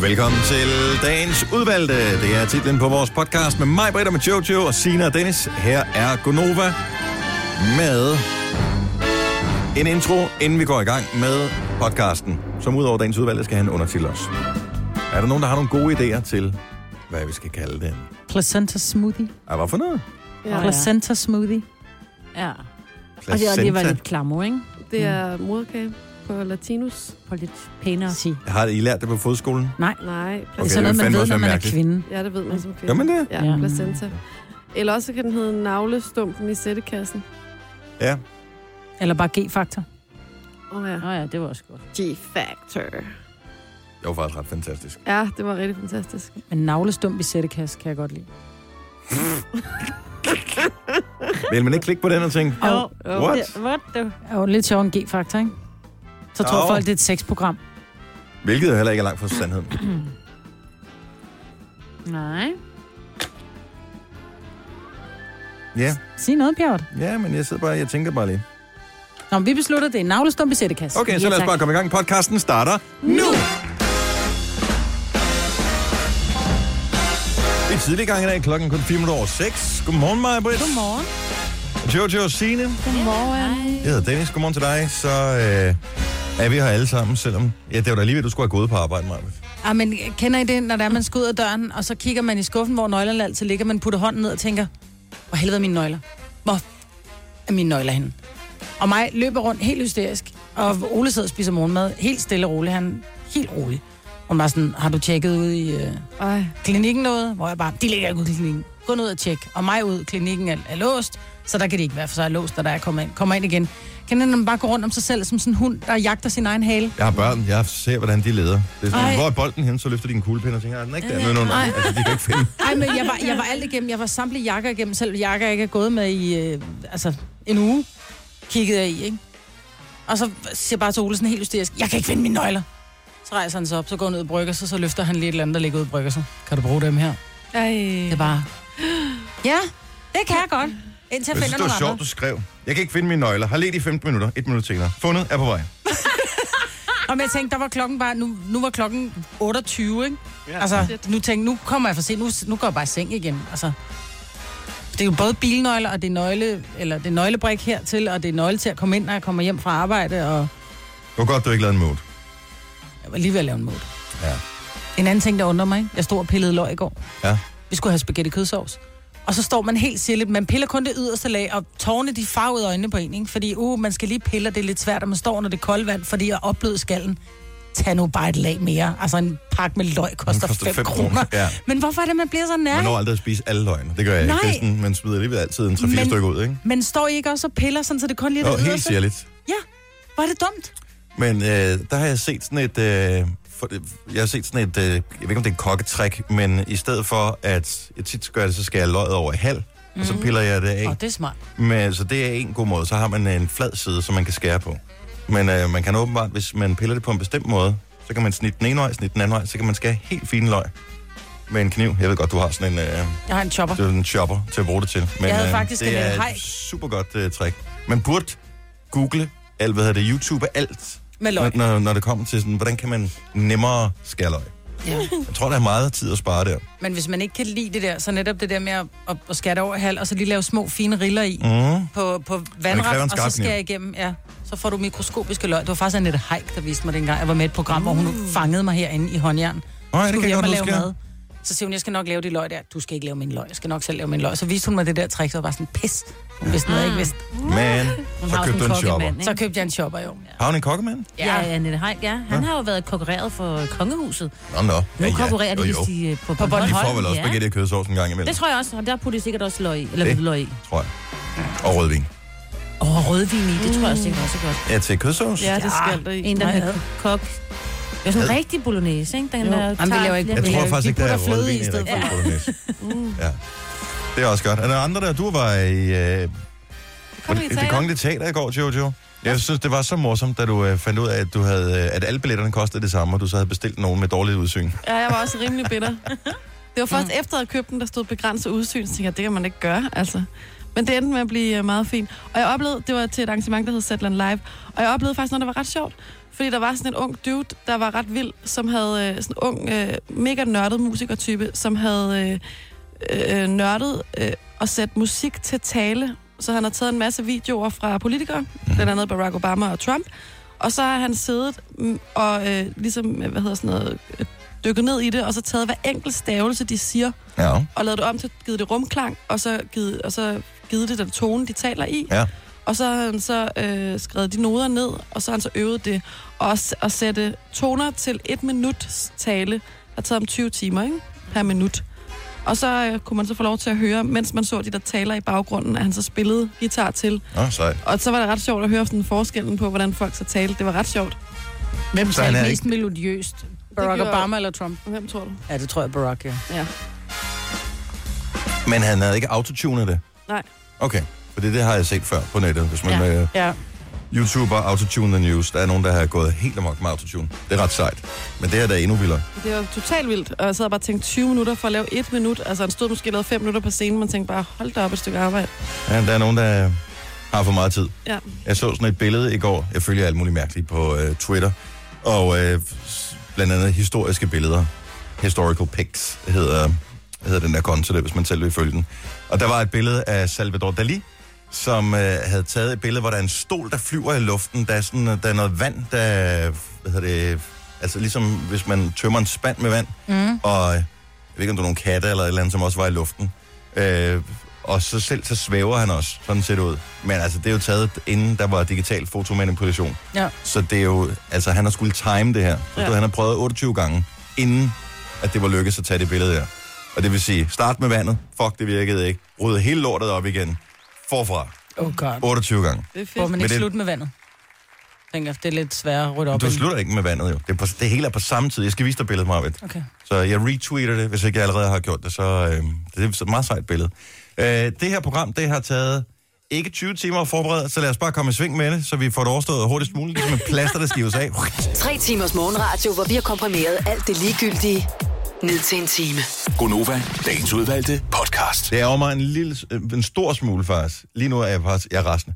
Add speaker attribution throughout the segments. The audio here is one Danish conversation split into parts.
Speaker 1: Velkommen til dagens udvalgte. Det er titlen på vores podcast med mig, Britta, med Jojo og Sina og Dennis. Her er Gonova med en intro, inden vi går i gang med podcasten, som udover dagens udvalgte skal have en undertitel også. Er der nogen, der har nogle gode idéer til, hvad vi skal kalde den?
Speaker 2: Placenta smoothie.
Speaker 1: Ej, hvad for noget?
Speaker 2: Ja, Placenta smoothie.
Speaker 3: Ja.
Speaker 1: Og det- og det var Placenta. lidt
Speaker 3: klammer, ikke?
Speaker 4: Det er moderkage på latinus.
Speaker 3: På lidt pænere sige.
Speaker 1: Har I lært det på fodskolen?
Speaker 3: Nej.
Speaker 4: Nej,
Speaker 3: Det er
Speaker 1: det
Speaker 2: Altså
Speaker 3: sådan noget,
Speaker 1: vil
Speaker 3: man
Speaker 1: fandme
Speaker 3: ved,
Speaker 1: også
Speaker 3: når
Speaker 1: være
Speaker 3: man er
Speaker 1: mærkeligt.
Speaker 3: kvinde.
Speaker 4: Ja, det ved man som kvinde.
Speaker 1: Gør man det?
Speaker 4: Ja,
Speaker 3: Ja.
Speaker 4: ja, placenta. Eller også kan den hedde navlestumpen i sættekassen.
Speaker 1: Ja.
Speaker 2: Eller bare G-faktor.
Speaker 4: Åh oh, ja.
Speaker 3: Nå ja, det var også godt.
Speaker 4: G-factor.
Speaker 1: Det var faktisk ret fantastisk.
Speaker 4: Ja, det var rigtig fantastisk.
Speaker 2: Men navlestump i sættekasse kan jeg godt lide.
Speaker 1: Vil man ikke klikke på den og tænke,
Speaker 3: Jo,
Speaker 1: jo, What?
Speaker 3: Det, what the?
Speaker 2: Er jo lidt sjovt en G-faktor, ikke? Så tror
Speaker 1: Jo.
Speaker 2: folk, det er et sexprogram.
Speaker 1: hvilket jo heller ikke er langt fra sandheden.
Speaker 3: Nej.
Speaker 1: Ja,
Speaker 2: Sig noget, Bjørn.
Speaker 1: ja, men jeg sidder bare, jeg tænker bare lige.
Speaker 2: Nå, men vi beslutter det. er Navlestump i sættekasse.
Speaker 1: Okay, så
Speaker 3: Ja,
Speaker 1: lad os
Speaker 3: tak.
Speaker 1: bare komme i gang. Podcasten starter nu! Det er tidlig gang i dag, klokken er kun 4 minutter over 6. Godmorgen, Maja Britt.
Speaker 2: Godmorgen.
Speaker 1: Jojo og Signe.
Speaker 3: Godmorgen.
Speaker 1: Jeg hedder Dennis. Godmorgen til dig. Så øh, er vi her alle sammen, selvom... Ja, det var da lige ved, du skulle have gået på arbejde, Maja.
Speaker 2: Ah, men kender I det, når der man skal ud af døren, og så kigger man i skuffen, hvor nøglerne altid ligger, man putter hånden ned og tænker, hvor helvede er mine nøgler? Hvor er mine nøgler henne? Og mig løber rundt helt hysterisk, og Ole sidder og spiser morgenmad, helt stille og roligt, han helt rolig. Og var sådan, har du tjekket ud i øh,
Speaker 4: Ej,
Speaker 2: klinikken noget? Hvor jeg bare, de ligger ikke ude i klinikken. Gå ned og tjek. Og mig ud, klinikken er, er låst, så der kan de ikke være, for så er jeg låst, og der er jeg kommet ind. Kommer ind igen. Kan den bare gå rundt om sig selv som sådan en hund, der jagter sin egen hale?
Speaker 1: Jeg har børn. Jeg ser, hvordan de leder. Det er sådan,
Speaker 2: Ej.
Speaker 1: hvor er bolden hen, så løfter de en kuglepind og tænker, "Ah, den er ikke der. Nå, nå, nej. Altså, de kan ikke finde.
Speaker 2: Ej, men jeg var, jeg var alt igennem. Jeg var samtlige jakker igennem, selv jakker jeg ikke er gået med i øh, altså, en uge. Kiggede jeg i, ikke? Og så siger bare til Ole sådan helt hysterisk, jeg kan ikke finde mine nøgler. Så rejser han sig op, så går han ud og brygger sig, så løfter han lige et eller andet, der ligger ude og brygger sig. Kan du bruge dem her?
Speaker 4: ej.
Speaker 2: Det er bare... Ja, det kan jeg godt. Indtil jeg
Speaker 1: Jeg synes,
Speaker 2: finder
Speaker 1: det var
Speaker 2: nogle
Speaker 1: sjovt,
Speaker 2: andre.
Speaker 1: du skrev. Jeg kan ikke finde mine nøgler. Har let i 15 minutter. Et minut senere. Fundet er på vej.
Speaker 2: Og men jeg tænkte, der var klokken bare... Nu, nu var klokken 28, ikke? Altså, nu tænkte nu kommer jeg for sent. Nu, nu går jeg bare i seng igen. Altså, det er jo både bilnøgler, og det er, nøgle, eller det er nøglebrik hertil, og det er nøgle til at komme ind, når jeg kommer hjem fra arbejde, og
Speaker 1: Det var godt, du ikke lavede en mode.
Speaker 2: jeg var lige ved at lave en mod.
Speaker 1: Ja.
Speaker 2: En anden ting, der undrer mig, ikke? jeg stod og pillede løg i går.
Speaker 1: Ja.
Speaker 2: Vi skulle have spaghetti kødsovs. Og så står man helt sirligt, man piller kun det yderste lag, og tårne de farver ud af øjnene på en, ikke? fordi uh, man skal lige pille, og det er lidt svært, at man står under det kolde vand, fordi jeg oplød skallen. Tag nu bare et lag mere. Altså en pakke med løg koster,
Speaker 1: koster
Speaker 2: 5
Speaker 1: fem
Speaker 2: kroner.
Speaker 1: kroner, ja.
Speaker 2: Men hvorfor er det, man bliver så nær?
Speaker 1: Man når aldrig at spise alle løgne. Det gør jeg ikke.
Speaker 2: Nej.
Speaker 1: Det er sådan, man smider alligevel altid en 3-4
Speaker 2: Men-
Speaker 1: stykker ud, ikke?
Speaker 2: Men står I ikke også og piller, sådan, så det kun lige er
Speaker 1: Jo,
Speaker 2: det
Speaker 1: helt
Speaker 2: yderste?
Speaker 1: særligt.
Speaker 2: Ja, var det dumt?
Speaker 1: Men øh, der har jeg set sådan et... Øh, for, jeg har set sådan et... Øh, jeg ved ikke, om det er et kokketræk, men i stedet for, at jeg tit gør det, så skal jeg løget over i halv, mm. og så piller jeg det af.
Speaker 2: Åh, det er smart.
Speaker 1: Men, så det er en god måde. Så har man en flad side, som man kan skære på. Men øh, man kan åbenbart, hvis man piller det på en bestemt måde, så kan man snitte den ene vej, snitte den anden vej, så kan man skære helt fine løg med en kniv. Jeg ved godt, du har sådan en, øh,
Speaker 2: Jeg har en chopper.
Speaker 1: sådan en chopper til at bruge det til. Men
Speaker 2: Jeg havde faktisk en,
Speaker 1: det
Speaker 2: øh,
Speaker 1: er
Speaker 2: haj.
Speaker 1: et super godt øh, trick. Man burde google, eller hvad hedder det, YouTube alt,
Speaker 2: Med løg.
Speaker 1: når, når, når det kommer til sådan, hvordan kan man nemmere skære løg.
Speaker 2: Ja.
Speaker 1: Jeg tror, der er meget tid at spare der. Mm.
Speaker 2: Men hvis man ikke kan lide det der, så netop det der med at, at, at skære det over i halv, og så lige lave små fine riller i
Speaker 1: Mm.
Speaker 2: på, på
Speaker 1: Og det kræver en
Speaker 2: vandret, og
Speaker 1: skarp
Speaker 2: så skære
Speaker 1: kniv.
Speaker 2: igennem. Ja, så får du mikroskopiske løg. Det var faktisk Annette Heik, der viste mig dengang. Jeg var med i et program, hvor hun fangede mig herinde i håndjern.
Speaker 1: Nej, det
Speaker 2: Skulle
Speaker 1: kan jeg
Speaker 2: hjem
Speaker 1: godt
Speaker 2: og lave
Speaker 1: huske, ja.
Speaker 2: mad. Så siger hun, jeg skal nok lave de løg der. Du skal ikke lave min løg. Jeg skal nok selv lave min løg. Så viste hun mig det der trick, så var jeg bare sådan, pis. Hun vidste noget, jeg ikke vidste.
Speaker 1: Men så
Speaker 3: har også
Speaker 1: købte
Speaker 3: en
Speaker 1: du en chopper.
Speaker 3: kokkemand, ikke?
Speaker 2: Så købte jeg en shopper, jo.
Speaker 1: Har hun en kokkemand?
Speaker 3: Ja, Annette Heik, ja. Han har jo været konkurreret for kongehuset.
Speaker 1: Nå, nå.
Speaker 3: Nu
Speaker 1: Ja, ja.
Speaker 3: konkurrerer de,
Speaker 1: Jo,
Speaker 3: hvis
Speaker 1: jo.
Speaker 3: de øh, på,
Speaker 2: På
Speaker 3: på
Speaker 2: Bornholm,
Speaker 1: De får vel også spaghetti og kødsovs en gang imellem.
Speaker 3: Det tror jeg også, og der putter de sikkert også løg i. Eller
Speaker 1: Det.
Speaker 3: det. løg i.
Speaker 1: tror jeg. Og rødvin.
Speaker 3: Og rødvin i, det tror jeg sikkert også er godt.
Speaker 1: Ja, til kødsovs?
Speaker 4: Ja, det skal der i.
Speaker 3: En, der
Speaker 2: Nej,
Speaker 3: med kok. Det er sådan en rigtig bolognese, ikke? Den
Speaker 2: Jo.
Speaker 3: der
Speaker 2: Jamen, vi
Speaker 3: tager
Speaker 2: laver ikke-
Speaker 3: flere
Speaker 1: Jeg tror
Speaker 3: bølger.
Speaker 1: faktisk
Speaker 2: vi
Speaker 1: ikke, der er
Speaker 2: putter fløde i
Speaker 1: rødvin i
Speaker 2: stedet Uh.
Speaker 1: rigtig bolognese. Ja. Det er også godt. Er der andre der? Du var i øh, det, det kongelige teater i går, Jojo. Jeg synes, det var så morsomt, da du øh, fandt ud af, at, du havde, øh, at alle billetterne kostede det samme, og du så havde bestilt nogen med dårligt udsyn.
Speaker 4: Ja, jeg var også rimelig bitter. Det var først efter at købe den, der stod begrænset udsyn, så tænkte jeg, det kan man ikke gøre, altså.
Speaker 5: Men det endte med at blive øh, meget fint. Og jeg oplevede, det var til et arrangement, der hed Zetland Live, og jeg oplevede faktisk noget, der var ret sjovt. Fordi der var sådan en ung dude, der var ret vild, som havde øh, sådan en ung, øh, mega nørdet musikertype, som havde øh, øh, nørdet øh, og sat musik til tale. Så han har taget en masse videoer fra politikere, blandt andet Barack Obama og Trump. Og så har han siddet mm, og øh, ligesom, øh, hvad hedder sådan noget, øh, dykket ned i det, og så taget hver enkelt stavelse, de siger,
Speaker 1: Ja.
Speaker 5: og lavet det om til givet det rumklang, og så givet, og så givet det den tone, de taler i.
Speaker 1: Ja.
Speaker 5: Og så har han så øh, skrevet de noder ned, og så har han så øvet det. Og også at sætte toner til et minuts tale, har taget om 20 timer ikke? per minut. Og så øh, kunne man så få lov til at høre, mens man så de der taler i baggrunden, at han så spillede guitar til.
Speaker 1: Nå, sejt.
Speaker 5: Og så var det ret sjovt at høre sådan forskellen på, hvordan folk så talte. Det var ret sjovt.
Speaker 2: Hvem
Speaker 1: Så han er
Speaker 2: talte mest melodiøst? Barack
Speaker 5: gjorde-
Speaker 2: Obama eller Trump?
Speaker 5: Hvem tror du?
Speaker 2: Ja, det tror jeg Barack, ja.
Speaker 1: Men han havde ikke autotunet det?
Speaker 5: Nej.
Speaker 1: Okay, for det, det har jeg set før på nettet. Hvis man ja. øh,
Speaker 2: Ja.
Speaker 1: YouTuber autotune the news, der er nogen, der har gået helt amok med autotune. Det er ret sejt. Men det her der er endnu vildere.
Speaker 5: Det var totalt vildt, og jeg sad og bare og tænkte 20 minutter for at lave et minut. Altså han stod måske og lavede 5 minutter på scenen, man tænkte bare, hold da op et stykke arbejde.
Speaker 1: Ja, der er nogen, der øh, har for meget tid.
Speaker 5: Ja.
Speaker 1: Jeg så sådan et billede i går. Jeg følger alt muligt mærkeligt på øh, Twitter. Og øh, s- blandt andet historiske billeder. Historical pics hedder, hedder den der konto, der, hvis man selv vil følge den. Og der var et billede af Salvador Dali, som øh, havde taget et billede, hvor der er en stol, der flyver i luften. Der er, sådan, øh, der er noget vand, der... Hvad hedder det? Altså ligesom hvis man tømmer en spand med vand. Mm. Og øh, jeg ved ikke, om der er nogle katte eller et eller andet, som også var i luften. Øh, og så selv så svæver han også. Sådan ser det ud. Men altså, det er jo taget, inden der var digital fotomanipulation.
Speaker 2: Ja.
Speaker 1: Så det er jo... Altså, han har skulle time det her. Så ja.
Speaker 5: Ja.
Speaker 1: han har prøvet 28 gange, inden at det var lykkedes at tage det billede her. Og det vil sige, start med vandet. Fuck, det virkede ikke. Ryd hele lortet op igen. Forfra.
Speaker 2: Oh god.
Speaker 1: 28 gange.
Speaker 5: Det er
Speaker 2: Hvor
Speaker 5: fedt.
Speaker 2: man
Speaker 1: Men
Speaker 2: ikke
Speaker 1: det-
Speaker 2: slutte med vandet. Tænker, det er lidt sværere at rydde op.
Speaker 1: Du
Speaker 2: end-
Speaker 1: slutter ikke med vandet jo. Det, er på, det hele er på samme tid. Jeg skal vise dig billedet, Marvind.
Speaker 2: Okay.
Speaker 1: Så jeg retweeter det, hvis ikke jeg allerede har gjort det, så øh, det er et meget sejt billede. Øh, det her program, det har taget ikke 20 timer at forberede, så lad os bare komme i sving med det, så vi får det overstået hurtigst muligt, ligesom en plaster, der skives af.
Speaker 6: Tre timers morgenradio, hvor vi har komprimeret alt det ligegyldige ned til en time.
Speaker 7: Gonova, dagens udvalgte podcast.
Speaker 1: Det er mig en, lille, øh, en stor smule faktisk. Lige nu er jeg faktisk jeg er rasende.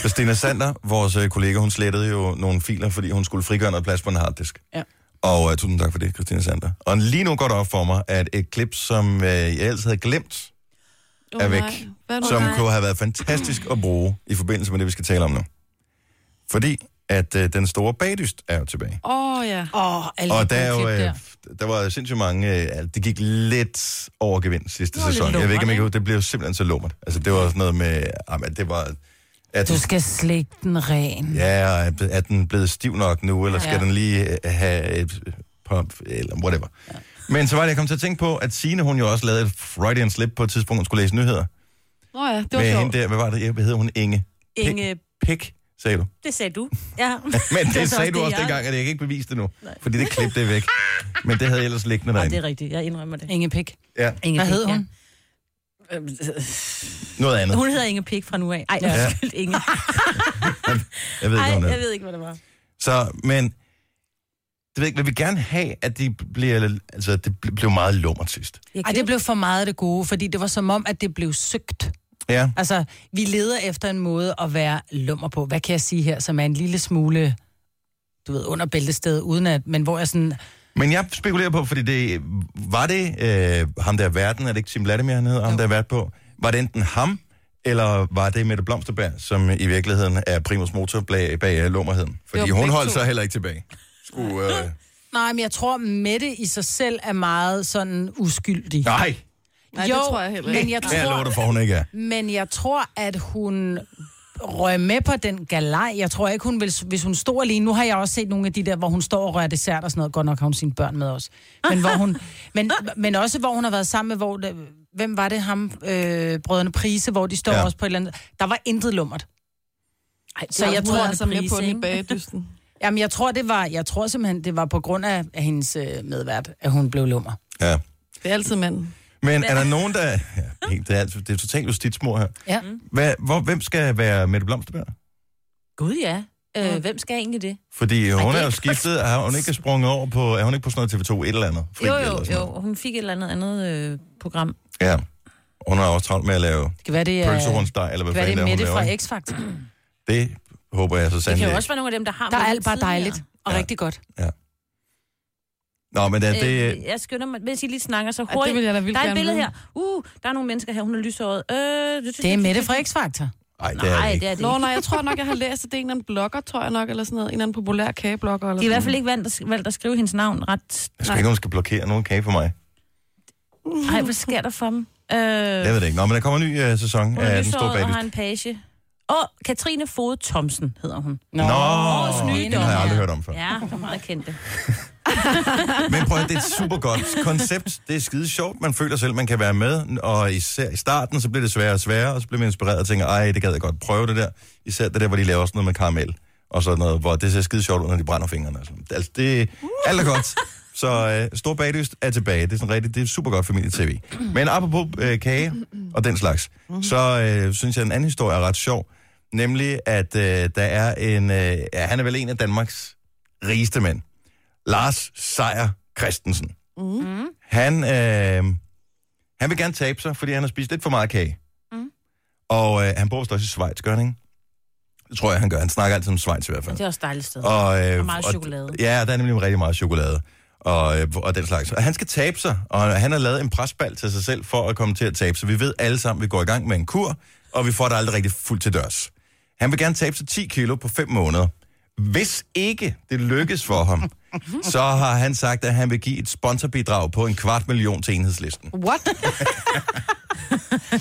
Speaker 1: For Stina Sander, vores øh, kollega, hun slettede jo nogle filer, fordi hun skulle frigøre noget plads på en harddisk.
Speaker 2: Ja.
Speaker 1: Og øh, tusind tak for det, Christina Sander. Og lige nu går det op for mig, at et klip, som øh, jeg ellers havde glemt,
Speaker 5: Åh,
Speaker 1: er væk.
Speaker 5: nej. Hvad er det nu?
Speaker 1: som kunne have været fantastisk at bruge i forbindelse med det, vi skal tale om nu. Fordi at øh, den store bagdyst er jo tilbage.
Speaker 5: Åh, oh, ja.
Speaker 2: Åh, oh, alle
Speaker 1: Og der, er
Speaker 2: de
Speaker 1: jo,
Speaker 2: gode klip
Speaker 1: øh,
Speaker 2: der.
Speaker 1: der var sindssygt mange... Øh, altså, det gik lidt over gevind sidste
Speaker 2: Det var lidt
Speaker 1: sæson. Jeg ved ikke, om jeg
Speaker 2: lummert,
Speaker 1: kan, det blev simpelthen så lummert. Altså, det var sådan noget med... ah, men det var... At,
Speaker 2: Du skal slække den ren.
Speaker 1: ja, og er- er den blevet stiv nok nu, eller skal
Speaker 2: Ja.
Speaker 1: den lige øh, have et pump, eller whatever. Men så var det, jeg kom til at tænke på, at Signe, hun jo også lavede et Freudian slip på et tidspunkt, hun skulle læse nyheder.
Speaker 5: Nå ja, det var
Speaker 1: Med
Speaker 5: sjovt.
Speaker 1: hende der, hvad var det? Hvad hedder hun? Inge? Pik-
Speaker 3: Inge,
Speaker 1: Pik, sagde du.
Speaker 3: det sagde du. Ja.
Speaker 1: Men det,
Speaker 3: er
Speaker 1: det
Speaker 3: så
Speaker 1: sagde du også
Speaker 3: jeg-
Speaker 1: dengang, at jeg kan ikke bevise det nu. Nej. Fordi det klip, det er væk. Men det havde jeg ellers liggende
Speaker 3: Ja, det
Speaker 1: derinde.
Speaker 3: er rigtigt, jeg indrømmer det.
Speaker 2: Inge Pik.
Speaker 1: Ja,
Speaker 3: Inge
Speaker 2: Hvad
Speaker 3: Pik,
Speaker 2: hed hun?
Speaker 1: noget andet.
Speaker 3: Ja. Hun hedder Inge Pik fra nu af. Ej,
Speaker 2: Ja.
Speaker 3: ja. undskyld, Inge.
Speaker 1: Jeg ved ikke,
Speaker 3: Ej,
Speaker 1: hvad hun
Speaker 3: jeg
Speaker 1: er.
Speaker 3: ved ikke, hvad det var.
Speaker 1: Så, men... Det ved jeg ikke, vil vi gerne have, at de bliver... Altså, det bl- blev meget lummert sidst.
Speaker 3: Jeg
Speaker 2: Ej, det blev for meget af det gode, fordi det var som om, at det blev søgt.
Speaker 1: Ja.
Speaker 2: Altså, vi leder efter en måde at være lummer på. Hvad kan jeg sige her, som er en lille smule, du ved, under bæltestedet, uden at, men hvor jeg sådan,
Speaker 1: Men jeg spekulerer på, fordi det... Var det øh, ham, der er verden? Er det ikke Tim Latimer, han hedder? Ham, der er vært på? Var det enten ham, eller var det Mette Blomsterberg, som i virkeligheden er primus motor bag, bag øh, lummerheden? Fordi
Speaker 5: Det var
Speaker 1: hun
Speaker 5: begge
Speaker 1: holdt
Speaker 5: to.
Speaker 1: sig heller ikke tilbage. Skulle, øh...
Speaker 2: nej, men jeg tror, Mette i sig selv er meget sådan uskyldig.
Speaker 1: Nej,
Speaker 5: Nej, det tror jeg heller ikke.
Speaker 2: Men jeg
Speaker 1: det jeg
Speaker 2: tror,
Speaker 1: lover dig for, hun ikke er.
Speaker 2: Men jeg tror, at hun røg med på den galej. Jeg tror ikke, hun vil, hvis hun står alene. Nu har jeg også set nogle af de der, hvor hun står og rører dessert og sådan noget. Godt nok har hun sine børn med også. Men, hvor hun, men, men også, hvor hun har været sammen med, hvor det, hvem var det ham, øh, brødrene Prise, hvor de står
Speaker 1: Ja.
Speaker 2: ja. også på et eller andet. Der var intet lummert. Ej, så jeg tror,
Speaker 5: altså
Speaker 3: det er
Speaker 5: med på
Speaker 3: pris,
Speaker 5: den i
Speaker 3: ikke?
Speaker 5: bagedysten.
Speaker 2: jamen, jeg tror, det var, jeg tror simpelthen, det var på grund af, af hendes øh, medvært, at hun blev lummer.
Speaker 1: Ja.
Speaker 5: Det er altid manden.
Speaker 1: Men er der nogen, der... Ja, helt, det er, altså, det er totalt justitsmord her.
Speaker 2: Ja.
Speaker 1: Hvad, hvor, hvem skal være Mette Blomsterberg?
Speaker 3: Gud, ja. Øh, hvem skal egentlig det?
Speaker 1: Fordi hun
Speaker 3: det
Speaker 1: er
Speaker 3: er
Speaker 1: jo
Speaker 3: godt.
Speaker 1: skiftet, har hun ikke sprunget over på, er hun ikke på sådan noget TV2 et eller andet? Fri
Speaker 3: Jo,
Speaker 1: eller
Speaker 3: jo,
Speaker 1: sådan noget?
Speaker 3: jo. Hun fik et eller andet andet øh, program.
Speaker 1: Ja. Og hun har også travlt med at lave
Speaker 2: Det kan være, det er, det
Speaker 1: pølsehornsteg, eller hvad
Speaker 2: kan være,
Speaker 1: fanden
Speaker 2: det er Mette
Speaker 1: det er, hun
Speaker 2: fra
Speaker 1: laver.
Speaker 2: X-Factor.
Speaker 1: Det håber jeg så
Speaker 3: Det kan
Speaker 1: sandelig
Speaker 3: jo
Speaker 1: ikke.
Speaker 3: også være nogle af dem, der har
Speaker 2: Der er
Speaker 3: været
Speaker 2: alt bare
Speaker 3: tidligere.
Speaker 2: dejligt og
Speaker 1: Ja.
Speaker 2: rigtig godt.
Speaker 1: Nå, men da det...
Speaker 3: Øh, jeg skynder mig, hvis I lige snakker så
Speaker 5: Ja, det
Speaker 3: hurtigt.
Speaker 5: vil jeg da vildt
Speaker 3: der er et
Speaker 5: gerne
Speaker 3: billede
Speaker 5: vide.
Speaker 3: her. Uh, der er nogle mennesker her, hun er lyshåret. Øh,
Speaker 2: Det er Mette fra X-Factor.
Speaker 1: Ej, det er
Speaker 3: Nej,
Speaker 1: det
Speaker 3: det
Speaker 1: ikke.
Speaker 3: er det
Speaker 5: Nå,
Speaker 3: ikke.
Speaker 5: nej, jeg tror nok, jeg har læst, at det er en eller anden blogger, tror jeg nok, eller sådan noget. En eller anden populær kageblogger. Eller
Speaker 3: De er i hvert
Speaker 5: sådan
Speaker 3: fald ikke valgt at, valgt at skrive hendes navn ret...
Speaker 1: Jeg skal ikke, om hun skal blokere nogen kage for mig.
Speaker 2: Uh.
Speaker 3: Nej, hvad sker der for dem? Øh,
Speaker 1: Jeg ved det ikke. Nå, men der kommer en ny øh, sæson
Speaker 3: hun er
Speaker 1: af Den Store
Speaker 3: lyshåret og
Speaker 1: Baby.
Speaker 3: har en page. Åh, Katrine Fode Thomsen hedder hun.
Speaker 1: Nå, Nå
Speaker 3: nye
Speaker 1: den har jeg
Speaker 3: dommer.
Speaker 1: aldrig hørt om før.
Speaker 3: Ja, hun er meget kendte.
Speaker 1: Men prøv at det er et super godt koncept. Det er skide sjovt. Man føler selv, man kan være med. Og især i starten, så bliver det sværere og sværere, og så bliver man inspireret og tænker, ej, det gad jeg godt prøve det der. Især det der, hvor de laver sådan noget med karamel og sådan noget, hvor det ser skide sjovt ud, når de brænder fingrene. og sådan. Altså, det alt er godt. Så øh, Stor Bagdyst er tilbage. Det er sådan rigtigt, det er super godt familie-tv. Men apropos øh, kage og den slags, så øh, synes jeg, en anden historie er ret sjov. Nemlig, at øh, der er en... Øh, ja, han er vel en af Danmarks rigeste mænd. Lars Seier Christensen. Mm. Han, øh, han vil gerne tabe sig, fordi han har spist lidt for meget kage. Mm. Og øh, han bor vist også i Schweiz, gør han ikke? Det tror jeg, han gør. Han snakker altid om Schweiz i hvert fald.
Speaker 3: Det er også et dejligt sted.
Speaker 1: Og, øh,
Speaker 3: Og meget chokolade.
Speaker 1: Ja, der er nemlig rigtig meget chokolade. Og, øh, og den slags. Og han skal tabe sig, og han har lavet en presbald til sig selv for at komme til at tabe sig. Vi ved alle sammen, at vi går i gang med en kur, og vi får det aldrig rigtig fuldt til dørs. Han vil gerne tabe sig 10 kilo på 5 måneder. Hvis ikke det lykkes for ham, så har han sagt, at han vil give et sponsorbidrag på en kvart million til enhedslisten.
Speaker 5: What?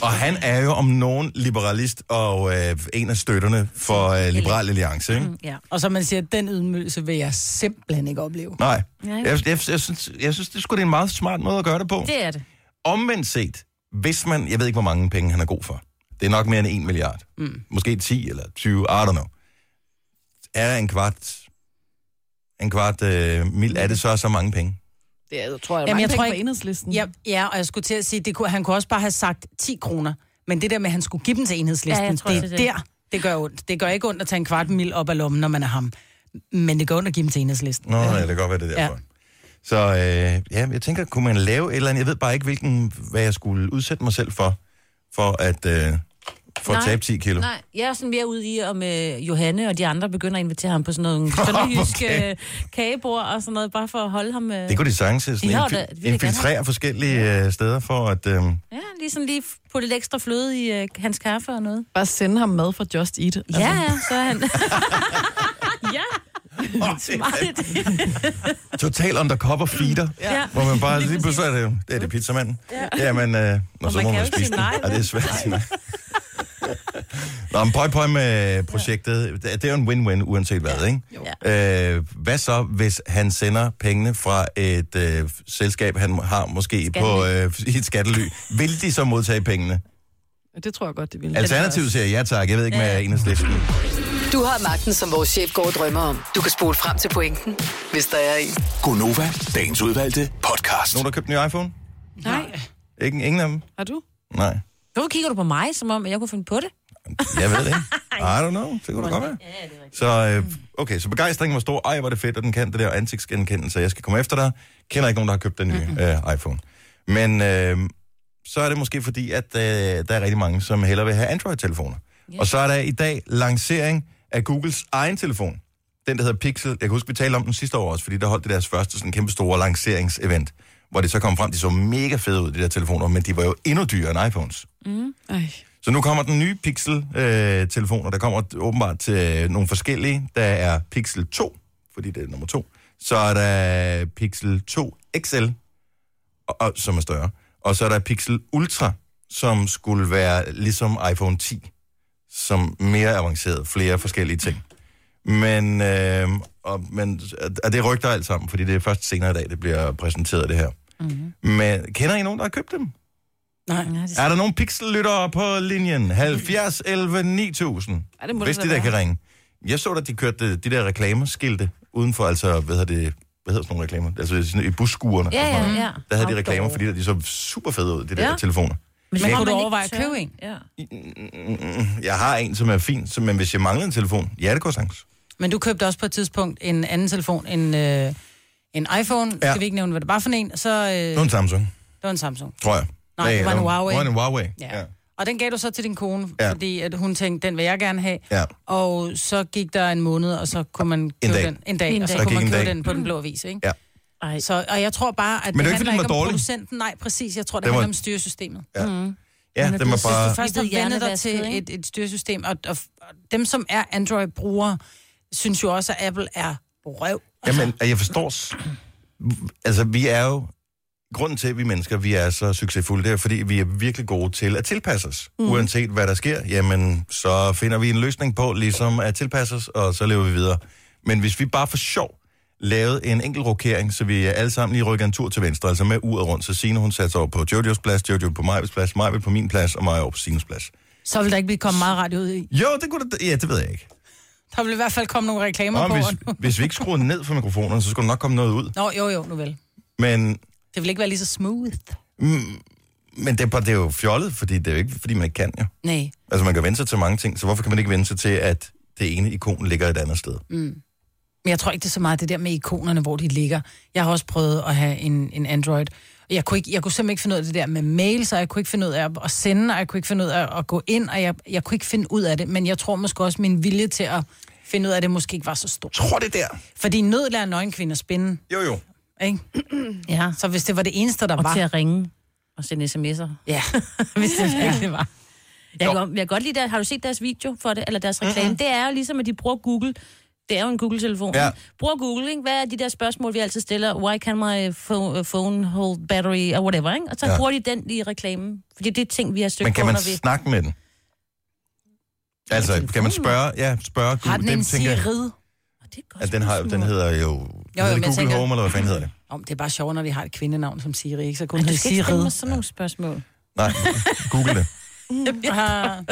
Speaker 1: Og han er jo om nogen liberalist og øh, en af støtterne for øh, Liberal Alliance, ikke?
Speaker 3: Ja.
Speaker 2: Og som man siger, den ydmygelse vil jeg simpelthen ikke opleve.
Speaker 1: Nej. Jeg, jeg, jeg, synes, jeg synes, det skulle det er en meget smart måde at gøre det på. Det.
Speaker 3: Det er det.
Speaker 1: Omvendt set, hvis man... Jeg ved ikke, hvor mange penge han er god for. Det er nok mere end 1 milliard. Mm. Måske 10 eller 20, I don't know. Er en kvart... En kvart øh, mil, er det så så mange penge?
Speaker 5: Det er, tror jeg,
Speaker 2: Jamen, jeg tror
Speaker 5: ikke...
Speaker 2: ikke-
Speaker 5: enhedslisten.
Speaker 2: Ja, ja, og jeg skulle til at sige, det kunne, han kunne også bare have sagt 10 kroner. Men det der med, at han skulle give dem til enhedslisten,
Speaker 3: Ja,
Speaker 2: ja,
Speaker 3: jeg tror
Speaker 2: tror, det er
Speaker 3: også,
Speaker 2: det.
Speaker 3: det
Speaker 2: der, det gør ondt. Det gør ikke ondt at tage en kvart mil op af lommen, når man er ham. Men det gør ondt at give dem til enhedslisten.
Speaker 1: Nå, ja. det kan godt være, det er derfor. Ja. Så øh, ja, jeg tænker, kunne man lave et eller andet... Jeg ved bare ikke, hvilken, hvad jeg skulle udsætte mig selv for, for at, øh, for at
Speaker 3: Nej.
Speaker 1: tabe 10 kilo.
Speaker 3: Nej, jeg er sådan mere ude i, om øh, Johanne og de andre begynder at invitere ham på sådan noget sønderjysk
Speaker 1: Okay.
Speaker 3: okay. øh, kagebord og sådan noget, bare for at holde ham... Øh,
Speaker 1: Det kunne de sagtens sådan
Speaker 3: De har
Speaker 1: infil-
Speaker 3: da- vi vil gerne
Speaker 1: infiltrere forskellige øh, steder for at... Øh,
Speaker 3: ja, lige sådan lige putte lidt ekstra fløde i øh, hans kaffe og noget.
Speaker 5: Bare sende ham mad fra Just Eat.
Speaker 3: Ja, ja, så er han... ja, meget det.
Speaker 1: total undercover feeder, ja.
Speaker 3: Ja.
Speaker 1: hvor man bare lige pludselig er det, det er det pizzamanden. Ja. Jamen, øh, når så
Speaker 3: man
Speaker 1: må
Speaker 3: kan
Speaker 1: man
Speaker 3: jo
Speaker 1: spise
Speaker 3: sige
Speaker 1: den.
Speaker 3: nej,
Speaker 1: Ej, det er svært at sige nej. Nå, men pøj, pøj med projektet. Det det er jo en win-win, uanset hvad, ikke? Øh, hvad så, hvis han sender pengene fra et øh, selskab, han har måske på øh, i et skattely? Vil de så modtage pengene?
Speaker 5: Det tror jeg godt, det ville.
Speaker 1: Alternativet siger ja tak. Jeg ved ikke, med enhedslisten.
Speaker 6: Du har magten, som vores chef går og drømmer om. Du kan spole frem til pointen, hvis der er en.
Speaker 7: Gonova, dagens udvalgte podcast.
Speaker 1: Nogen, der har købt en ny iPhone?
Speaker 5: Nej.
Speaker 1: Ikke, ingen af dem?
Speaker 5: Har du?
Speaker 1: Nej.
Speaker 3: Hvorfor kigger du på mig, som om at jeg kunne finde på det?
Speaker 1: Jeg ved det ikke. I don't know. Det kunne da godt være. Så, øh, okay, så begejstringen var stor. Ej, hvor er det fedt, at den kan det der ansigtsgenkendelse. Jeg skal komme efter dig. Kender ikke nogen, der har købt den nye øh, iPhone. Men øh, så er det måske fordi, at øh, der er rigtig mange, som hellere vil have Android-telefoner. Og så er der i dag lancering af Googles egen telefon. Den, der hedder Pixel. Jeg kan huske, vi talte om den sidste år også, fordi der holdt det deres første sådan kæmpe store lanceringsevent, hvor det så kom frem, de så mega fede ud, de der telefoner, men de var jo endnu dyrere end iPhones.
Speaker 5: Ej.
Speaker 1: Så nu kommer den nye Pixel-telefon, og der kommer åbenbart til øh, nogle forskellige. Der er Pixel 2, fordi det er nummer 2. Så er der Pixel 2 XL, og, og, som er større. Og så er der Pixel Ultra, som skulle være ligesom iPhone 10, som mere avanceret, flere forskellige ting. Men, øh, og, men og det rygter alt sammen, fordi det er først senere i dag, det bliver præsenteret det her. Mm-hmm. Men kender I nogen, der har købt dem?
Speaker 2: Nej.
Speaker 1: Er der nogen pixellyttere på linjen? 70 11 9000.
Speaker 5: Ej, det må
Speaker 1: Hvis
Speaker 5: det
Speaker 1: de
Speaker 5: da
Speaker 1: der
Speaker 5: være.
Speaker 1: kan ringe. Jeg så, at de kørte øh, de der reklameskilte udenfor, altså, hvad hedder det, hvad hedder sådan nogle reklamer? Altså sådan i busskuerne.
Speaker 3: Ja,
Speaker 1: og sådan
Speaker 3: ja,
Speaker 1: noget.
Speaker 3: ja.
Speaker 1: Der havde de reklamer, fordi de så super fede ud, de der
Speaker 3: Ja.
Speaker 1: telefoner.
Speaker 3: Men
Speaker 2: Men
Speaker 3: så
Speaker 2: kunne
Speaker 3: man
Speaker 2: du
Speaker 3: ikke
Speaker 2: overveje at
Speaker 3: tør.
Speaker 2: købe en?
Speaker 3: Ja.
Speaker 1: Mm, Jeg har en, som er fin, så, men hvis jeg mangler en telefon, ja, det går sagtens.
Speaker 2: Men du købte også på et tidspunkt en anden telefon, en, øh, en iPhone.
Speaker 1: Ja.
Speaker 2: Ja. Skal vi ikke nævne, hvad det var for en? Så øh,
Speaker 1: Nu er en Samsung,
Speaker 2: det var en Samsung.
Speaker 1: tror jeg.
Speaker 2: Nej, det var en Huawei.
Speaker 1: Det var en Huawei.
Speaker 2: Ja. Og den gav du så til din kone,
Speaker 1: Ja.
Speaker 2: ja. fordi at hun tænkte, den vil jeg gerne have.
Speaker 1: Ja.
Speaker 2: Og så gik der en måned, og så kunne man købe
Speaker 1: dag.
Speaker 2: den. En dag.
Speaker 3: En
Speaker 2: og så
Speaker 3: dag.
Speaker 1: Der
Speaker 2: kunne
Speaker 1: gik
Speaker 2: man
Speaker 1: en
Speaker 2: købe
Speaker 1: dag.
Speaker 2: den på den blå avis, ikke?
Speaker 1: Ja.
Speaker 3: Ej.
Speaker 2: Så, og jeg tror bare, at
Speaker 1: Men det er
Speaker 2: det
Speaker 1: ikke, fordi
Speaker 2: handler
Speaker 1: den var
Speaker 2: ikke om
Speaker 1: dårlig.
Speaker 2: producenten. Nej, præcis. Jeg tror, det
Speaker 1: Den var-
Speaker 2: handler om styresystemet.
Speaker 1: Ja,
Speaker 3: er
Speaker 1: den var
Speaker 3: blevet
Speaker 1: bare...
Speaker 2: øh, Du først
Speaker 3: Vi
Speaker 2: har
Speaker 3: ved
Speaker 2: vendet dig
Speaker 3: hjernevasket,
Speaker 2: til
Speaker 3: ikke?
Speaker 2: et, et styresystem, og, og, og dem, som er Android-brugere, synes jo også, at Apple er røv.
Speaker 1: Jamen, og jeg forstår... s- Altså, vi er jo... Grunden til, at vi mennesker vi er så succesfulde, det er, fordi vi er virkelig gode til at tilpasse os. Mm. Uanset hvad der sker, jamen, så finder vi en løsning på, ligesom at tilpasse os, og så lever vi videre. Men hvis vi bare for sjov lavede en enkelt rokering, så vi alle sammen lige rykker en tur til venstre, altså med uret rundt, så Signe, hun satte sig over på Jojos plads, Jojo på Majbets plads, Majbet på min plads, og mig over på Sines plads.
Speaker 2: Så vil der ikke blive kommet meget radio ud i.
Speaker 1: Jo, det kunne da... Ja, det ved jeg ikke.
Speaker 2: Der vil i hvert fald komme nogle reklamer
Speaker 1: Nå,
Speaker 2: på.
Speaker 1: men hvis,
Speaker 2: og-
Speaker 1: hvis vi ikke skruer ned for mikrofonerne, så skulle der nok komme noget ud.
Speaker 2: Nå, jo, jo, nu vel.
Speaker 1: Men
Speaker 2: Det vil ikke være lige så smooth.
Speaker 1: Men det, er bare- det er jo fjollet, fordi det er jo ikke, fordi man ikke kan jo.
Speaker 2: Nej.
Speaker 1: Altså, man kan vende sig til mange ting, så hvorfor kan man ikke vende sig til, at det ene ikon ligger et andet sted? Mm.
Speaker 2: Men jeg tror ikke, det er så meget det der med ikonerne, hvor de ligger. Jeg har også prøvet at have en, en Android. Og Jeg kunne, ikke, jeg kunne simpelthen ikke finde ud af det der med mails, og jeg kunne ikke finde ud af at sende, og jeg kunne ikke finde ud af at gå ind, og jeg, jeg kunne ikke finde ud af det. Men jeg tror måske også, min vilje til at finde ud af det måske ikke var så stor.
Speaker 1: Tror det der?
Speaker 2: Fordi nød lærer nøgenkvinder spinde,
Speaker 1: Jo, jo.
Speaker 2: ikke?
Speaker 3: Ja.
Speaker 2: Så hvis det var det eneste, der
Speaker 3: Og
Speaker 2: var...
Speaker 3: til at ringe og sende sms'er.
Speaker 2: Ja, hvis det virkelig var.
Speaker 3: Jeg kan, jeg kan godt lide det. Har du set deres video for det, eller deres reklame? Mm-hmm. Det er jo ligesom, at de bruger Google. Det er jo en Google-telefon.
Speaker 1: Ja.
Speaker 3: ikke? Bruger Google, ikke? Hvad er de der spørgsmål, vi altid stiller? Why can my phone, phone hold battery, or whatever, ikke? Og så
Speaker 1: Ja.
Speaker 3: ja. bruger de den i reklamen. Fordi det er ting, vi har stødt
Speaker 1: Men kan
Speaker 3: på,
Speaker 1: man
Speaker 3: når vi...
Speaker 1: snakke med den? Altså, kan man spørge, ja, spørge Google,
Speaker 2: Har den en sirid?
Speaker 3: Åh, det er et godt
Speaker 1: at den, har, den
Speaker 3: spørgsmål.
Speaker 1: hedder jo, jo hedder
Speaker 2: men
Speaker 1: det
Speaker 2: jeg
Speaker 1: Google
Speaker 2: tænker-
Speaker 1: Home, eller hvad fanden hedder det?
Speaker 2: Om det er bare sjovt, når vi har et kvindenavn som Siri, ikke? Så kunne
Speaker 3: Ej,
Speaker 2: den
Speaker 3: du skal ikke stille
Speaker 2: hedde
Speaker 3: mig sådan nogle spørgsmål.
Speaker 1: Nej, Google det.
Speaker 2: Siri. Ah.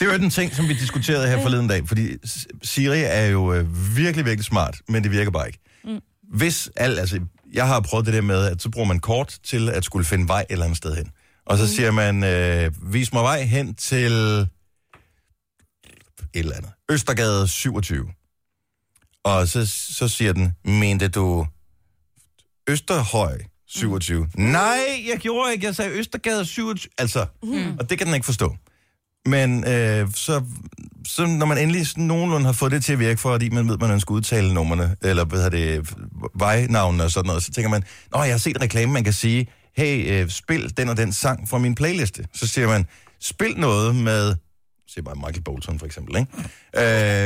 Speaker 1: Det var den ting, som vi diskuterede her forleden dag, fordi S- Siri er jo øh, virkelig, virkelig smart, men det virker bare ikke. Mm. Hvis alt, altså, jeg har prøvet det der med, at så bruger man kort til at skulle finde vej et eller andet sted hen. Og så mm. siger man, øh, vis mig vej hen til et eller andet. Østergade 27. Og så, så siger den, mente du Østerhøj 27? Mm. Nej, jeg gjorde ikke, jeg sagde Østergade 27. Altså, mm. og det kan den ikke forstå. Men øh, så, så når man endelig sådan nogenlunde har fået det til at virke, fordi man ved, man ønsker at udtale numrene, eller hvad hedder det, vejnavnene og sådan noget, så tænker man, Nå, jeg har set en reklame, man kan sige, hey, øh, spil den og den sang fra min playliste. Så siger man, spil noget med, se bare Michael Bolton for eksempel, ikke?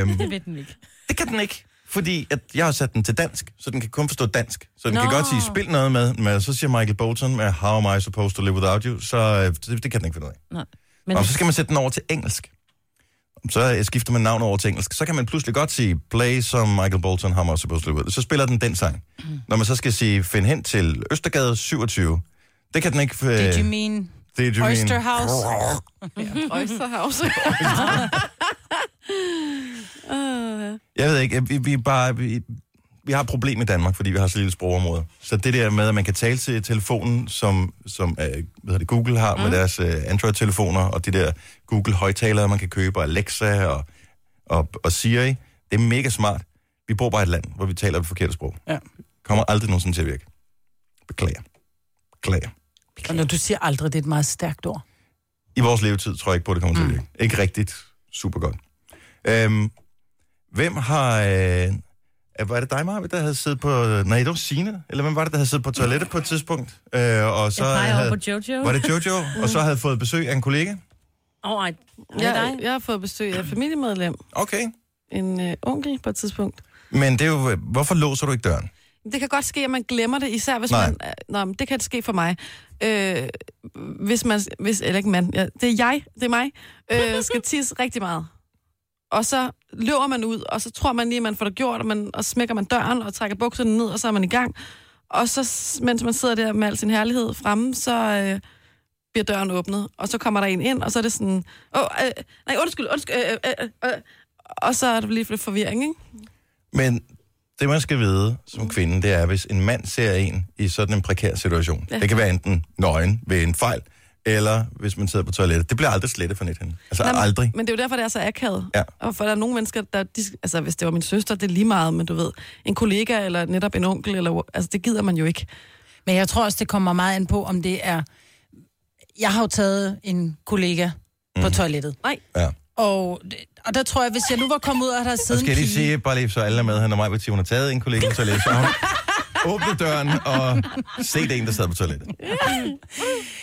Speaker 1: Øhm,
Speaker 3: Det ved den ikke.
Speaker 1: det kan den ikke, fordi at jeg har sat den til dansk, så den kan kun forstå dansk. Så den Nå.
Speaker 3: Nå.
Speaker 1: kan godt sige, spil noget med, men så siger Michael Bolton med, how am I supposed to live without you, så øh, det, det kan den ikke finde ud af.
Speaker 3: Nej.
Speaker 1: Men...
Speaker 3: Men-
Speaker 1: Og så skal man sætte den over til engelsk. Så øh, skifter man navn over til engelsk. Så kan man pludselig godt sige, play som Michael Bolton, How Am I Supposed to Live Without You. Så spiller den den sang. Mm. Når man så skal sige, find hen til Østergade 27. Det kan den ikke... Øh,
Speaker 2: Did you mean
Speaker 1: Did you
Speaker 2: Oyster House?
Speaker 4: Oysterhouse.
Speaker 1: Jeg ved ikke, vi, vi, er bare, vi, vi har et problem i Danmark, fordi vi har så lille sprogområde. Så det der med, at man kan tale til telefonen, som, som øh, hvad hedder det, Google har mm. med deres øh, Android-telefoner, og de der Google-højtalere, man kan købe, og Alexa og, og, og Siri, det er mega smart. Vi bor bare i et land, hvor vi taler det forkerte sprog.
Speaker 2: Ja.
Speaker 1: Kommer aldrig nogensinde til at virke. Beklager. Beklager.
Speaker 2: Og når du siger aldrig, det er et meget stærkt ord.
Speaker 1: I vores levetid tror jeg ikke på, at det kommer til at virke. Ikke rigtigt super godt. Øhm, hvem har... Øh, er- var det dig, Marvind, der havde siddet på... Nej, det var Signe. Eller hvem var det, der havde siddet på toilettet på et tidspunkt? Øh, og så
Speaker 3: Jeg peger
Speaker 1: havde,
Speaker 3: over på Jojo. Mm.
Speaker 1: Var det Jojo? og så havde fået besøg af en kollega?
Speaker 3: Åh, oh, det
Speaker 4: Jeg,
Speaker 3: dig?
Speaker 4: jeg har fået besøg af et familiemedlem,
Speaker 1: Okay.
Speaker 4: en øh, onkel på et tidspunkt.
Speaker 1: Men det er jo... Hvorfor låser du ikke døren?
Speaker 5: Det kan godt ske, at man glemmer det, især hvis
Speaker 1: Nej.
Speaker 5: Nej. man... øh, Nå, men det kan ske for mig. Øh, hvis man... Hvis, eller ikke man. Ja, det er jeg, det er mig. Øh, skal tisse rigtig meget. Og så løber man ud, og så tror man lige, at man får det gjort, og, man, og smækker man døren og trækker bukserne ned, og så er man i gang. Og så, s- mens man sidder der med al sin herlighed fremme, så øh, bliver døren åbnet, og så kommer der en ind, og så er det sådan... Åh, øh, nej, undskyld, undskyld. Øh, øh, øh, øh. Og så er der lige lidt forvirring, ikke?
Speaker 1: Men det, man skal vide som kvinde, det er, hvis en mand ser en i sådan en prekær situation. Ja. Det kan være enten nøgen ved en fejl, eller hvis man sidder på toilettet. Det bliver aldrig slettet for nethænden. Altså
Speaker 5: Nej, men-
Speaker 1: aldrig.
Speaker 5: Men det er jo derfor, det er så akavet.
Speaker 1: Ja.
Speaker 5: Og for der er nogle mennesker, der... De, altså, hvis det var min søster, det er lige meget, men du ved, en kollega eller netop en onkel, eller, altså, det gider man jo ikke.
Speaker 2: Men jeg tror også, det kommer meget an på, om det er... Jeg har jo taget en kollega mm. på
Speaker 1: Mhm.
Speaker 2: toilettet.
Speaker 4: Nej.
Speaker 1: Ja.
Speaker 2: Og, og der tror jeg, hvis jeg nu var kommet ud, og der havde
Speaker 1: Og
Speaker 2: siddet
Speaker 1: skal jeg
Speaker 2: en
Speaker 1: lige
Speaker 2: pige...
Speaker 1: sige, bare lige så alle er med, han og mig, hvis hun har taget en kollega på toilettet, så har hun åbnet døren og set en, der sad på toilettet.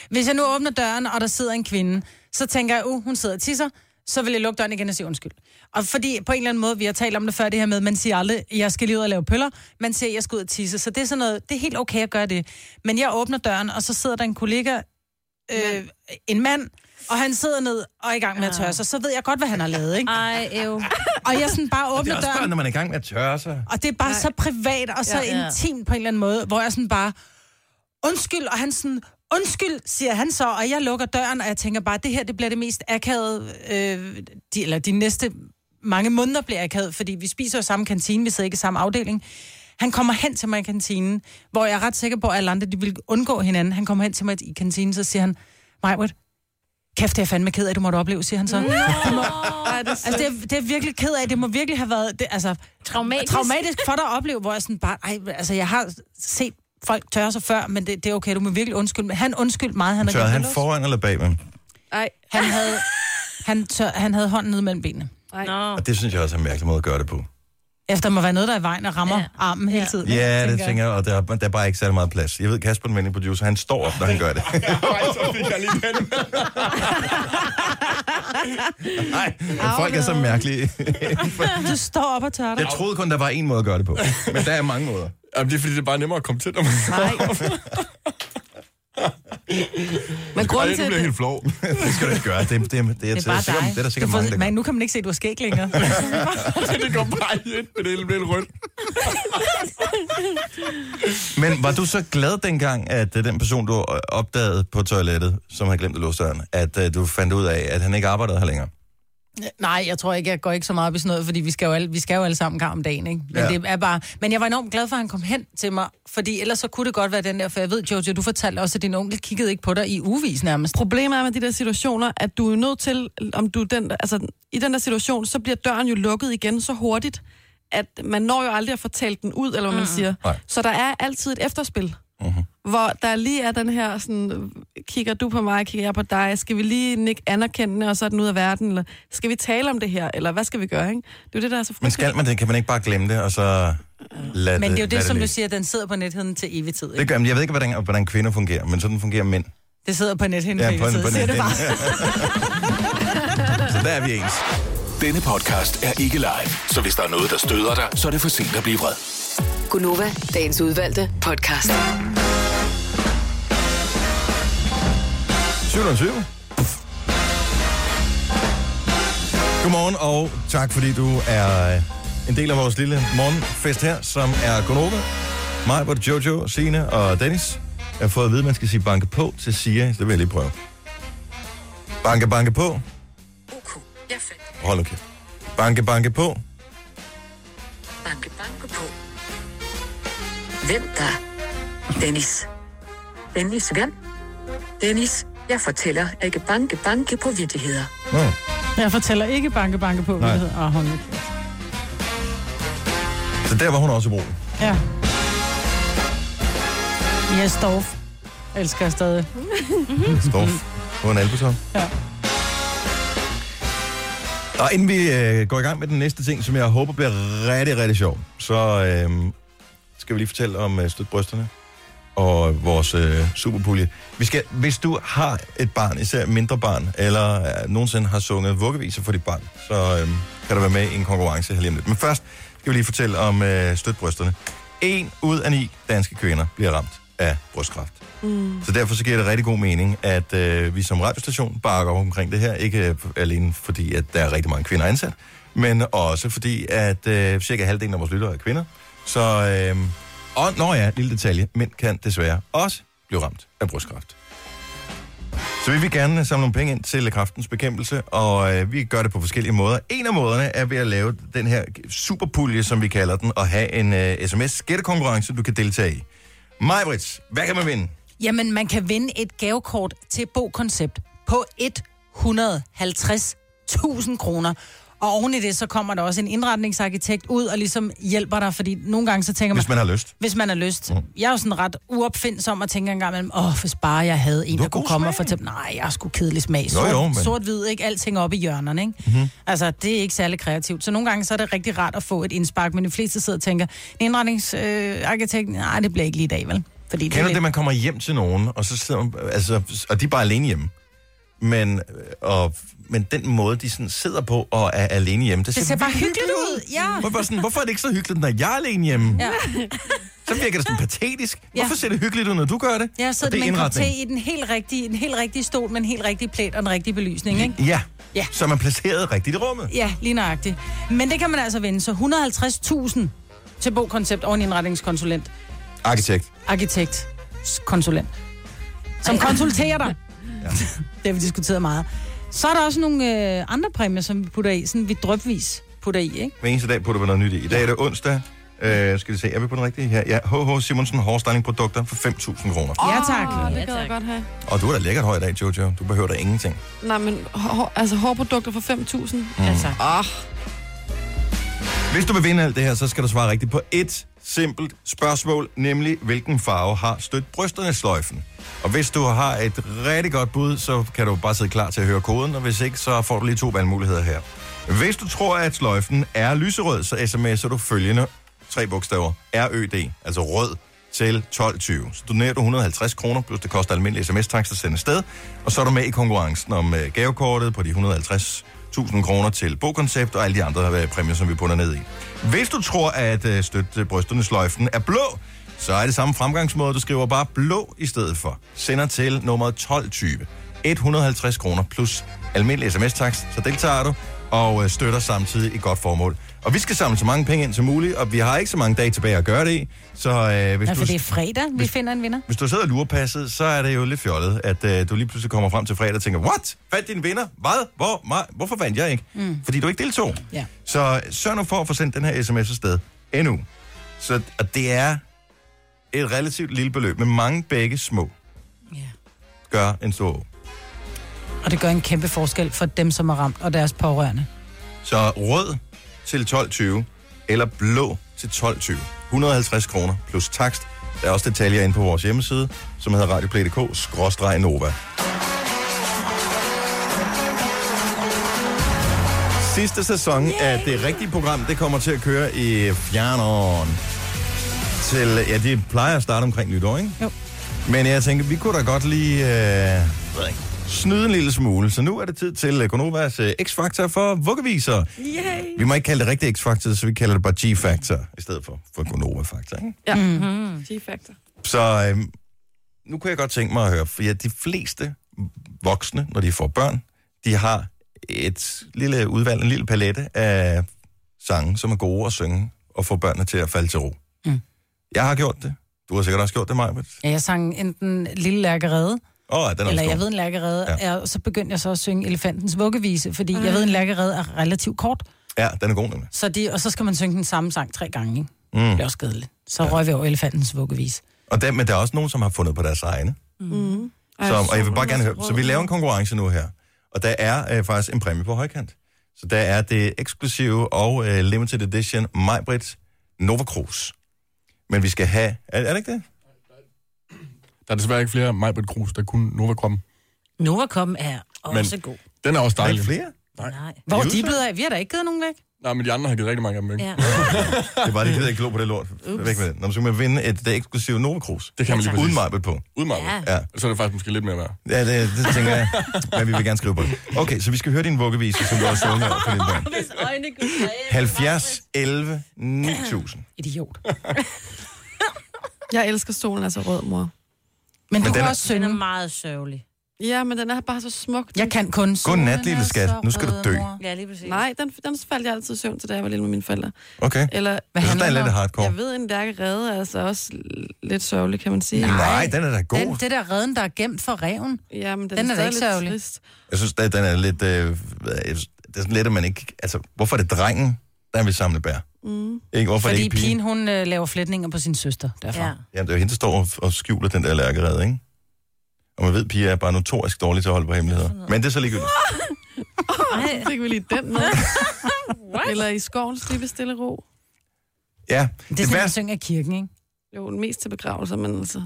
Speaker 2: Hvis jeg nu åbner døren, og der sidder en kvinde, så tænker jeg, uh, hun sidder og tisser, så vil jeg lukke døren igen og sige undskyld. Og fordi på en eller anden måde, vi har talt om det før, det her med, man siger aldrig, jeg skal lige ud og lave pøller, man siger, jeg skal ud og tisse, så det er sådan noget, det er helt okay at gøre det. Men jeg åbner døren, og så sidder der en kollega, øh, en mand, og han sidder ned og er i gang med at tørre sig, så ved jeg godt, hvad han har lavet, ikke?
Speaker 3: Ej, ev.
Speaker 2: Og jeg sådan bare
Speaker 1: Det er
Speaker 2: åbner
Speaker 1: også bare,
Speaker 2: døren,
Speaker 1: når man er i gang med at tørre sig.
Speaker 2: og det er bare så privat og så ja,
Speaker 3: ja.
Speaker 2: ja. intimt på en eller anden måde, hvor jeg sådan bare, undskyld, og han sådan, undskyld, siger han så, og jeg lukker døren, og jeg tænker bare, det her, det bliver det mest akavede, øh, de, eller de næste mange måneder bliver akavet, fordi vi spiser jo samme kantine, vi sidder ikke i samme afdeling. Han kommer hen til mig i kantinen, hvor jeg er ret sikker på, at alle andre, de vil undgå hinanden. Han kommer hen til mig i kantinen, så siger han, Majbrit, kæft, det er jeg fandme ked af, du måtte opleve, siger han så. No! Altså, det er, det er virkelig ked af. Det må virkelig have været det, altså,
Speaker 3: Traumatisk.
Speaker 2: traumatisk for dig at opleve, hvor jeg sådan bare, ej, altså, jeg har set folk tørre sig før, men det, det er okay, du må virkelig undskylde. Men han undskyldte meget, han havde
Speaker 1: Tørrede han
Speaker 2: glemt at låse.
Speaker 1: foran eller bagved?
Speaker 4: Nej,
Speaker 2: han havde, han, tør, han havde hånden nede mellem benene.
Speaker 3: Nå.
Speaker 1: Og det synes jeg også er en mærkelig måde at gøre det på.
Speaker 2: Efter må være noget, der er i vejen og rammer
Speaker 3: Ja.
Speaker 2: ja. armen hele tiden. ikke?
Speaker 1: Ja, det tænker jeg, og der, er- der er bare ikke særlig meget plads. Jeg ved, Kasper, den venlige producer, han står op, når han gør det. Nej, folk er så mærkelige.
Speaker 2: Du står op og tørrer dig.
Speaker 1: Jeg troede kun, der var en måde at gøre det på. Men der er mange måder.
Speaker 8: Jamen, det er fordi, det er bare nemmere at komme til, når man
Speaker 5: Nej. Men
Speaker 8: Ej,
Speaker 5: grunden
Speaker 8: nu
Speaker 5: til,
Speaker 8: bliver jeg
Speaker 5: at
Speaker 8: helt flov.
Speaker 1: Det skal du ikke gøre. Det, det, det, det, det, er,
Speaker 3: Det er bare
Speaker 1: sikkert,
Speaker 3: dig.
Speaker 1: det er der sikkert
Speaker 2: Du får-
Speaker 1: mange, der
Speaker 2: men
Speaker 1: gør.
Speaker 2: nu kan man ikke se, at du har skæg længere.
Speaker 8: det går bare ind, men det hele bliver helt rødt.
Speaker 1: Men var du så glad dengang, at øh, den person, du øh, opdagede på toilettet, som havde glemt at låse døren, at øh, du fandt ud af, at han ikke arbejdede her længere?
Speaker 2: Nej, jeg tror ikke, jeg går ikke så meget op i sådan noget, fordi vi skal jo alle, vi skal jo alle sammen gang om dagen, ikke? Men,
Speaker 1: Ja.
Speaker 2: ja. det er bare, men jeg var enormt glad for, at han kom hen til mig, fordi ellers så kunne det godt være den der, for jeg ved, Jojo, du fortalte også, at din onkel kiggede ikke på dig i ugevis nærmest.
Speaker 5: problemet er med de der situationer, at du er nødt til, om du er den, altså, i den der situation, så bliver døren jo lukket igen så hurtigt, at man når jo aldrig at få talt den ud, eller hvad man siger.
Speaker 1: Mm. Nej. Mhm.
Speaker 5: Så der er altid et efterspil, uh-huh. hvor der lige er den her sådan, kigger du på mig, kigger jeg på dig, skal vi lige nikke anerkendende, og så er den ud af verden, eller skal vi tale om det her, eller hvad skal vi gøre, ikke? Det er jo det, der er så
Speaker 1: Men skal man det? Kan man ikke bare glemme det, og så lade
Speaker 2: Men det er jo
Speaker 1: lade
Speaker 2: det, som
Speaker 1: ligge?
Speaker 2: du siger, den sidder på netheden til evig tid,
Speaker 1: Det
Speaker 2: ikke?
Speaker 1: gør, men jeg ved ikke, hvordan, hvordan kvinder fungerer, men sådan fungerer mænd.
Speaker 2: Det sidder på netheden til evig tid, siger det bare.
Speaker 1: så der er vi ens.
Speaker 7: Denne podcast er ikke live, så hvis der er noget, der støder dig, så er det for sent at blive vred.
Speaker 6: Gunova, dagens udvalgte podcast.
Speaker 1: 720. Godmorgen, og tak fordi du er øh, en del af vores lille morgenfest her, som er Gonova. Mig, hvor Jojo, Sine og Dennis. Jeg har fået at vide, at man skal sige banke på til Sia. Så Det vil jeg lige prøve. Banke, banke på.
Speaker 9: OK, jeg fandt den.
Speaker 1: Hold nu kæft. Banke, banke på.
Speaker 9: Banke, banke på. Hvem der? Dennis. Dennis, hvem? Dennis, jeg fortæller ikke banke, banke på vittigheder.
Speaker 1: Nå.
Speaker 2: Jeg fortæller ikke banke, banke på,
Speaker 1: Nej.
Speaker 2: hvad det hedder. Ah, Åh, hold nu kæft.
Speaker 1: Så der var hun også i brug.
Speaker 2: Ja. Yes, Dorf. Elsker jeg stadig.
Speaker 1: Storf. På en albeton.
Speaker 2: Ja.
Speaker 1: Og inden vi øh, går i gang med den næste ting, som jeg håber bliver rigtig, rigtig sjov, så øh, skal vi lige fortælle om øh, støt brysterne og vores øh, superpulje. Vi skal, hvis du har et barn, især et mindre barn, eller øh, nogensinde har sunget vuggeviser for dit barn, så øh, kan du være med i en konkurrence her lige om lidt. Men først skal vi lige fortælle om øh, støtbrysterne. En ud af ni danske kvinder bliver ramt af brystkræft. Så derfor så giver det rigtig god mening, at øh, vi som radiostation bakker op omkring det her. Ikke øh, alene fordi, at der er rigtig mange kvinder ansat, men også fordi, at øh, cirka halvdelen af vores lyttere er kvinder. Så, øh, og når ja, lille detalje, mænd kan desværre også blive ramt af brystkræft. Så vi vil gerne samle nogle penge ind til kraftens bekæmpelse, og øh, vi gør det på forskellige måder. En af måderne er ved at lave den her superpulje, som vi kalder den, og have en øh, sms-gættekonkurrence, du kan deltage i. Majbrits, hvad kan man vinde?
Speaker 2: Jamen, man kan vinde et gavekort til Bo Koncept på 150.000 kroner. Og oven i det, så kommer der også en indretningsarkitekt ud og ligesom hjælper dig, fordi nogle gange så tænker man,
Speaker 1: hvis man har lyst.
Speaker 2: hvis man har lyst. Mm. Jeg er jo sådan ret uopfindsom og tænker engang imellem, åh, hvis bare jeg havde en,
Speaker 1: Du har
Speaker 2: der kunne
Speaker 1: god
Speaker 2: komme
Speaker 1: smag.
Speaker 2: og fortælle, nej, jeg skulle kedelig smag.
Speaker 1: Jo,
Speaker 2: Sort,
Speaker 1: jo, men- Mhm.
Speaker 2: Sort-hvid, ikke? Alting op i hjørnerne, ikke? Mm-hmm. Altså, det er ikke særlig kreativt. Så nogle gange så er det rigtig rart at få et indspark, men de fleste sidder og tænker, en indretningsarkitekt, øh, arkitekt, nej, det bliver ikke lige i dag, vel? Fordi
Speaker 1: Kender du
Speaker 2: det,
Speaker 1: det,
Speaker 2: er
Speaker 1: man kommer hjem til nogen, og så sidder man, altså, og de er bare alene hjemme. Men, øh, og, men den måde, de sådan sidder på og er alene hjemme, det ser,
Speaker 2: det ser bare
Speaker 1: vildt
Speaker 2: hyggeligt ud. Ja.
Speaker 1: Hvor jeg bare sådan, hvorfor er det ikke så hyggeligt, når jeg er alene hjemme? Ja.
Speaker 2: Ja.
Speaker 1: Så virker det sådan patetisk.
Speaker 2: Ja.
Speaker 1: Hvorfor ser det hyggeligt ud, når du gør det?
Speaker 2: Jeg
Speaker 1: Og
Speaker 2: sidder
Speaker 1: det er
Speaker 2: med en kop te
Speaker 1: indretning.
Speaker 2: i den helt rigtige, en helt rigtige stol, med en helt rigtig plæt og den rigtige belysning, ikke?
Speaker 1: Ja.
Speaker 2: Ja.
Speaker 1: Så er man placeret rigtigt i rummet.
Speaker 2: Ja, lige nøjagtigt. Men det kan man altså vinde. Så 150.000 til bogkoncept og en indretningskonsulent.
Speaker 1: Arkitekt.
Speaker 2: Arkitekt. Konsulent. Som konsulterer dig.
Speaker 1: Ja.
Speaker 2: Det har vi diskuteret meget. Så er der også nogle øh, andre præmier, som vi putter i. Sådan vi drøbvis putter i, ikke?
Speaker 1: Hver eneste dag putter vi noget nyt i. I dag er det onsdag. Øh, skal vi se, er vi på den rigtige her? Ja, H.H. Simonsen Hårstyling Produkter for 5.000 kroner.
Speaker 2: Oh, ja, tak.
Speaker 5: Åh, det gad
Speaker 3: Ja,
Speaker 5: jeg
Speaker 3: tak.
Speaker 5: godt have.
Speaker 1: Og du er da lækkert høj i dag, Jojo. Du behøver da ingenting.
Speaker 5: Nej, men hår, altså hårprodukter for 5.000.
Speaker 1: Mm.
Speaker 2: Ja,
Speaker 3: Altså,
Speaker 2: tak.
Speaker 3: Mm.
Speaker 5: Åh,
Speaker 1: Hvis du vil vinde alt det her, så skal du svare rigtigt på et simpelt spørgsmål, nemlig hvilken farve har stødt brysterne sløjfen? Og hvis du har et rigtig godt bud, så kan du bare sidde klar til at høre koden, og hvis ikke, så får du lige to valgmuligheder her. Hvis du tror, at sløjfen er lyserød, så sms'er du følgende tre bogstaver, RØD, altså rød, til 12.20. Så donerer du 150 kroner, plus det koster almindelig sms-takst at sende sted. Og så er du med i konkurrencen om øh, gavekortet på de 150.000 kroner til bogkoncept og alle de andre øh, præmier, som vi putter ned i. Hvis du tror, at øh, støtte brysterne sløjfen er blå, så er det samme fremgangsmåde. Du skriver bare blå i stedet for. Sender til nummeret 1220. 150 kroner plus almindelig sms-takst, så deltager du og øh, støtter samtidig et godt formål. Og vi skal samle så mange penge ind som muligt, og vi har ikke så mange dage tilbage at gøre det i. Så øh, hvis,
Speaker 2: Ja,
Speaker 1: du,
Speaker 2: for det er fredag, vi finder en vinder.
Speaker 1: hvis du sidder og lurer passet, så er det jo lidt fjollet, at øh, du lige pludselig kommer frem til fredag og tænker, what? Fandt din vinder? Hvad? Hvor? Mig? Hvorfor vandt jeg ikke? Mm. Fordi du ikke deltog.
Speaker 2: Ja.
Speaker 1: Så sørg nu for at få sendt den her sms afsted. Endnu. Så og det er et relativt lille beløb, men mange begge små
Speaker 2: ja.
Speaker 1: gør en stor å.
Speaker 2: Og det gør en kæmpe forskel for dem, som er ramt, og deres pårørende.
Speaker 1: Så rød til 12.20, eller blå til 12.20. 150 kroner plus takst. Der er også detaljer inde på vores hjemmeside, som hedder radioplay.dk-nova. Sidste sæson af det rigtige program, det kommer til at køre i fjernåren. Til, ja, de plejer at starte omkring nytår, ikke?
Speaker 2: Jo.
Speaker 1: Men jeg tænker, vi kunne da godt lige øh, ved ikke, snyde en lille smule. Så nu er det tid til øh, Gonovas øh, X-Factor for vuggeviser.
Speaker 5: yay.
Speaker 1: Vi må ikke kalde det rigtig X-Factor, så vi kalder det bare G-Factor i stedet for, for Gonova-factor. ikke?
Speaker 5: Ja.
Speaker 3: Mhm.
Speaker 5: Mm-hmm. G-factor.
Speaker 1: Så øhm, nu kunne jeg godt tænke mig at høre, for ja, de fleste voksne, når de får børn, de har et lille udvalg, en lille palette af sange, som er gode at synge og få børnene til at falde til ro.
Speaker 2: Mm.
Speaker 1: Jeg har gjort det. Du har sikkert også gjort det, Majbert.
Speaker 2: Ja, jeg sang enten Lille Lærkerede,
Speaker 1: Åh, oh, den er også
Speaker 2: Eller jeg
Speaker 1: god.
Speaker 2: ved en lærkerede,
Speaker 1: Ja.
Speaker 2: ja. er, og så begyndte jeg så at synge Elefantens vuggevise, fordi jeg
Speaker 3: Ah.
Speaker 2: ved en lærkerede er relativt kort,
Speaker 1: Ja, den er god nemlig.
Speaker 2: så de, og så skal man synge den samme sang tre gange, ikke?
Speaker 1: Mm.
Speaker 2: Det er også kedeligt. Så ja. røg vi over Elefantens vuggevise.
Speaker 1: Og der, men der er også nogen, som har fundet på deres egne.
Speaker 5: Mm-hmm.
Speaker 1: Så,
Speaker 2: Altså,
Speaker 1: og jeg vil bare gerne høre, så vi laver en konkurrence nu her. Og der er øh, faktisk en præmie på højkant. Så der er det eksklusive og øh, limited edition Majbrit Nova Cruz. Men vi skal have... Er, er det ikke det?
Speaker 8: Der er desværre ikke flere Majbert Krus, der kunne Nova komme.
Speaker 3: Novacom er også men... god.
Speaker 8: Den er også
Speaker 1: Der er
Speaker 8: dejlig.
Speaker 1: ikke flere?
Speaker 8: Nej.
Speaker 3: Nej.
Speaker 2: Hvor er
Speaker 8: Jøsse.
Speaker 2: de blevet af? Vi har da ikke givet nogen væk.
Speaker 8: Nej, men de andre har givet rigtig mange af dem, ikke?
Speaker 3: Ja.
Speaker 1: Det var lige, jeg ikke glo på det lort. Væk med det. Nå, men så kan man vinde et, det eksklusive Nova Cruz.
Speaker 8: Det kan man lige præcis.
Speaker 1: Uden Majbrit på.
Speaker 8: Uden mig.
Speaker 3: Ja.
Speaker 1: Ja.
Speaker 8: Så er det faktisk måske lidt mere værd.
Speaker 1: Ja, det, det tænker jeg. Men vi vil gerne skrive på det. Okay, så vi skal høre din vuggevise, som du har sunget her for din børn.
Speaker 3: Hvis øjne kunne dreje.
Speaker 1: 70, 11, 9000.
Speaker 2: Idiot.
Speaker 5: Jeg elsker stolen, altså rød, mor.
Speaker 2: Men, du
Speaker 1: den
Speaker 2: kan
Speaker 1: er-
Speaker 2: også
Speaker 3: Den er
Speaker 2: synge.
Speaker 3: meget sørgelig.
Speaker 5: Ja, men den er bare så smuk.
Speaker 2: Jeg kan kun
Speaker 1: Godnat,
Speaker 2: Solen
Speaker 1: lille
Speaker 2: er
Speaker 1: skat.
Speaker 2: så
Speaker 1: Nu skal du
Speaker 2: rød,
Speaker 1: dø.
Speaker 2: mor.
Speaker 3: Ja, lige præcis.
Speaker 5: Nej, den, den faldt jeg altid i søvn til, da jeg var lille med mine forældre.
Speaker 1: Okay.
Speaker 5: Eller,
Speaker 2: Hvad
Speaker 1: Jeg synes,
Speaker 2: handler
Speaker 1: den er
Speaker 2: den
Speaker 1: lidt
Speaker 2: om?
Speaker 1: hardcore.
Speaker 5: jeg ved, en lærkerede er altså også l- lidt sørgelig, kan man sige.
Speaker 1: Nej, den er da god.
Speaker 2: Den, det der redden, der er gemt for reven.
Speaker 5: Ja, men den,
Speaker 2: Den er da
Speaker 5: stadig
Speaker 2: ikke
Speaker 5: lidt
Speaker 2: sørgelig.
Speaker 5: Trist.
Speaker 1: Jeg synes, at den er lidt... Øh, jeg synes, det er sådan lidt, at man ikke... Altså, hvorfor er det drengen, der vil samle bær?
Speaker 5: Mm.
Speaker 1: Ikke? Hvorfor er det
Speaker 2: Fordi
Speaker 1: ikke pigen?
Speaker 2: pigen, hun øh, laver flætninger på sin søster. Derfor.
Speaker 3: Ja.
Speaker 2: Ja.
Speaker 1: Jamen, det er jo hende, der står og, og skjuler den der lærkerede, ikke? Og man ved, at piger er bare notorisk dårlige til at holde på hemmeligheder. Men det er så ligegyldigt.
Speaker 5: Så fik vi lige den med. Eller i skovens stille stille ro.
Speaker 1: Ja,
Speaker 2: Det er sådan, altså, man
Speaker 1: værste-
Speaker 2: synger af kirken, ikke?
Speaker 5: Jo, den mest til begravelser, men altså...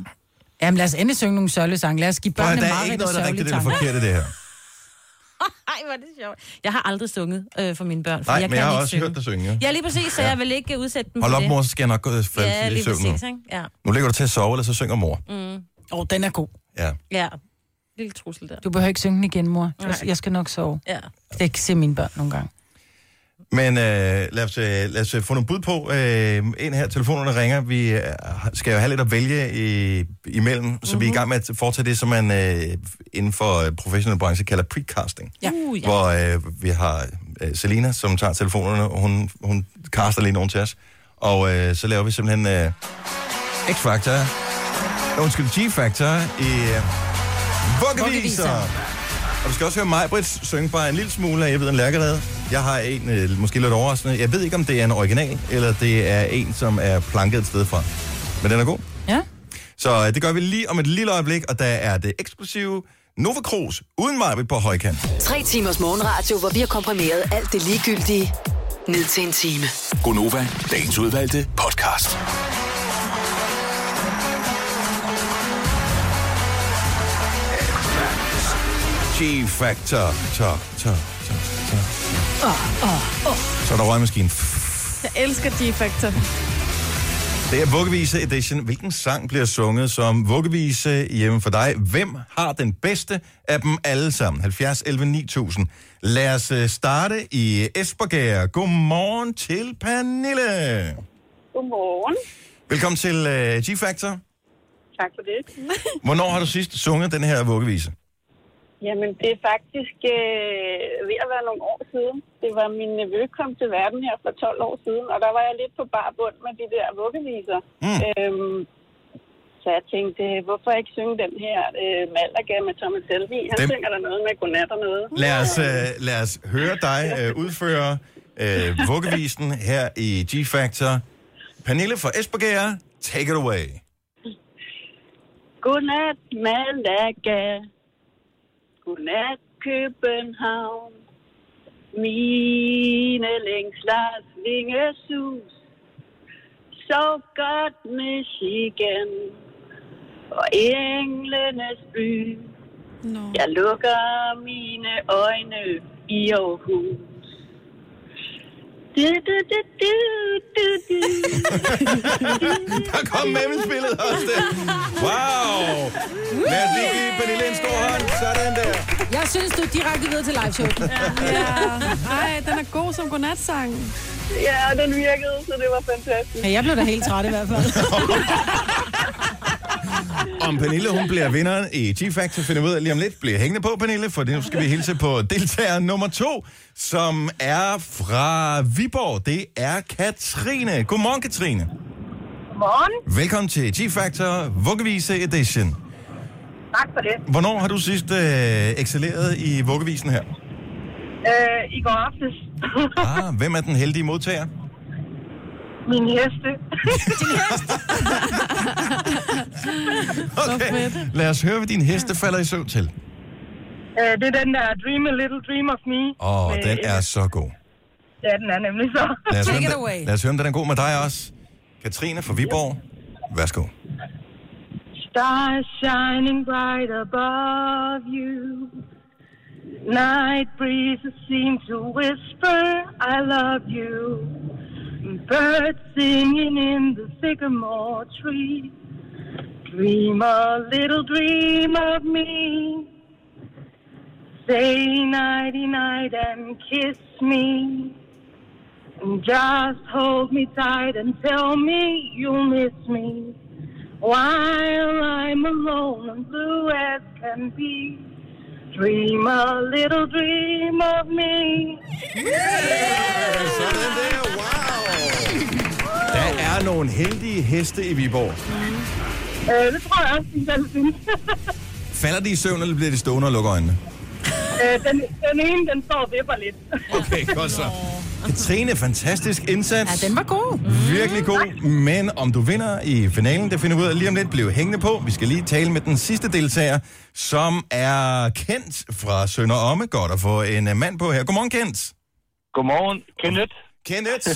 Speaker 2: Jamen lad os endelig synge nogle sørgelige sange. Lad os give
Speaker 1: Prøv at
Speaker 2: børnene
Speaker 1: høre,
Speaker 2: meget
Speaker 1: der er ikke noget, der er rigtigt
Speaker 2: sørgelige
Speaker 1: eller
Speaker 2: tanker.
Speaker 1: forkert i det her.
Speaker 3: Ej, hvor er det sjovt. Jeg har aldrig sunget øh, for mine børn, for
Speaker 1: Nej, men
Speaker 3: jeg kan
Speaker 1: jeg har
Speaker 3: ikke
Speaker 1: også
Speaker 3: synge.
Speaker 1: hørt dig synge. ja.
Speaker 3: Ja, lige præcis, så jeg vil ikke øh, udsætte dem
Speaker 1: Hold
Speaker 3: for
Speaker 1: op,
Speaker 3: det.
Speaker 1: mor, så skal jeg nok gå øh,
Speaker 3: Ja,
Speaker 1: falde i
Speaker 3: lige
Speaker 1: søvn nu.
Speaker 3: præcis, ikke? Ja,
Speaker 1: Nu ligger du til at sove, eller så synger mor.
Speaker 2: Åh, oh, den er god.
Speaker 1: Ja.
Speaker 3: ja. Lille trussel der.
Speaker 2: Du behøver ikke synge den igen, mor. Jeg,
Speaker 3: Nej.
Speaker 2: jeg skal nok sove.
Speaker 3: Ja.
Speaker 2: Det kan ikke se mine børn nogle gange.
Speaker 1: Men øh, lad, os, øh, lad os øh, få nogle bud på. Øh, en her, telefonerne ringer. Vi øh, skal jo have lidt at vælge i, imellem, så mm-hmm. vi er i gang med at foretage det, som man øh, inden for øh, professionel branche kalder precasting.
Speaker 3: Ja. Uh, ja.
Speaker 1: Hvor øh, vi har øh, Selina, som tager telefonerne, og hun, hun caster lige nogen til os. Og øh, så laver vi simpelthen øh, X-Factor, øh, undskyld, G-Factor i øh, Vuggeviser.
Speaker 2: Vuggeviser.
Speaker 1: Og du skal også høre mig, Britt, synge bare en lille smule af Jeg ved en lærkerede. Jeg har en, øh, måske lidt overraskende. Jeg ved ikke, om det er en original, eller det er en, som er planket et sted fra. Men den er god.
Speaker 2: Ja?
Speaker 1: Så øh, det gør vi lige om et lille øjeblik, og der er det eksklusive Nova Cruz uden mig på højkant.
Speaker 6: Tre timers morgenradio, hvor vi har komprimeret alt det ligegyldige ned til en time.
Speaker 7: Gonova, dagens udvalgte podcast.
Speaker 1: G-Factor. Så, så, så, så. Så er der røgmaskinen.
Speaker 5: Jeg elsker G-Factor.
Speaker 1: Det er Vuggevise Edition. Hvilken sang bliver sunget som Vuggevise hjemme for dig? Hvem har den bedste af dem alle sammen? 70 11 9000. Lad os øh, starte i Esbjerg. Godmorgen til Pernille.
Speaker 10: Godmorgen.
Speaker 1: Velkommen til øh, G-Factor.
Speaker 10: Tak for det.
Speaker 1: Hvornår har du sidst sunget den her vuggevise?
Speaker 10: Jamen, det er faktisk øh, ved at være nogle år siden. Det var min nevø kom til verden her for 12 år siden, og der var jeg lidt på bar bund med de der vuggeviser.
Speaker 1: Mm.
Speaker 10: Mm. Øhm, så jeg tænkte, øh, hvorfor ikke synge den her øh, Malaga med Thomas Helvi? Han
Speaker 1: Dem-
Speaker 10: Dem. synger der noget med godnat og noget.
Speaker 1: Lad os, øh, lad os høre dig øh, udføre øh, vuggevisen her i G-Factor. Pernille fra Esbjerg, take it away.
Speaker 10: Godnat Malaga. Godnat København. Mine længslars vingesus. Sov godt Michigan. Og englenes by.
Speaker 5: Nå.
Speaker 10: Jeg lukker mine øjne i Aarhus. Du, du, du, du, du, du.
Speaker 1: Der kom mellemspillet også der. Wow! Lad os lige give Pernille en stor hånd. Sådan der.
Speaker 2: Jeg synes, du er direkte videre til live showet.
Speaker 5: Ja. Ej, den er god som godnatsang.
Speaker 10: Ja, og den virkede, så det var fantastisk.
Speaker 2: Ja, jeg blev da helt træt i hvert fald.
Speaker 1: Om Pernille, hun bliver vinderen i G-Factor, finder vi ud af lige om lidt. Bliver hængende på, Pernille, for nu skal vi hilse på deltager nummer to, som er fra Viborg. Det er Katrine. Godmorgen, Katrine.
Speaker 10: Morgen.
Speaker 1: Velkommen til G-Factor Vuggevise Edition.
Speaker 10: Tak for det.
Speaker 1: Hvornår har du sidst øh, excelleret i vuggevisen her?
Speaker 10: Øh, I går aftes.
Speaker 1: Ah, hvem er den heldige modtager?
Speaker 10: Min heste.
Speaker 1: Okay, lad os høre, hvad din heste falder i søvn til.
Speaker 10: øh, det er den der Dream a Little Dream of Me.
Speaker 1: Åh, oh,
Speaker 10: Med-
Speaker 1: den er så god.
Speaker 10: Ja, den er nemlig så.
Speaker 1: Lad os, høre,
Speaker 2: Take
Speaker 1: om
Speaker 2: it
Speaker 1: den-
Speaker 2: away.
Speaker 1: lad os høre, om den er god med dig også. Katrine fra Viborg, værsgo.
Speaker 10: Stars shining bright above you. Night breezes seem to whisper, I love you. Birds singing in the sycamore tree. Dream a little dream of me. Say nighty night and kiss me. And just hold me tight and tell me you'll miss me. While I'm alone and blue as can be. Dream a little dream of me.
Speaker 1: Sådan der, wow! Der er nogle heldige heste i Viborg.
Speaker 10: Øh, det tror jeg også, de selv synes.
Speaker 1: Falder de i søvn, eller bliver de stående og lukker øjnene?
Speaker 10: øh, den, den ene, den står og vipper lidt.
Speaker 1: Okay, godt så. Katrine, fantastisk indsats.
Speaker 2: Ja, den var god.
Speaker 1: Virkelig god. Men om du vinder i finalen, det finder vi ud af lige om lidt. Bliv hængende på. Vi skal lige tale med den sidste deltager, som er Kent fra Sønder Omme. Godt at få en øh, mand på her. Godmorgen, Kent.
Speaker 11: Godmorgen, Kenneth.
Speaker 1: Kenneth,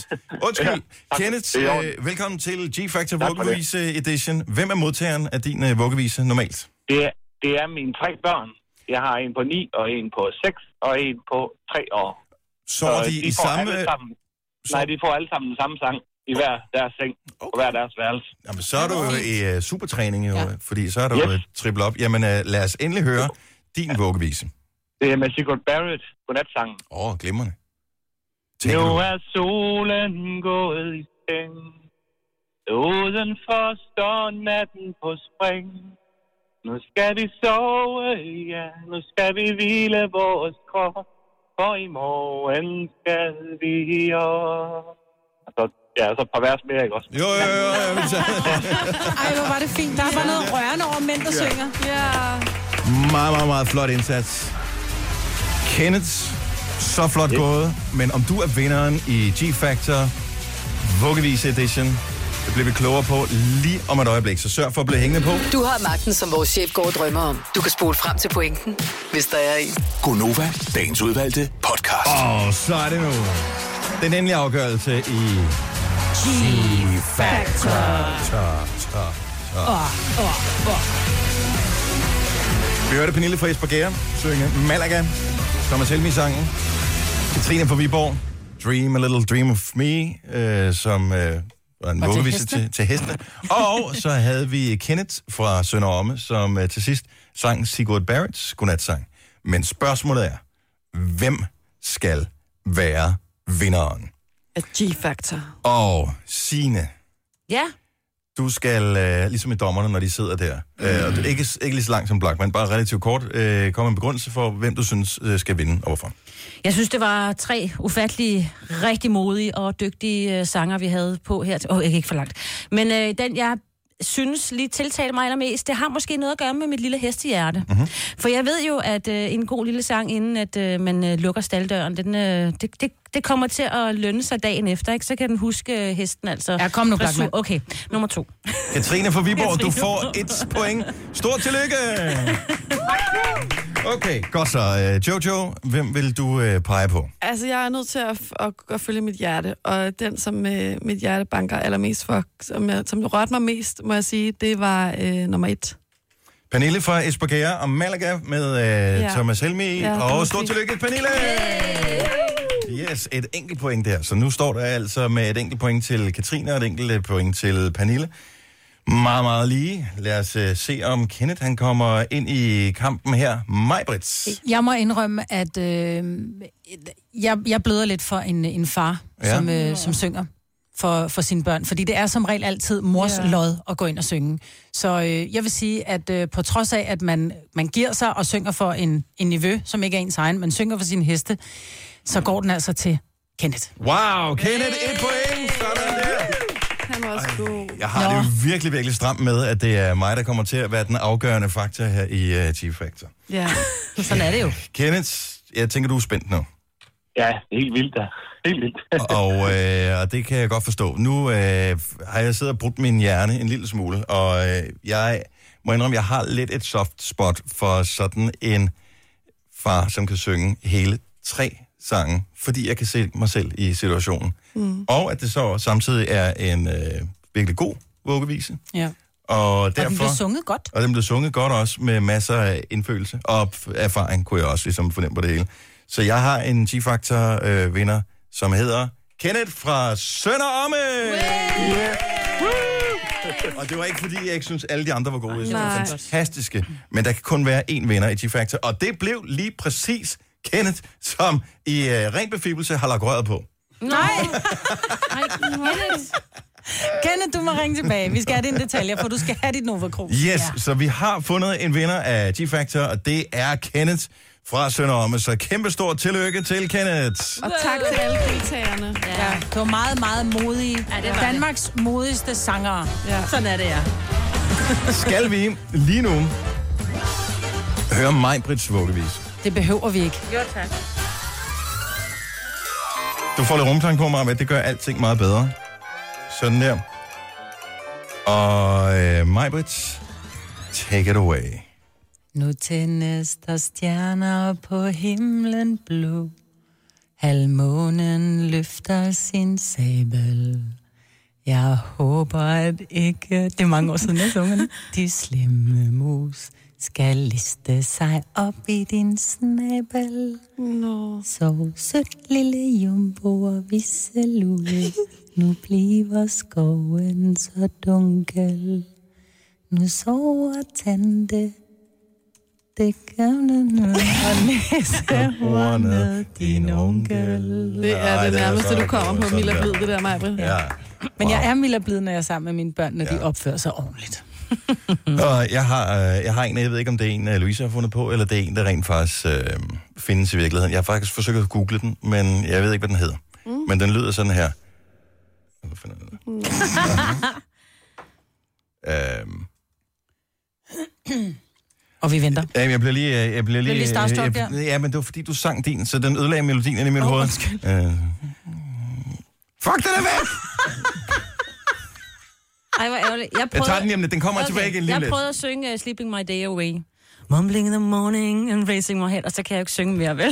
Speaker 1: undskyld.
Speaker 11: tak.
Speaker 1: Kenneth,
Speaker 11: Det er i orden.
Speaker 1: øh, velkommen til G-Factor
Speaker 11: Tak for det.
Speaker 1: Vuggevise Edition. Hvem er modtageren af din øh, vuggevise normalt?
Speaker 11: Det er, det er mine tre børn. Jeg har en på 9, og en på 6, og en på 3 år.
Speaker 1: Sover de i
Speaker 11: Øh, får
Speaker 1: samme-
Speaker 11: alle Sammen, Nej, de får alle sammen den samme sang i hver deres seng, okay. og hver deres værelse.
Speaker 1: Jamen, så er du jo i uh, supertræning, jo, ja. fordi så er du yes. triple op. Jamen, uh, lad os endelig høre din vuggevise.
Speaker 11: Det er med Sigurd Barrett, godnatsangen.
Speaker 1: Åh, oh, glimrende.
Speaker 11: Nu
Speaker 1: Tænker du-
Speaker 11: er solen gået i seng. Udenfor står natten på spring. Nu skal vi sove, ja. Nu skal vi hvile vores krop. For i morgen skal vi op. Og så, ja, så et par vers mere, ikke også?
Speaker 1: Jo, jo, jo. jo.
Speaker 2: Ej, hvor var det fint. Der var noget rørende over mænd, der
Speaker 1: Ja.
Speaker 2: synger. Ja.
Speaker 1: Meget, meget, meget flot indsats. Kenneth, så flot yes. gået. Men om du er vinderen i G-Factor Vuggevise Edition, det bliver vi klogere på lige om et øjeblik. Så sørg for at blive hængende på.
Speaker 6: Du har magten, som vores chef går og drømmer om. Du kan spole frem til pointen, hvis der er en.
Speaker 7: Gonova, dagens udvalgte podcast.
Speaker 1: Og så er det nu den endelige afgørelse i G-Factor.
Speaker 2: Åh, åh, åh.
Speaker 1: Vi hørte Pernille fra Esbergære synge Malaga, Thomas Helmi sangen, Katrine fra Viborg, Dream a Little Dream of Me, øh, som øh, var en
Speaker 12: Og til
Speaker 1: vuggevise
Speaker 12: heste.
Speaker 1: til, til hestene. Og så havde vi Kenneth fra Sønder Omme, som øh, til sidst sang Sigurd Barretts godnatsang. Men spørgsmålet er, hvem skal være vinderen?
Speaker 5: G-Factor.
Speaker 1: Og Sine,
Speaker 3: Ja.
Speaker 1: du skal, øh, ligesom i dommerne, når de sidder der, øh, og det er ikke, ikke lige så langt som Blackman, bare relativt kort, øh, komme med en begrundelse for, hvem du synes øh, skal vinde og hvorfor.
Speaker 3: Jeg synes, det var tre ufattelige, rigtig modige og dygtige øh, sanger, vi havde på her. Åh, oh, jeg gik for langt. Men øh, den, jeg synes lige tiltaler mig allermest, det har måske noget at gøre med mit lille hestehjerte. Mm-hmm. For jeg ved jo, at øh, en god lille sang, inden at øh, man øh, lukker staldøren, den, øh, det, det, det kommer til at lønne sig dagen efter, ikke? Så kan den huske øh, hesten altså. Ja,
Speaker 2: kom nu, Blachman.
Speaker 3: Okay, nummer to.
Speaker 1: Katrine fra Viborg, du
Speaker 3: Katrine.
Speaker 1: får et point. Stort tillykke! Okay, godt så. Øh, Jojo, hvem vil du øh, pege på?
Speaker 5: Altså, jeg er nødt til at, f- at, at følge mit hjerte, og den, som øh, mit hjerte banker allermest for, som, jeg, som rørte mig mest, må jeg sige, det var øh, nummer et.
Speaker 1: Pernille fra Esbjerg og Malaga med øh,
Speaker 5: Ja.
Speaker 1: ja. Thomas Helmi.
Speaker 5: Ja,
Speaker 1: Ja,
Speaker 5: det må
Speaker 1: og stort
Speaker 5: sige.
Speaker 1: tillykke, Pernille! Yes, et enkelt point der. Så nu står der altså med et enkelt point til Katrine og et enkelt øh, point til Pernille. Meget, meget lige. Lad os øh, se, om Kenneth han kommer ind i kampen her. Majbrits.
Speaker 2: Jeg må indrømme, at øh, jeg, jeg bløder lidt for en, en far,
Speaker 1: Ja.
Speaker 2: ja. som, øh, som synger for, for sine børn. Fordi det er som regel altid mors
Speaker 13: Ja.
Speaker 2: ja. lod at gå ind og synge. Så øh, jeg vil sige, at øh, på trods af, at man, man giver sig og synger for en, en niveau, som ikke er ens egen, men synger for sin heste, så går den altså til Kenneth.
Speaker 1: Wow, Kenneth, et point! Sådan der!
Speaker 5: Han var også god.
Speaker 1: Jeg har Nå. det jo virkelig, virkelig stramt med, at det er mig, der kommer til at være den afgørende faktor her i uh, G-Factor.
Speaker 5: Ja,
Speaker 3: sådan er det jo.
Speaker 1: Kenneth, jeg tænker, du er spændt nu.
Speaker 11: Ja, helt vildt da. Helt vildt.
Speaker 1: og, øh, og det kan jeg godt forstå. Nu øh, har jeg siddet og brudt min hjerne en lille smule, og øh, jeg må indrømme, jeg har lidt et soft spot for sådan en far, som kan synge hele tre sange, fordi jeg kan se mig selv i situationen. Mm. Og at det så samtidig er en øh, virkelig god vuggevise.
Speaker 2: Ja.
Speaker 1: Og
Speaker 2: Derfor... Og den
Speaker 1: derfor...
Speaker 2: blev sunget godt.
Speaker 1: Og den blev sunget godt også, med masser af indfølelse og f- erfaring, kunne jeg også ligesom fornemme på det hele. Så jeg har en G-Factor-vinder, som hedder Kenneth fra Sønder Omme! Yeah! Og det var ikke, fordi jeg ikke synes, alle de andre var gode. Jeg synes, de var
Speaker 12: Nej.
Speaker 1: fantastiske. Men der kan kun være én vinder i G-Factor, og det blev lige præcis Kenneth, som i øh, ren befibbelse har lagt røret på.
Speaker 2: Nej! Nej, Kenneth. Kenneth, du må ringe tilbage. Vi skal have dine detaljer, for du skal have dit Nova Cruz.
Speaker 1: Yes, ja. så vi har fundet en vinder af G-Factor, og det er Kenneth fra Sønder Omme. Så kæmpe stor tillykke til Kenneth.
Speaker 5: Og tak til alle deltagerne.
Speaker 2: Ja. ja. Det var meget, meget modige. Ja,
Speaker 3: det.
Speaker 2: Danmarks modigste sangere. Ja. Sådan er det, ja.
Speaker 1: Skal vi lige nu høre mig, Brits vuggevis?
Speaker 2: Det behøver vi ikke.
Speaker 3: Jo, tak.
Speaker 1: Du får lidt rumklang på, Maja, det gør alting meget bedre. Sådan der. Og øh, Majbrit, take it away.
Speaker 2: Nu tændes der stjerner på himlen blå. Halvmånen løfter sin sabel. Jeg håber, at ikke... Det er mange år siden, jeg sunget den. De slemme mus skal liste sig op i din snabel.
Speaker 5: No.
Speaker 2: Så sødt lille jumbo og visselule, nu bliver skoven så dunkel. Nu sover tante, det gamle nu, og næsehornet din onkel.
Speaker 5: Det er
Speaker 2: Ej,
Speaker 5: det
Speaker 2: det er
Speaker 5: nærmeste,
Speaker 2: godt
Speaker 5: du kommer
Speaker 2: gået,
Speaker 5: på Milla
Speaker 2: sådan
Speaker 5: Blid,
Speaker 2: der.
Speaker 5: det der, Majbrit.
Speaker 1: Ja.
Speaker 2: Men jeg er Milla Blid, når jeg er sammen med mine børn, når de opfører sig ordentligt.
Speaker 1: Og jeg har, øh, jeg har en, og jeg ved ikke, om det er en, øh, Louise har fundet på, eller det er en, der rent faktisk øh, findes i virkeligheden. Jeg har faktisk forsøgt at google den, men jeg ved ikke, hvad den hedder. Mm. Men den lyder sådan her. Øhm,
Speaker 2: og vi venter.
Speaker 1: Ja, jeg bliver lige... øh, Jeg bliver lige,
Speaker 2: Blev lige starstruck
Speaker 1: jeg,
Speaker 2: der.
Speaker 1: Ja, men det var fordi, du sang din, så den ødelagde melodien inde i mit oh, hoved. Øh, fuck, den er væk!
Speaker 3: Ej, hvor ærgerligt. Jeg,
Speaker 1: Jeg
Speaker 3: prøvede...
Speaker 1: tager den hjem lidt. Den kommer tilbage igen lige
Speaker 3: Jeg
Speaker 1: lidt.
Speaker 3: prøvede at synge uh, Sleeping My Day Away. Mumbling in the morning and raising my head, og så kan jeg jo ikke synge mere, vel?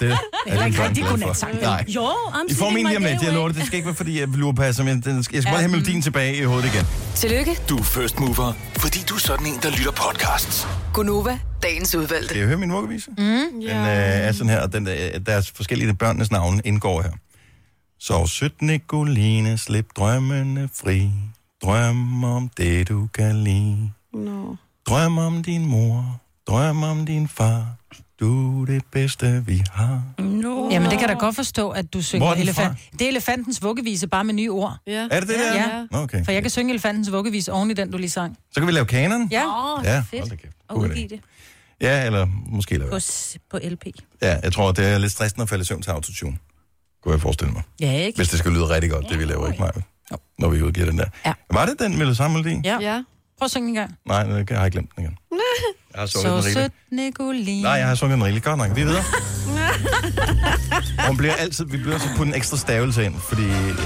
Speaker 1: Det
Speaker 3: heller ikke
Speaker 1: din børn
Speaker 3: rigtig
Speaker 1: glad for.
Speaker 3: godnatsang, vel?
Speaker 1: Nej.
Speaker 3: Jo, I'm
Speaker 1: I får
Speaker 3: sleeping
Speaker 1: min lige om
Speaker 3: my
Speaker 1: lidt,
Speaker 3: day
Speaker 1: jeg
Speaker 3: away.
Speaker 1: lover det. Det skal ikke være, fordi jeg lurer på, som jeg, den skal, jeg skal bare
Speaker 3: Ja.
Speaker 1: have melodien tilbage i hovedet igen.
Speaker 6: Tillykke,
Speaker 7: Du er first mover, fordi du er sådan en, der lytter podcasts.
Speaker 6: Gunova, dagens udvalgte.
Speaker 1: Kan jeg høre min vuggevise?
Speaker 6: Mm.
Speaker 1: Den øh, er sådan her, og den, der, deres forskellige børnenes navne indgår her. Sov sødt, Nicoline, slip drømmene fri. Drøm om det, du kan lide.
Speaker 5: No.
Speaker 1: Drøm om din mor, drøm om din far. Du er det bedste, vi har.
Speaker 3: No.
Speaker 2: Jamen, det kan jeg da godt forstå, at du synger
Speaker 1: Hvor er den
Speaker 2: elefant. Det er elefantens vuggevise, bare med nye ord.
Speaker 5: Ja.
Speaker 1: Er det det der?
Speaker 2: Ja.
Speaker 1: Nå, okay.
Speaker 2: For jeg kan synge elefantens vuggevise oven i den, du lige sang.
Speaker 1: Så kan vi lave kanon.
Speaker 2: Ja.
Speaker 3: Åh,
Speaker 1: Ja,
Speaker 3: fedt.
Speaker 1: hold da
Speaker 3: Og udgive det
Speaker 1: Ja, eller måske lave
Speaker 3: på, s- på LP.
Speaker 1: Ja, jeg tror, det er lidt stressende at falde i søvn til autotune. Kunne jeg forestille mig.
Speaker 3: Ja, ikke?
Speaker 1: Hvis det skal lyde rigtig godt, det vi laver ikke mig. Når vi udgiver den der.
Speaker 2: Ja.
Speaker 1: Var det den med samme melodi?
Speaker 2: Ja. ja. Prøv at synge en gang.
Speaker 1: Nej, nu har jeg glemt den igen. Jeg har sunget den
Speaker 2: Så sødt,
Speaker 1: rigeligt.
Speaker 2: Nicoline.
Speaker 1: Nej, jeg har sunget den rigeligt. Godt nok, vi er videre. Hun bliver altid, vi bliver altid på en ekstra stavelse ind, fordi øh,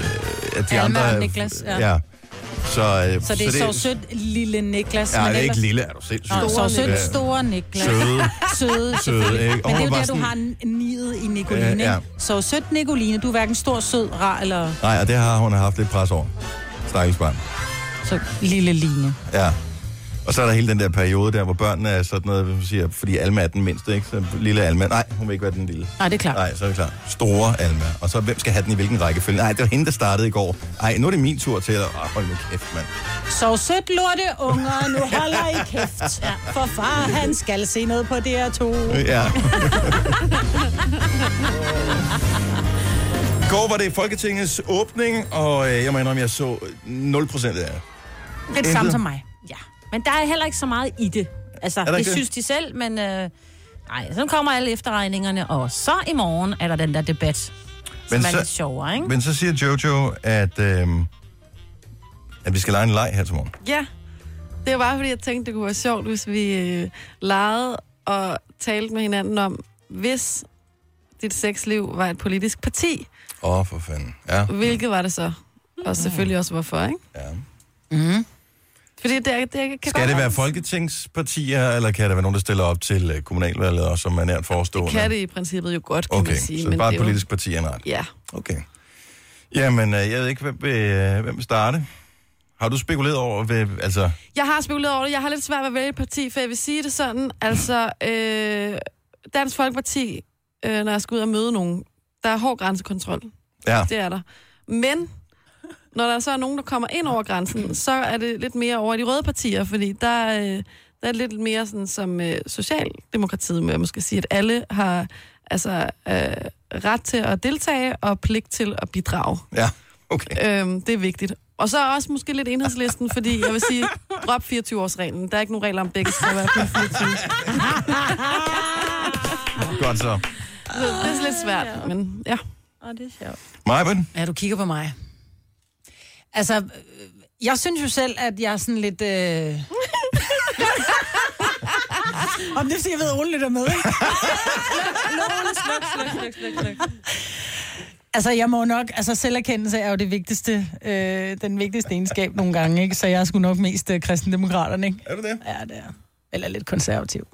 Speaker 1: at de
Speaker 2: Alma
Speaker 1: andre...
Speaker 2: og Niklas, ja.
Speaker 1: ja. Så, øh,
Speaker 2: Så det er så sødt, lille Niklas.
Speaker 1: Ja,
Speaker 2: men
Speaker 1: det er
Speaker 2: ellers-
Speaker 1: ikke lille, er du sindssyg.
Speaker 2: Nå, så sødt,
Speaker 1: Ja.
Speaker 2: store Niklas.
Speaker 1: Søde.
Speaker 2: Søde,
Speaker 1: Søde,
Speaker 2: søde
Speaker 1: ikke?
Speaker 2: ikke?
Speaker 1: Og
Speaker 2: Men det
Speaker 1: hun
Speaker 2: er jo
Speaker 1: var
Speaker 2: der,
Speaker 1: bare
Speaker 2: du har nidet i Nicoline,
Speaker 1: Ja, ja.
Speaker 2: ikke? Så sødt, Nicoline. Du er hverken stor, sød, rar eller
Speaker 1: Nej, og det har hun haft lidt pres over. Stakkels barn.
Speaker 2: så lille Line.
Speaker 1: Ja. Og så er der hele den der periode der, hvor børnene er sådan noget, man siger, fordi Alma er den mindste, ikke? Så lille Alma, nej, hun vil ikke være den lille.
Speaker 2: Nej, det er klart.
Speaker 1: Nej, så er det klart. Store Alma. Og så, hvem skal have den i hvilken rækkefølge? Nej, det var hende, der startede i går. Nej, nu er det min tur til at... Ah, hold nu kæft, mand.
Speaker 2: Så sødt, lorte unger, nu holder I kæft. For far, han skal se noget på DR2.
Speaker 1: Ja. I går var det Folketingets åbning, og øh, jeg må indrømme, jeg så 0% af det.
Speaker 3: Lidt samme som mig. Ja. Men der er heller ikke så meget i det. Altså,
Speaker 1: der
Speaker 3: det,
Speaker 1: ikke det?
Speaker 3: synes de selv, men... Øh, nej, så kommer alle efterregningerne, og så i morgen er der den der debat, som
Speaker 1: Men
Speaker 3: men er
Speaker 1: så-
Speaker 3: så, lidt sjovere, ikke?
Speaker 1: Men så siger Jojo, at, øh, at vi skal lege en leg her til morgen.
Speaker 5: Ja, det var bare fordi, jeg tænkte, det kunne være sjovt, hvis vi øh, legede og talte med hinanden om, hvis dit sexliv var et politisk parti,
Speaker 1: Åh, oh, for fanden. Ja.
Speaker 5: hvilket var det så? Og selvfølgelig også hvorfor, ikke?
Speaker 1: Ja.
Speaker 2: Mm.
Speaker 5: Fordi det, det kan
Speaker 1: Skal
Speaker 5: godt
Speaker 1: det være
Speaker 5: være-
Speaker 1: folketingspartier, eller kan der være nogen, der stiller op til øh, kommunalvalget, og som er nært forestående?
Speaker 5: kan det i princippet jo godt, kan
Speaker 1: Okay,
Speaker 5: man sige.
Speaker 1: så bare
Speaker 5: det
Speaker 1: et
Speaker 5: er jo-
Speaker 1: politisk parti er en ret.
Speaker 5: Ja.
Speaker 1: Okay. Jamen, øh, jeg ved ikke, hvem, vil, øh, hvem vil starte? Har du spekuleret over, hvad, altså...
Speaker 5: Jeg har spekuleret over det. Jeg har lidt svært ved at vælge et parti, for jeg vil sige det sådan. Altså, øh, Dansk Folkeparti, øh, når jeg skal ud og møde nogen, der er hård grænsekontrol.
Speaker 1: Ja.
Speaker 5: Det er der. Men når der så er nogen, der kommer ind over grænsen, så er det lidt mere over i de røde partier, fordi der, øh, der er det lidt mere sådan som øh, socialdemokratiet, må jeg måske sige, at alle har altså, øh, ret til at deltage og pligt til at bidrage.
Speaker 1: Ja, okay.
Speaker 5: Øhm, det er vigtigt. Og så også måske lidt enhedslisten, fordi jeg vil sige, drop 24-årsreglen. Der er ikke nogen regler om begge skal være kun 24.
Speaker 1: Godt så.
Speaker 5: Så det er lidt svært, men ja.
Speaker 3: Åh, det er sjovt.
Speaker 1: Majben?
Speaker 2: Ja, du kigger på mig. Altså, øh, jeg synes jo selv, at jeg er sådan lidt... Øh... Om det er, fordi jeg ved, at Ole lytter med, ikke?
Speaker 3: Sluk, sluk, sluk, sluk, sluk.
Speaker 2: Altså, jeg må nok... Altså, selverkendelse er jo det vigtigste, øh, den vigtigste egenskab nogle gange, ikke? Så jeg er sgu nok mest øh, kristendemokraterne, ikke?
Speaker 1: Er du det?
Speaker 2: Ja, det er. Eller lidt konservativ.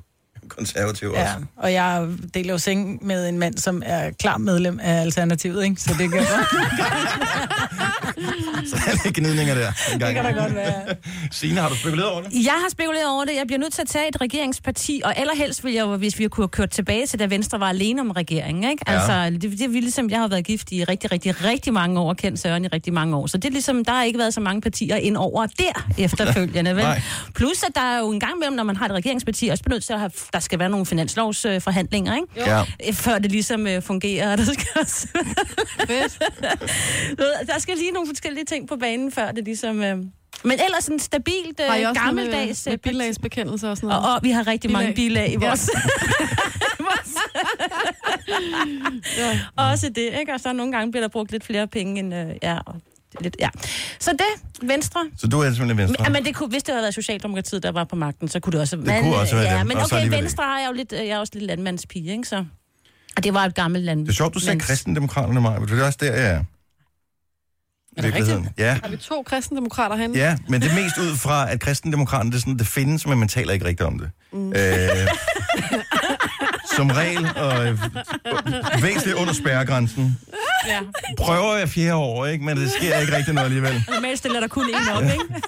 Speaker 1: Konservativ også.
Speaker 2: Ja, og jeg deler jo seng med en mand, som er klar medlem af Alternativet, ikke? Så det kan godt,
Speaker 1: Så der er lidt gnidninger der. En gang.
Speaker 2: det kan da godt være.
Speaker 1: Signe, har du spekuleret over det?
Speaker 3: Jeg har spekuleret over det. Jeg bliver nødt til at tage et regeringsparti, og allerhelst ville jeg jo, hvis vi kunne have kørt tilbage til, da Venstre var alene om regeringen. Ikke?
Speaker 1: Ja.
Speaker 3: Altså, det, det, vi ligesom, jeg har været gift i rigtig, rigtig, rigtig mange år, og kendt Søren i rigtig mange år. Så det er ligesom, der har ikke været så mange partier ind over der efterfølgende. Vel?
Speaker 12: Nej.
Speaker 3: Plus, at der er jo en gang imellem, når man har et regeringsparti, også nødt til at have, der skal være nogle finanslovsforhandlinger, ikke?
Speaker 12: Jo. Ja.
Speaker 3: Øh, Før det ligesom øh, fungerer. og Der skal, også... Du ved, der skal lige nogle forskellige ting på banen, før det ligesom... Øh... Men ellers en stabilt,
Speaker 5: Har I
Speaker 3: øh,
Speaker 5: også noget med-
Speaker 3: gammeldags...
Speaker 5: med
Speaker 3: øh,
Speaker 5: bilagsbekendelser og sådan
Speaker 3: og,
Speaker 5: noget?
Speaker 3: og vi har rigtig
Speaker 5: Bilag.
Speaker 3: mange bilag i
Speaker 5: Ja.
Speaker 3: vores... ja. Også det, ikke? Og så nogle gange bliver der brugt lidt flere penge end... Øh, ja, og lidt, ja. Så det, Venstre.
Speaker 1: Så du er simpelthen venstre?
Speaker 3: Men, men det kunne, hvis det havde været Socialdemokratiet, der var på magten, så kunne det også... Det
Speaker 1: kunne også have været
Speaker 3: ja,
Speaker 1: dem,
Speaker 3: men
Speaker 1: og så
Speaker 3: okay,
Speaker 1: alligevel
Speaker 3: Venstre har jeg jo lidt... øh, Jeg er også lidt landmandspige, ikke? Så... Og det var et gammelt land.
Speaker 1: Det er sjovt, du ser kristendemokraterne, Maja, men det er også der, jeg er. Er det rigtigt? Ja.
Speaker 5: Har vi to kristendemokrater herinde?
Speaker 1: Ja, men det er mest ud fra, at kristendemokraterne, det, er sådan, det findes, men man taler ikke rigtigt om det. Mm. Øh, som regel, og øh, væsentligt under spærregrænsen.
Speaker 3: Ja.
Speaker 1: Prøver jeg fjerde år, ikke? men det sker ikke rigtig noget alligevel.
Speaker 3: Normalt stiller der kun én op, ikke?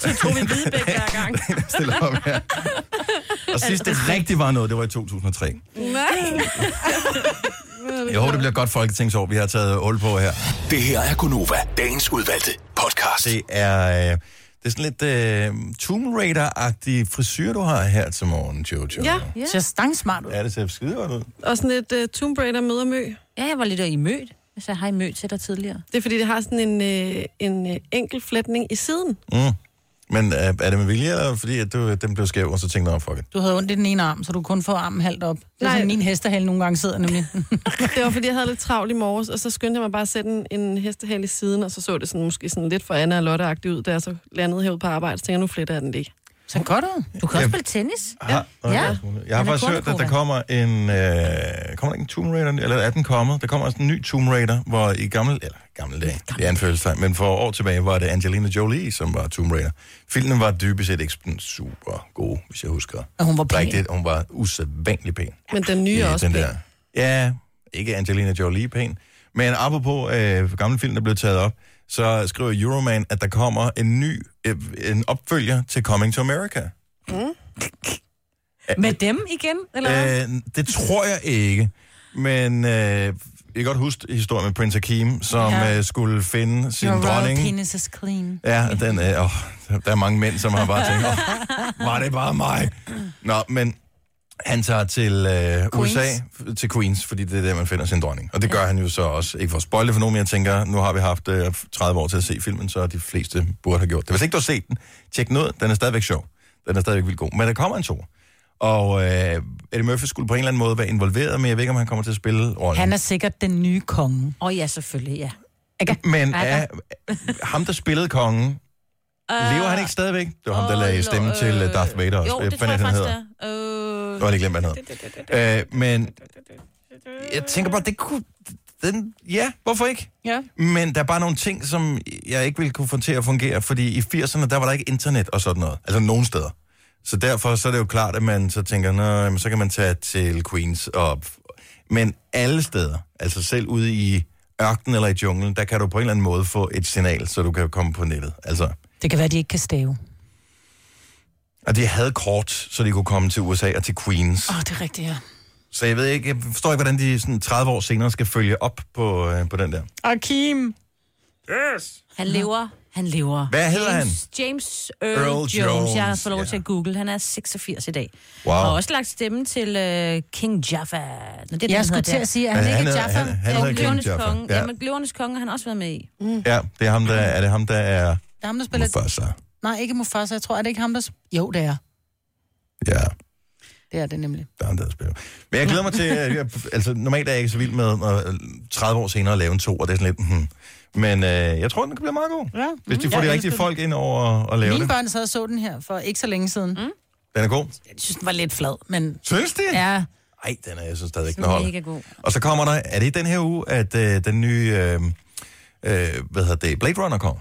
Speaker 3: Så tog vi Hvidebæk hver gang.
Speaker 1: Stille op her. Og sidst det rigtigt var noget, det var i 2003.
Speaker 5: Nej.
Speaker 1: Jeg håber, det bliver et godt folketingsår, vi har taget hul på her.
Speaker 7: Det her er Gunova, dagens udvalgte podcast.
Speaker 1: Det er, øh, det er sådan lidt øh, Tomb Raider-agtig frisyr, du har her til morgen, Jojo.
Speaker 5: Ja, ja.
Speaker 2: Ser stangsmart ud.
Speaker 1: Ja, det ser skide godt ud.
Speaker 5: Og sådan et uh, Tomb Raider møder mø.
Speaker 3: Ja, jeg var lidt i mødt. Altså, har I mødt til dig tidligere?
Speaker 5: Det er fordi, det har sådan en, øh, en øh, enkel flætning i siden.
Speaker 1: Mm. Men er, er det med vilje, eller fordi at du, den blev skæv, og så tænkte du, oh, fuck it.
Speaker 2: Du havde ondt i den ene arm, så du kun får armen halvt op. Det er
Speaker 5: Nej.
Speaker 2: sådan, min hestehale nogle gange sidder nemlig.
Speaker 5: Det var fordi, jeg havde lidt travlt i morges, og så skyndte jeg mig bare at sætte en, en hestehal i siden, og så så det sådan, måske sådan lidt for Anna og Lotte-agtigt ud, da jeg så landede herude på arbejde. Så tænkte jeg, nu fletter jeg den lige.
Speaker 2: Så godt ud.
Speaker 3: Du kan også
Speaker 1: Ja.
Speaker 3: spille tennis.
Speaker 1: Har, ja.
Speaker 3: Ja.
Speaker 1: Jeg har
Speaker 3: Den er
Speaker 1: faktisk hørt, at der
Speaker 3: kortkronet.
Speaker 1: kommer en... Øh, kommer der ikke en Tomb Raider? Eller er den kommet? Der kommer også en ny Tomb Raider, hvor i gamle... Eller gamle dage, det er anførselstegn. Men for år tilbage var det Angelina Jolie, som var Tomb Raider. Filmen var dybest set ikke sådan super god, hvis jeg husker.
Speaker 2: Og hun var pæn.
Speaker 1: Rigtigt, hun var usædvanlig pæn.
Speaker 5: Men den nye er
Speaker 1: i
Speaker 5: også
Speaker 1: den
Speaker 5: pæn.
Speaker 1: der. Ja, ikke Angelina Jolie pæn. Men apropos øh, gamle film, der blev taget op, så skriver Euroman, at der kommer en ny øh, en opfølger til Coming to America.
Speaker 3: Mm. Med dem igen, eller hvad?
Speaker 1: Øh, det tror jeg ikke, men øh, jeg kan godt huske historien med Prince Hakim, som
Speaker 2: Ja.
Speaker 1: ja. øh, skulle finde sin
Speaker 2: Your royal
Speaker 1: dronning.
Speaker 2: penis is clean.
Speaker 1: Ja, den, øh, åh, der er mange mænd, som har bare tænkt, åh, var det bare mig? Nå, men han tager til øh, USA, f- til Queens, fordi det er der, man finder sin dronning. Og det gør han jo så også. Ikke for at spoile det for nogen, men jeg tænker, nu har vi haft øh, 30 år til at se filmen, så de fleste burde have gjort det. Hvis ikke du har set den, tjek den ud. Den er stadigvæk sjov. Den er stadigvæk vildt god. Men der kommer en to. Og øh, Eddie Murphy skulle på en eller anden måde være involveret, men jeg ved ikke, om han kommer til at spille rollen.
Speaker 2: Han er sikkert den nye konge.
Speaker 3: Åh oh, ja, selvfølgelig, ja.
Speaker 1: Men er, ham, der spillede kongen,
Speaker 3: Øh.
Speaker 1: Lever han ikke stadigvæk? Det var ham, der lagde stemme til øh, Darth Vader også.
Speaker 3: Jo,
Speaker 1: Øh,
Speaker 3: det
Speaker 1: hvad
Speaker 3: tror jeg
Speaker 1: den
Speaker 3: faktisk,
Speaker 1: hedder.
Speaker 3: det er.
Speaker 1: Nu har jeg lige glemt, hvad han hedder. Øh, men jeg tænker bare, det kunne... Den, ja, hvorfor ikke?
Speaker 2: Ja.
Speaker 1: Men der er bare nogle ting, som jeg ikke ville kunne få til at fungere, fordi i 80'erne, der var der ikke internet og sådan noget. Altså nogen steder. Så derfor så er det jo klart, at man så tænker, Nå, jamen, så kan man tage til Queens og... Men alle steder, altså selv ude i ørkenen eller i junglen, der kan du på en eller anden måde få et signal, så du kan komme på nettet. Altså,
Speaker 2: Det kan være, at de ikke kan stave.
Speaker 1: Og de havde kort, så de kunne komme til USA og til Queens.
Speaker 2: Åh, oh, det er rigtigt, ja.
Speaker 1: Så jeg ved ikke, jeg forstår ikke, hvordan de sådan 30 år senere skal følge op på, øh, på den der.
Speaker 2: Og Kim.
Speaker 1: Yes.
Speaker 3: Han lever. Han lever.
Speaker 1: Hvad hedder han?
Speaker 3: James, James Earl,
Speaker 1: Earl
Speaker 3: Earl Jones.
Speaker 1: Jones,
Speaker 3: Jones. Jeg har fået lov
Speaker 1: ja.
Speaker 3: til at google. Han er 86 i dag.
Speaker 1: Wow.
Speaker 3: Og har også lagt stemme til øh, King Jaffa. Nå, det, er den,
Speaker 2: Jeg
Speaker 3: han
Speaker 2: skulle
Speaker 3: hedder
Speaker 2: til
Speaker 3: der.
Speaker 2: at sige, at han Ja, han ikke er hedder- Jaffa.
Speaker 1: han- han hedder
Speaker 3: Jo,
Speaker 1: King
Speaker 3: Løvernes
Speaker 1: Jaffa,
Speaker 3: Konge.
Speaker 1: ja.
Speaker 3: Ja. Jamen, Løvernes Konge har han også været med i. Mm.
Speaker 1: Ja, det er ham, der er, det ham, der er
Speaker 2: Der er ham, der spiller...
Speaker 1: Mufasa.
Speaker 2: Nej, ikke Mufasa. Jeg tror, er det ikke ham, der... sp- Jo, det er.
Speaker 1: Ja,
Speaker 2: Det er det nemlig.
Speaker 1: der er ham, der spiller. Men jeg glæder mig til, øh, jeg, altså normalt er jeg ikke så vild med at, øh, 30 år senere at lave en to, og det er sådan lidt, hmm. Men øh, jeg tror, den kan blive meget god.
Speaker 2: Ja.
Speaker 1: Hvis de
Speaker 2: Mm.
Speaker 1: får
Speaker 2: Jeg
Speaker 1: de
Speaker 2: elsker
Speaker 1: rigtige
Speaker 2: den.
Speaker 1: folk ind over og lave
Speaker 2: Mine
Speaker 1: det.
Speaker 2: børn sad og så den her for ikke så længe siden. Mm.
Speaker 1: Den er god.
Speaker 2: Jeg synes, den var lidt flad, men...
Speaker 1: Synes de?
Speaker 2: Ja.
Speaker 1: Ej, den er jeg så stadig ikke
Speaker 3: Den
Speaker 1: den
Speaker 3: er
Speaker 1: holder.
Speaker 3: mega god.
Speaker 1: Og så kommer der, er det i den her uge, at øh, den nye, øh, øh, hvad hedder det, Blade Runner kommer?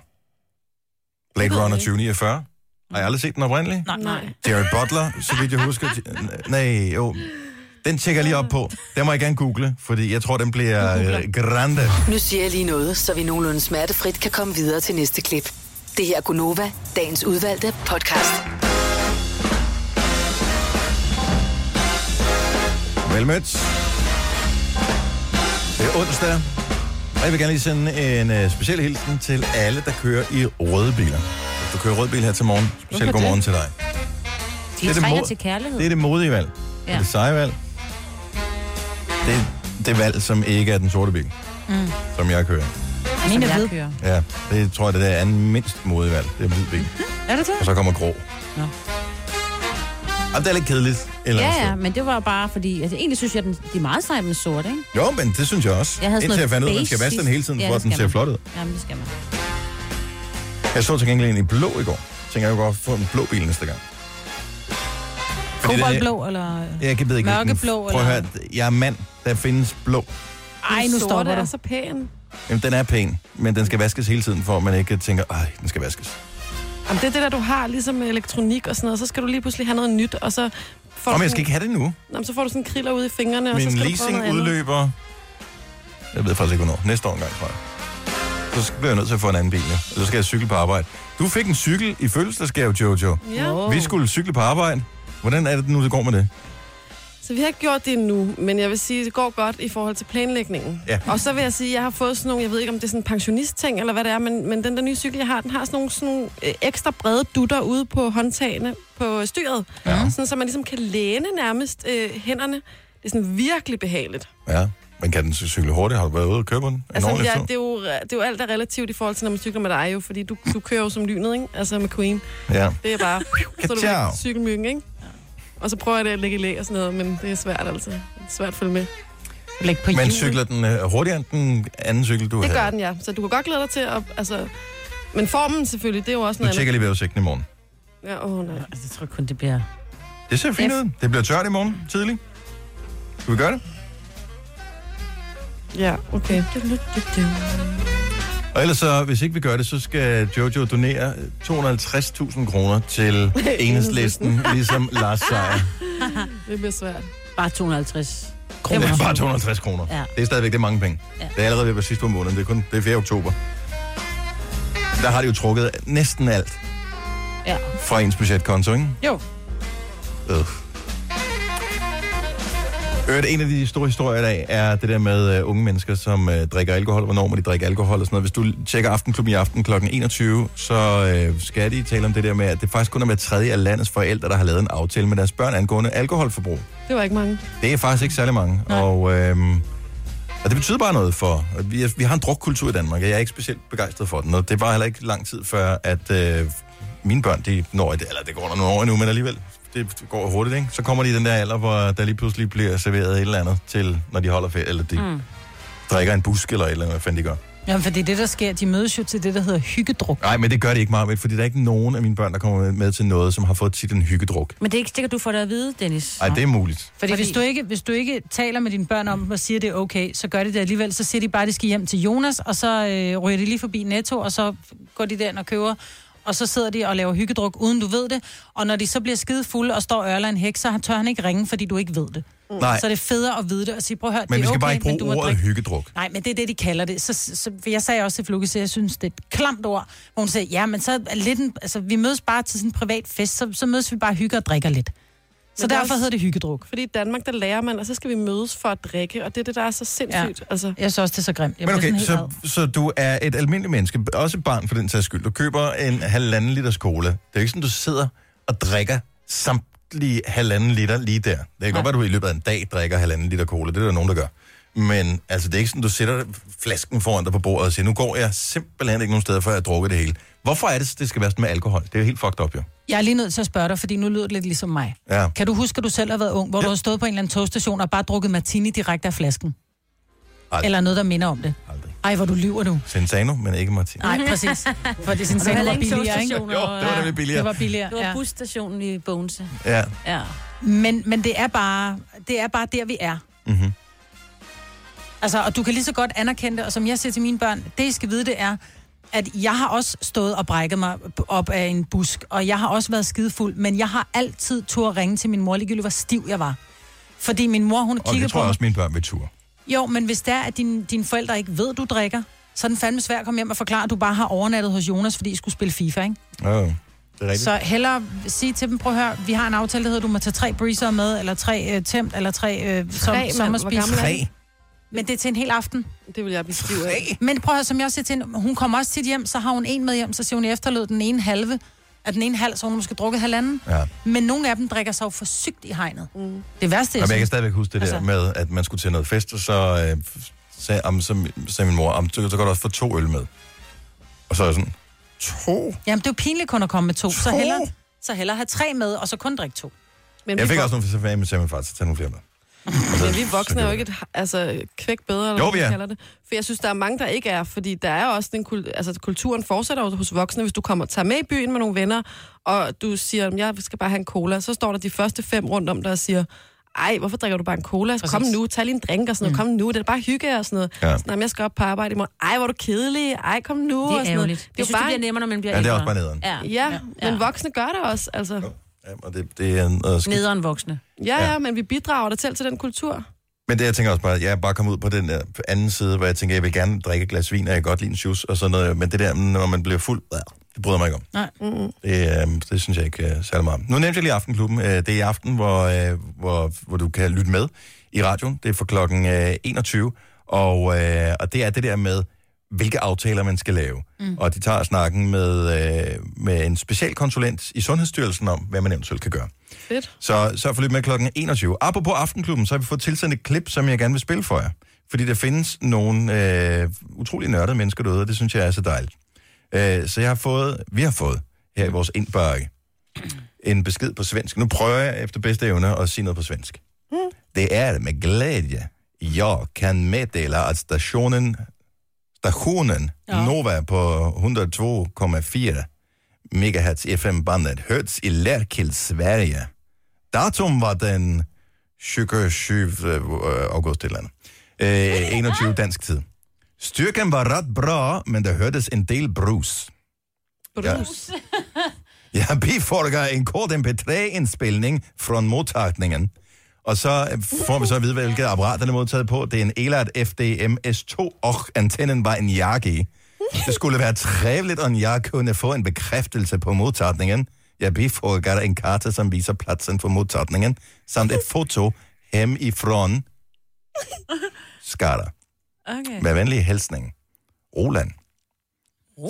Speaker 1: Blade Runner 2049. Har jeg aldrig set den oprindelige?
Speaker 3: Nej, nej.
Speaker 1: Jared Butler, så vidt jeg husker. N- Nej, jo. Den tjekker jeg lige op på. Den må jeg gerne google, fordi jeg tror, den bliver øh, grande.
Speaker 6: Nu siger jeg lige noget, så vi nogenlunde smertefrit kan komme videre til næste klip. Det her er Gunova, dagens udvalgte podcast.
Speaker 1: Velmødt. Det er onsdag, og jeg vil gerne lige sende en øh, speciel hilsen til alle, der kører i røde biler. Hvis du kører rød bil her til morgen, specielt
Speaker 3: Hvorfor
Speaker 1: god morgen
Speaker 3: det?
Speaker 1: til dig.
Speaker 3: De
Speaker 1: Det er det
Speaker 3: trænger
Speaker 1: mod-
Speaker 3: til kærlighed.
Speaker 1: Det er det modige valg. Det er
Speaker 3: Ja.
Speaker 1: det seje valg. Det er det valg, som ikke er den sorte bil,
Speaker 2: Mm.
Speaker 1: som jeg kører.
Speaker 2: Min er hvid.
Speaker 1: Ja, det tror jeg, det der er den mindst modige valg. Det er en hvid bil.
Speaker 3: Er det det?
Speaker 1: Og så kommer grå.
Speaker 3: Nå.
Speaker 1: Og det er lidt kedeligt. et Eller andet
Speaker 3: Ja, ja, men det var jo bare fordi... Altså, egentlig synes jeg, den, de er meget seje med den sorte, ikke?
Speaker 1: sted. Jo, men det synes jeg også.
Speaker 3: Jeg havde sådan
Speaker 1: Indtil jeg
Speaker 3: noget
Speaker 1: fandt ud af, at man
Speaker 3: beige
Speaker 1: skal vaske den
Speaker 3: sidst.
Speaker 1: hele tiden,
Speaker 3: Ja,
Speaker 1: for at
Speaker 3: det
Speaker 1: den
Speaker 3: skal
Speaker 1: ser
Speaker 3: man.
Speaker 1: flot ud.
Speaker 3: Jamen, det skal man.
Speaker 1: Jeg så til gengæld en i blå i går. Tænker jeg kunne godt få en blå bil næste gang. Fordi den er-
Speaker 2: Koboldblå, eller...
Speaker 1: Jeg kan ved ikke. hvilken-
Speaker 2: Mørkeblå,
Speaker 1: Prøv at høre,
Speaker 2: eller-
Speaker 1: jeg er mand, der findes blå.
Speaker 2: Ej, altså. nu stopper
Speaker 4: er
Speaker 2: du.
Speaker 4: så pæn.
Speaker 1: Jamen, den er pæn, men den skal vaskes hele tiden, for at man ikke tænker, ej, den skal vaskes.
Speaker 5: Jamen, det er det der, du har ligesom med elektronik og sådan noget, så skal du lige pludselig have noget nyt, og så får,
Speaker 1: Nå,
Speaker 5: du,
Speaker 1: men jeg skal ikke have det nu.
Speaker 5: sådan, Jamen, så får du sådan kriller ude i fingrene, og så
Speaker 1: Min
Speaker 5: skal du prøve
Speaker 1: leasing
Speaker 5: noget andet.
Speaker 1: udløber... Jeg ved faktisk ikke, hvornår. Næste år engang, tror jeg. Så skal- bliver jeg nødt til at få en anden bil, ja. Eller så skal jeg cykle på arbejde. Du fik en cykel i fødselsdagsgave, Jojo.
Speaker 5: Ja.
Speaker 1: Vi skulle cykle på arbejde. Hvordan er det nu, det går med det?
Speaker 5: Så vi har ikke gjort det endnu, men jeg vil sige, det går godt i forhold til planlægningen.
Speaker 1: Ja.
Speaker 5: Og så vil jeg sige, at jeg har fået sådan nogle, jeg ved ikke om det er sådan en pensionistting eller hvad det er, men, men den der nye cykel, jeg har, den har sådan nogle, sådan nogle øh, ekstra brede dutter ude på håndtagene på styret.
Speaker 1: Ja.
Speaker 5: Sådan, så man ligesom kan læne nærmest øh, hænderne. Det er sådan virkelig behageligt.
Speaker 1: Ja. Men kan den så cykle hurtigt? Har du været ude og købe den? En
Speaker 5: Altså,
Speaker 1: ordentlig
Speaker 5: ja,
Speaker 1: tur?
Speaker 5: det, er jo, det er jo alt, der er relativt i forhold til, når man cykler med dig jo, fordi du, du kører jo som lynet, ikke? Altså med Queen.
Speaker 1: Ja.
Speaker 5: Det er bare, så er du
Speaker 1: Ka-tjau.
Speaker 5: væk, cykelmyggen, ikke? Og så prøver jeg det at lægge i læ og sådan noget, men det er svært altså. Det er svært at følge med.
Speaker 2: Blæk på
Speaker 1: Men
Speaker 2: hjulet.
Speaker 1: cykler den øh, hurtigere end den anden cykel, du
Speaker 5: Det
Speaker 1: havde?
Speaker 5: gør den, ja. Så du kan godt glæde dig til at... Altså, men formen selvfølgelig, det er jo også
Speaker 1: Nu
Speaker 5: noget
Speaker 1: tjekker jeg lige vejrudsigten i morgen.
Speaker 5: andet. Ja, åh, nej.
Speaker 3: Altså, jeg tror kun, det bliver...
Speaker 1: Det ser fint ud. Det bliver tørt i morgen tidlig. Skal vi gøre det?
Speaker 5: Ja, okay.
Speaker 1: Og ellers så, hvis ikke vi gør det, så skal Jojo donere 250.000 kroner til enhedslisten, ligesom Lars Seier.
Speaker 5: Det bliver svært.
Speaker 3: Bare 250
Speaker 1: Det
Speaker 3: kroner.
Speaker 1: er bare 250 kroner.
Speaker 3: Ja.
Speaker 1: Det er stadigvæk det er mange penge.
Speaker 3: Ja.
Speaker 1: Det er allerede ved at være sidst på måneden. Det er kun det er 4. oktober. Der har de jo trukket næsten alt
Speaker 3: Ja.
Speaker 1: fra ens budgetkonto, ikke?
Speaker 2: Jo.
Speaker 1: Øh. Øvrigt, en af de store historier i dag er det der med uh, unge mennesker, som uh, drikker alkohol, hvornår må de drikke alkohol og sådan noget. Hvis du tjekker Aftenklubben i aften kl. 21, så uh, skal de tale om det der med, at det faktisk kun er hver tredje af landets forældre, der har lavet en aftale med deres børn angående alkoholforbrug.
Speaker 5: Det var ikke mange.
Speaker 1: Det er faktisk ikke særlig mange. Og, øhm, og det betyder bare noget for... at Vi, vi har en drukkultur i Danmark, og jeg er ikke specielt begejstret for den. Og det var heller ikke lang tid før, at øh, mine børn, de når... et- Eller det går der nogle år endnu, men alligevel, det går hurtigt, ikke? Så kommer de i den der alder, hvor der lige pludselig bliver serveret et eller andet til, når de holder ferie, eller de mm.
Speaker 2: Mm.
Speaker 1: drikker en busk eller et eller andet, hvad fanden de gør.
Speaker 2: Jamen, fordi det, der sker, de mødes jo til det, der hedder hyggedruk.
Speaker 1: Nej, men det gør det ikke meget, vel, fordi der er ikke nogen af mine børn, der kommer med- med til noget, som har fået titlen hyggedruk.
Speaker 3: Men det er ikke sikkert, du får det at vide, Dennis.
Speaker 1: Nej, det er muligt.
Speaker 2: Fordi, Fordi hvis, du ikke, hvis du ikke taler med dine børn om og siger, det er okay, så gør de det alligevel. Så siger de bare, at de skal hjem til Jonas, og så øh, ryger de lige forbi Netto, og så går de derind og køber. Og så sidder de og laver hyggedruk, uden du ved det. Og når de så bliver skide fulde og står og ørler en hæk, så tør han ikke ringe, fordi du ikke ved det.
Speaker 1: Nej.
Speaker 2: Mm. Så er det federe at vide det og sige, prøv at høre,
Speaker 1: Men
Speaker 2: det
Speaker 1: vi
Speaker 2: er
Speaker 1: skal
Speaker 2: okay,
Speaker 1: bare ikke
Speaker 2: men du
Speaker 1: bruge
Speaker 2: må
Speaker 1: ordet
Speaker 2: drikke
Speaker 1: hyggedruk.
Speaker 2: Nej, men det er det, de kalder det. Så, så, for jeg sagde også til Flukke, at jeg synes, det er et klamt ord. Hvor hun sagde, ja, men så er lidt en, altså, vi mødes bare til sådan en privat fest, så, så mødes vi bare og hygger og drikker lidt. Så
Speaker 5: det er
Speaker 2: derfor
Speaker 5: også-
Speaker 2: hedder det hyggedruk.
Speaker 5: Fordi i Danmark, der lærer man, og så skal vi mødes for at drikke, og det er det, der er så sindssygt. Ja. Altså,
Speaker 2: Jeg synes også, det er så grimt. Jeg
Speaker 1: Men
Speaker 2: bliver
Speaker 1: okay,
Speaker 2: sådan helt
Speaker 1: så, så du er et almindeligt menneske, også et barn for den sags skyld. Du køber en halvanden liters cola. Det er jo ikke sådan, du sidder og drikker samtlige halvanden liter lige der. Det kan godt være, du i løbet af en dag drikker halvanden liter cola. Det er der nogen, der gør. Men altså, det er ikke sådan, du sætter flasken foran dig på bordet og siger, nu går jeg simpelthen ikke nogen steder, før jeg har drukket det hele. Hvorfor er det, det skal være sådan med alkohol? Det er jo helt fucked up, jo.
Speaker 2: Jeg er lige nødt til at spørge dig, fordi nu lyder det lidt ligesom mig.
Speaker 1: Ja.
Speaker 2: Kan du huske, at du selv har været ung, hvor ja. du har stået på en eller anden togstation og bare drukket martini direkte af flasken?
Speaker 1: Aldrig.
Speaker 2: Eller noget, der minder om det?
Speaker 1: Aldrig.
Speaker 2: Ej, hvor du lyver du.
Speaker 1: Sensano, men ikke Martin.
Speaker 2: Nej, præcis. For det er sin
Speaker 3: Og der var
Speaker 2: seng var
Speaker 3: heller ikke
Speaker 2: billigere, ikke?
Speaker 3: togstationer, Jo, det var og-
Speaker 1: nemlig billigere.
Speaker 2: Det var billigere,
Speaker 3: Det var
Speaker 2: ja.
Speaker 3: busstationen i Bogense.
Speaker 1: Ja.
Speaker 3: Ja.
Speaker 2: Men, men det, er bare, det er bare der, vi er.
Speaker 1: Mm-hmm.
Speaker 2: Altså, og du kan lige så godt anerkende det, og som jeg siger til mine børn, det I skal vide, det er, at jeg har også stået og brækket mig op af en busk, og jeg har også været skidefuld, men jeg har altid tur at ringe til min mor, ligegyldigt hvor stiv jeg var. Fordi min mor, hun
Speaker 1: Og
Speaker 2: kigger
Speaker 1: det tror
Speaker 2: på
Speaker 1: jeg
Speaker 2: mig.
Speaker 1: også, mine børn vil tur.
Speaker 2: Jo, men hvis det er, at din, dine forældre ikke ved, du drikker, så er den fandme svær at komme hjem og forklare, at du bare har overnattet hos Jonas, fordi I skulle spille FIFA, ikke?
Speaker 1: Oh, det er rigtigt.
Speaker 2: Så hellere sige til dem, prøv at høre, vi har en aftale, der hedder, du må tage tre breezer med, eller tre øh, tæmt, eller tre, øh, som,
Speaker 4: mand. Hvor
Speaker 2: sommerspis.
Speaker 4: gammel er Tre? han?
Speaker 2: Men det er til en hel aften.
Speaker 4: Det vil jeg blive stiv af.
Speaker 2: Men prøv at høre, som jeg også siger til hende, hun kommer også tit hjem, så har hun en med hjem, så siger hun, jeg efterlod den ene halve, af den ene halv, så har hun måske drukket halvanden.
Speaker 1: Ja.
Speaker 2: Men nogle af dem drikker sig jo for sygt i hegnet. Mm. Det værste
Speaker 1: Jamen,
Speaker 2: er...
Speaker 1: jeg
Speaker 2: sådan-
Speaker 1: kan stadigvæk huske det altså... der
Speaker 2: Altså-
Speaker 1: med, at man skulle til noget fest, og så øh, f- sagde, om, så, sagde min mor, om, så kan du godt også få to øl med. Og så er jeg sådan, to?
Speaker 2: Jamen, det er jo pinligt kun at komme med to. Så hellere, så hellere have tre med, og så kun drikke to.
Speaker 4: Men
Speaker 1: jeg fik også nogle, så sagde min- sagde min far, så tag nogle flere med.
Speaker 4: Men vi voksne er jo ikke et, altså, kvæk bedre, eller hvad
Speaker 1: Jo, vi
Speaker 4: man
Speaker 1: er.
Speaker 4: kalder det. For jeg synes, der er mange, der ikke er, fordi der er også den kul- altså, kulturen fortsætter jo hos voksne. Hvis du kommer tager med i byen med nogle venner, og du siger, at jeg skal bare have en cola, så står der de første fem rundt om dig og siger, ej, hvorfor drikker du bare en cola? Præcis. Kom nu, tag lige en drink og sådan noget. Mm. Kom nu, det er bare hygge og sådan noget.
Speaker 1: Ja.
Speaker 4: Ja. Sådan, "Jamen, jeg skal op på arbejde i morgen. Ej, hvor er du kedelig. Ej, kom nu.
Speaker 3: Det er
Speaker 4: og sådan noget.
Speaker 3: ærgerligt. Jeg synes, det bliver nemmere, når man bliver
Speaker 1: Ja, det er også
Speaker 3: ældre.
Speaker 1: bare nederen.
Speaker 3: Ja.
Speaker 4: Ja, ja, men voksne gør det også, altså.
Speaker 1: Ja, og det, det er noget skidt.
Speaker 3: Nederen voksne.
Speaker 4: Ja, ja, men vi bidrager da selv til den kultur.
Speaker 1: Men det, jeg tænker også bare, jeg er bare kommet ud på den der anden side, hvor jeg tænker, jeg vil gerne drikke et glas vin, og jeg kan godt lide en juice og sådan noget. Men det der, når man bliver fuld, øh, det bryder jeg mig ikke om.
Speaker 2: Nej.
Speaker 4: Mm-hmm.
Speaker 1: Det, øh, det synes jeg ikke øh, særlig meget om. Nu nævnte jeg lige Aftenklubben. Øh, det er i aften, hvor, øh, hvor, hvor du kan lytte med i radioen. Det er fra klokken øh, 21. Og, øh, og det er det der med, hvilke aftaler man skal lave. Mm. Og de tager snakken med, øh, med en specialkonsulent i Sundhedsstyrelsen om, hvad man eventuelt kan gøre.
Speaker 4: Fedt.
Speaker 1: Så sørg for at lytte med klokken 21. Apropos Aftenklubben, så har vi fået tilsendt et klip, som jeg gerne vil spille for jer. Fordi der findes nogle øh, utrolig nørdede mennesker derude, og det synes jeg er så dejligt. Øh, så jeg har fået, vi har fået her i vores indbakke en besked på svensk. Nu prøver jeg efter bedste evne at sige noget på svensk. Mm. Det er med glæde, jeg kan meddele, at stationen, stationen ja. Nova på 102,4 megahertz FM-bandet hörts i Lärkill, Sverige. Datum var den 27. øh, august et eller andet. Øh, 21 dansk tid. Styrken var ret bra, men der hørtes en del brus.
Speaker 4: Brus.
Speaker 1: Jeg bifolger en kort MP3-indspilning fra modtagningen. Og så øh, får vi så at vide, hvilket apparat den er modtaget på. Det er en Elart FDM S2, og antennen var en jakke i. Det skulle være trevligt, om jeg kunne få en bekræftelse på modtagningen. Jeg bifolger en karte, som viser pladsen for modtagningen, samt et foto hemifrån Skara.
Speaker 5: Okay.
Speaker 1: Med venlig hilsning. Roland.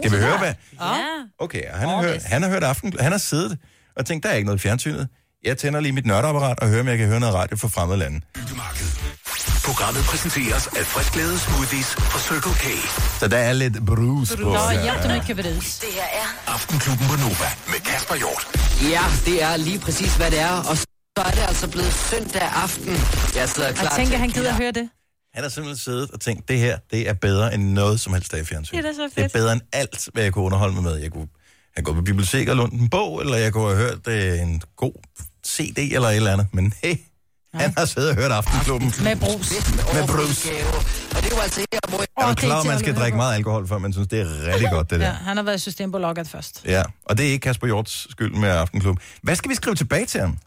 Speaker 1: Skal vi høre, hvad...
Speaker 3: Ja.
Speaker 1: Okay, og han, har hørt, han har hørt aften, han har siddet og tænkt, der er ikke noget i fjernsynet. Jeg tænder lige mit nørdeapparat og hører, om jeg kan høre noget radio fra fremmede lande.
Speaker 7: Programmet præsenteres af frisklavede smoothies fra Circle K.
Speaker 1: Så der er lidt brus på.
Speaker 2: brus.
Speaker 6: Det her er
Speaker 7: Aftenklubben på Nova med Kasper Hjort.
Speaker 12: Ja, det er lige præcis, hvad det er. Og så er det altså blevet søndag aften. Jeg sidder klar
Speaker 2: Jeg tænker,
Speaker 12: til-
Speaker 2: han gider høre det.
Speaker 1: Han har simpelthen siddet og tænkt, det her, det er bedre end noget som helst, der er i fjernsynet.
Speaker 2: Det er da så fedt.
Speaker 1: Det er bedre end alt, hvad jeg kunne underholde mig med. Jeg kunne have gået på biblioteket og lånt en bog, eller jeg kunne have hørt øh, en god CD eller et eller andet. Men hey, han har siddet og hørt Aftenklubben.
Speaker 2: Med brus.
Speaker 1: Med brus.
Speaker 12: Og det var altså her, hvor jeg...
Speaker 1: Er du
Speaker 2: det er
Speaker 1: klar, at man
Speaker 2: irriterende
Speaker 1: skal
Speaker 2: at høre
Speaker 1: drikke
Speaker 2: på.
Speaker 1: meget alkohol, før man synes, det er rigtig godt, det
Speaker 2: Ja,
Speaker 1: der?
Speaker 2: han har været i system på logget først.
Speaker 1: Ja, og det er ikke Kasper Hjorts skyld med Aftenklub. Hvad skal vi skrive tilbage til ham?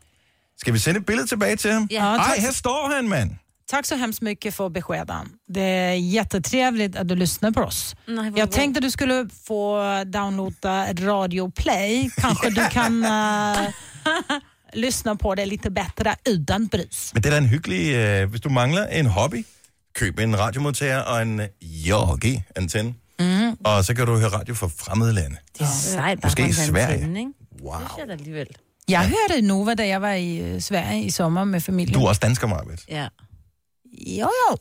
Speaker 1: Skal vi sende et billede tilbage til ham?
Speaker 2: Ja.
Speaker 1: Ej,
Speaker 2: tak.
Speaker 1: her står han, mand.
Speaker 2: Tack så hemskt mycket för beskeden. Det är jättetrevligt att du lyssnar på oss.
Speaker 3: Nej, vad
Speaker 2: jag
Speaker 3: bra.
Speaker 2: tänkte du skulle få downloada ett Radio Play. Kanske du kan eh, lyssna på det lite bättre utan brus.
Speaker 1: Men det er da en hyggelig... Øh, hvis du mangler en hobby, køb en radiomodtager og en Jorgi-antenne.
Speaker 2: Mhm.
Speaker 3: Mm.
Speaker 1: Og så kan du høre radio fra fremmede lande.
Speaker 3: Det er sejt. Bare
Speaker 1: Måske i
Speaker 3: for en
Speaker 1: Sverige.
Speaker 3: antenne, ikke?
Speaker 1: Wow.
Speaker 3: Det synes jeg da alligevel.
Speaker 2: Jag hörde Nova där jag var i eh, Sverige i sommar med familjen.
Speaker 1: Du er også dansker, Marvitt.
Speaker 3: Ja.
Speaker 2: Jo, jo.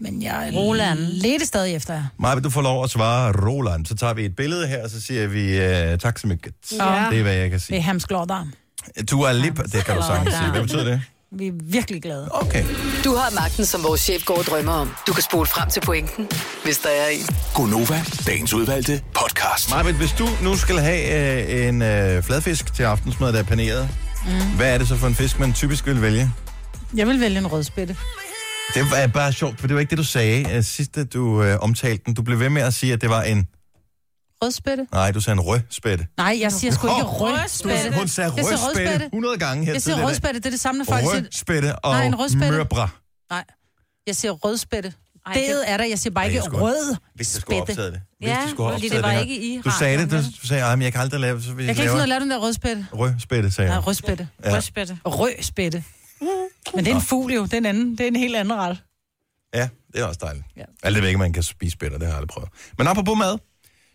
Speaker 2: Men jag
Speaker 3: Roland.
Speaker 2: leder stadig efter jer.
Speaker 1: Marvitt, du får lov at svare Roland. Så tager vi et billede her, og så siger vi øh, tak så mycket.
Speaker 2: Ja.
Speaker 1: Det er, hvad jeg kan
Speaker 2: Vi är
Speaker 1: sige.
Speaker 2: hemskt glada.
Speaker 1: Du er lip, det kan du sagtens sige. Hvad betyder det?
Speaker 2: Vi er virkelig glade.
Speaker 1: Okay.
Speaker 6: Du har magten, som vores chef går og drømmer om. Du kan spole frem til pointen, hvis der er en.
Speaker 7: Gonova, dagens udvalgte podcast.
Speaker 1: Maja, hvis du nu skal have øh, en øh, fladfisk til aftensmad, der er paneret, mm. hvad er det så for en fisk, man typisk vil vælge?
Speaker 2: Jeg vil vælge en rødspætte.
Speaker 1: Det var bare sjovt, for det var ikke det, du sagde øh, sidst, da du øh, omtalte den. Du blev ved med at sige, at det var en...
Speaker 2: Rødspætte?
Speaker 1: Nej, du sagde en rødspætte.
Speaker 2: Nej, jeg siger sgu ikke
Speaker 1: Nå,
Speaker 2: rødspætte.
Speaker 1: Hun sagde
Speaker 2: Jeg siger
Speaker 1: rødspætte 100 gange her
Speaker 2: Jeg siger
Speaker 1: tidligere i dag.
Speaker 2: rødspætte, det er det samme, når folk siger...
Speaker 1: Rødspætte og
Speaker 2: Nej, en rødspætte.
Speaker 1: mørbra.
Speaker 2: Nej, jeg siger rødspætte. Det er der, jeg siger bare ikke
Speaker 1: jeg skulle-
Speaker 2: rød
Speaker 1: Hvis du skulle have
Speaker 2: spætte.
Speaker 1: optaget det. Hvis
Speaker 2: Ja,
Speaker 1: du skulle have
Speaker 2: fordi
Speaker 1: optaget
Speaker 2: det var
Speaker 1: her.
Speaker 2: ikke i
Speaker 1: Du sagde det, du- du sagde, at jeg kan aldrig lave... Så
Speaker 2: Jeg kan ikke finde ud af at lave den der rødspætte.
Speaker 1: Rødspætte, sagde
Speaker 2: Nej,
Speaker 1: jeg.
Speaker 2: rødspætte.
Speaker 1: Ja.
Speaker 2: Rødspætte. Uh. Rødspætte. Men det er en fugl jo, det er en anden. Det er en helt anden ret.
Speaker 1: Ja, det er også dejligt. Ja. Alt det væk, man kan spise spætter, det har jeg aldrig prøvet. Men apropos mad,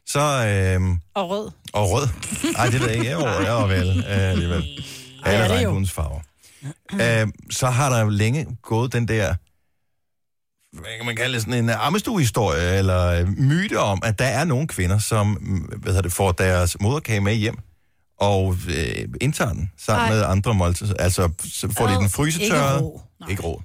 Speaker 1: så... Øh,
Speaker 2: Og rød.
Speaker 1: Og rød. Nej, det ved jeg ikke. Jeg er jo vel. øh, Alligevel. Alle
Speaker 2: det er jo.
Speaker 1: regnbuens farver. Øh, så har der jo længe gået den der, hvad kan man kalde det, sådan en ammestuehistorie, eller øh, myte om, at der er nogle kvinder, som mm, hvad hedder det, får deres moderkage med hjem, og øh, indtager den sammen
Speaker 13: Ej.
Speaker 1: med andre måltider. Altså, så får de den frysetørret.
Speaker 13: ikke rå.
Speaker 1: Ikke rå.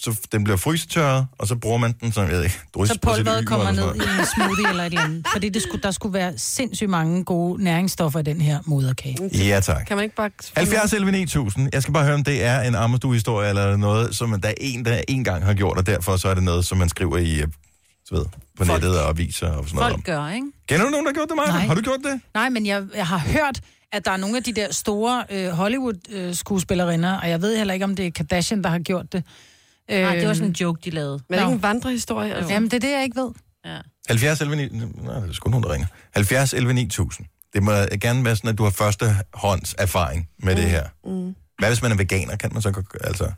Speaker 1: Så f- den bliver frysetørret, og så bruger man den som, jeg ved ikke, drys
Speaker 2: Så
Speaker 1: på sit
Speaker 2: pulveret
Speaker 1: yver
Speaker 2: kommer
Speaker 1: eller
Speaker 2: ned
Speaker 1: sådan noget.
Speaker 2: i en smoothie eller et eller andet. Fordi det skulle, der skulle være sindssygt mange gode næringsstoffer i den her moderkage.
Speaker 1: Ja, tak.
Speaker 4: Kan man ikke bare...
Speaker 1: 70 11 9000. Jeg skal bare høre, om det er en Ammerstue-historie eller noget, som der er en, der en gang har gjort, og derfor så er det noget, som man skriver i, øh, så ved, på nettet og aviser og sådan noget.
Speaker 2: Folk
Speaker 1: om.
Speaker 2: gør, ikke?
Speaker 1: Kender du nogen, der har gjort det, Maja?
Speaker 2: Nej.
Speaker 1: Har du gjort det?
Speaker 2: Nej, men jeg, jeg har hørt, at der er nogle af de der store øh, Hollywood-skuespillerinder, og jeg ved heller ikke, om det er Kardashian, der har gjort det.
Speaker 3: Nej, det var sådan en
Speaker 2: joke, de lavede.
Speaker 4: Men er det ikke en vandrehistorie? Altså?
Speaker 2: Jamen, det er det, jeg ikke ved. Ja.
Speaker 1: 70 11 9000. Nå, det er sgu nogen, der ringer. 70 11 9000. Det må gerne være sådan, at du har førstehånds erfaring med mm. det her.
Speaker 2: Mm.
Speaker 1: Hvad hvis man er veganer? Kan man så godt... Altså,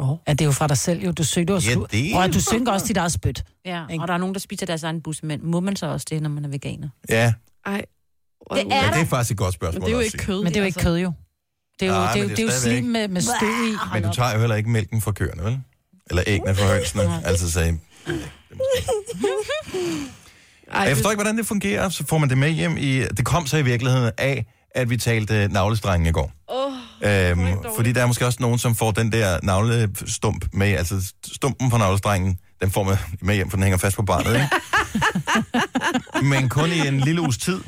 Speaker 2: Oh. Ja, det er jo fra dig selv, jo. Du synker, også,
Speaker 1: Ja,
Speaker 2: ja,
Speaker 1: det-
Speaker 2: det... Røg, du synker også dit eget spyt.
Speaker 3: Ja, og der er nogen, der spiser deres egen bussemænd. Må man så også det, når man er veganer?
Speaker 1: ja,
Speaker 4: Ej.
Speaker 3: Det
Speaker 1: men
Speaker 3: er
Speaker 1: det
Speaker 3: der.
Speaker 1: er faktisk et godt spørgsmål. at sige.
Speaker 2: Men det er jo ikke kød, altså. jo. Det er jo,
Speaker 1: Nej,
Speaker 2: Nej, det er
Speaker 1: men
Speaker 2: jo,
Speaker 1: det er
Speaker 2: det er jo
Speaker 1: stadigvæk-
Speaker 2: slim med, med støv i.
Speaker 1: Men du tager jo heller ikke mælken fra køerne, vel? Eller æggene fra hønsene. altså sagde, Ej, jeg forstår ikke, hvordan det fungerer. Så får man det med hjem i... Det kom så i virkeligheden af, at vi talte øh, navlestrengen i går.
Speaker 4: Oh,
Speaker 1: Øhm, fordi der er måske også nogen, som får den der navlestump med, altså stumpen fra navlestrengen, den får man med hjem, for den hænger fast på barnet, ikke? Men kun i en lille uges tid,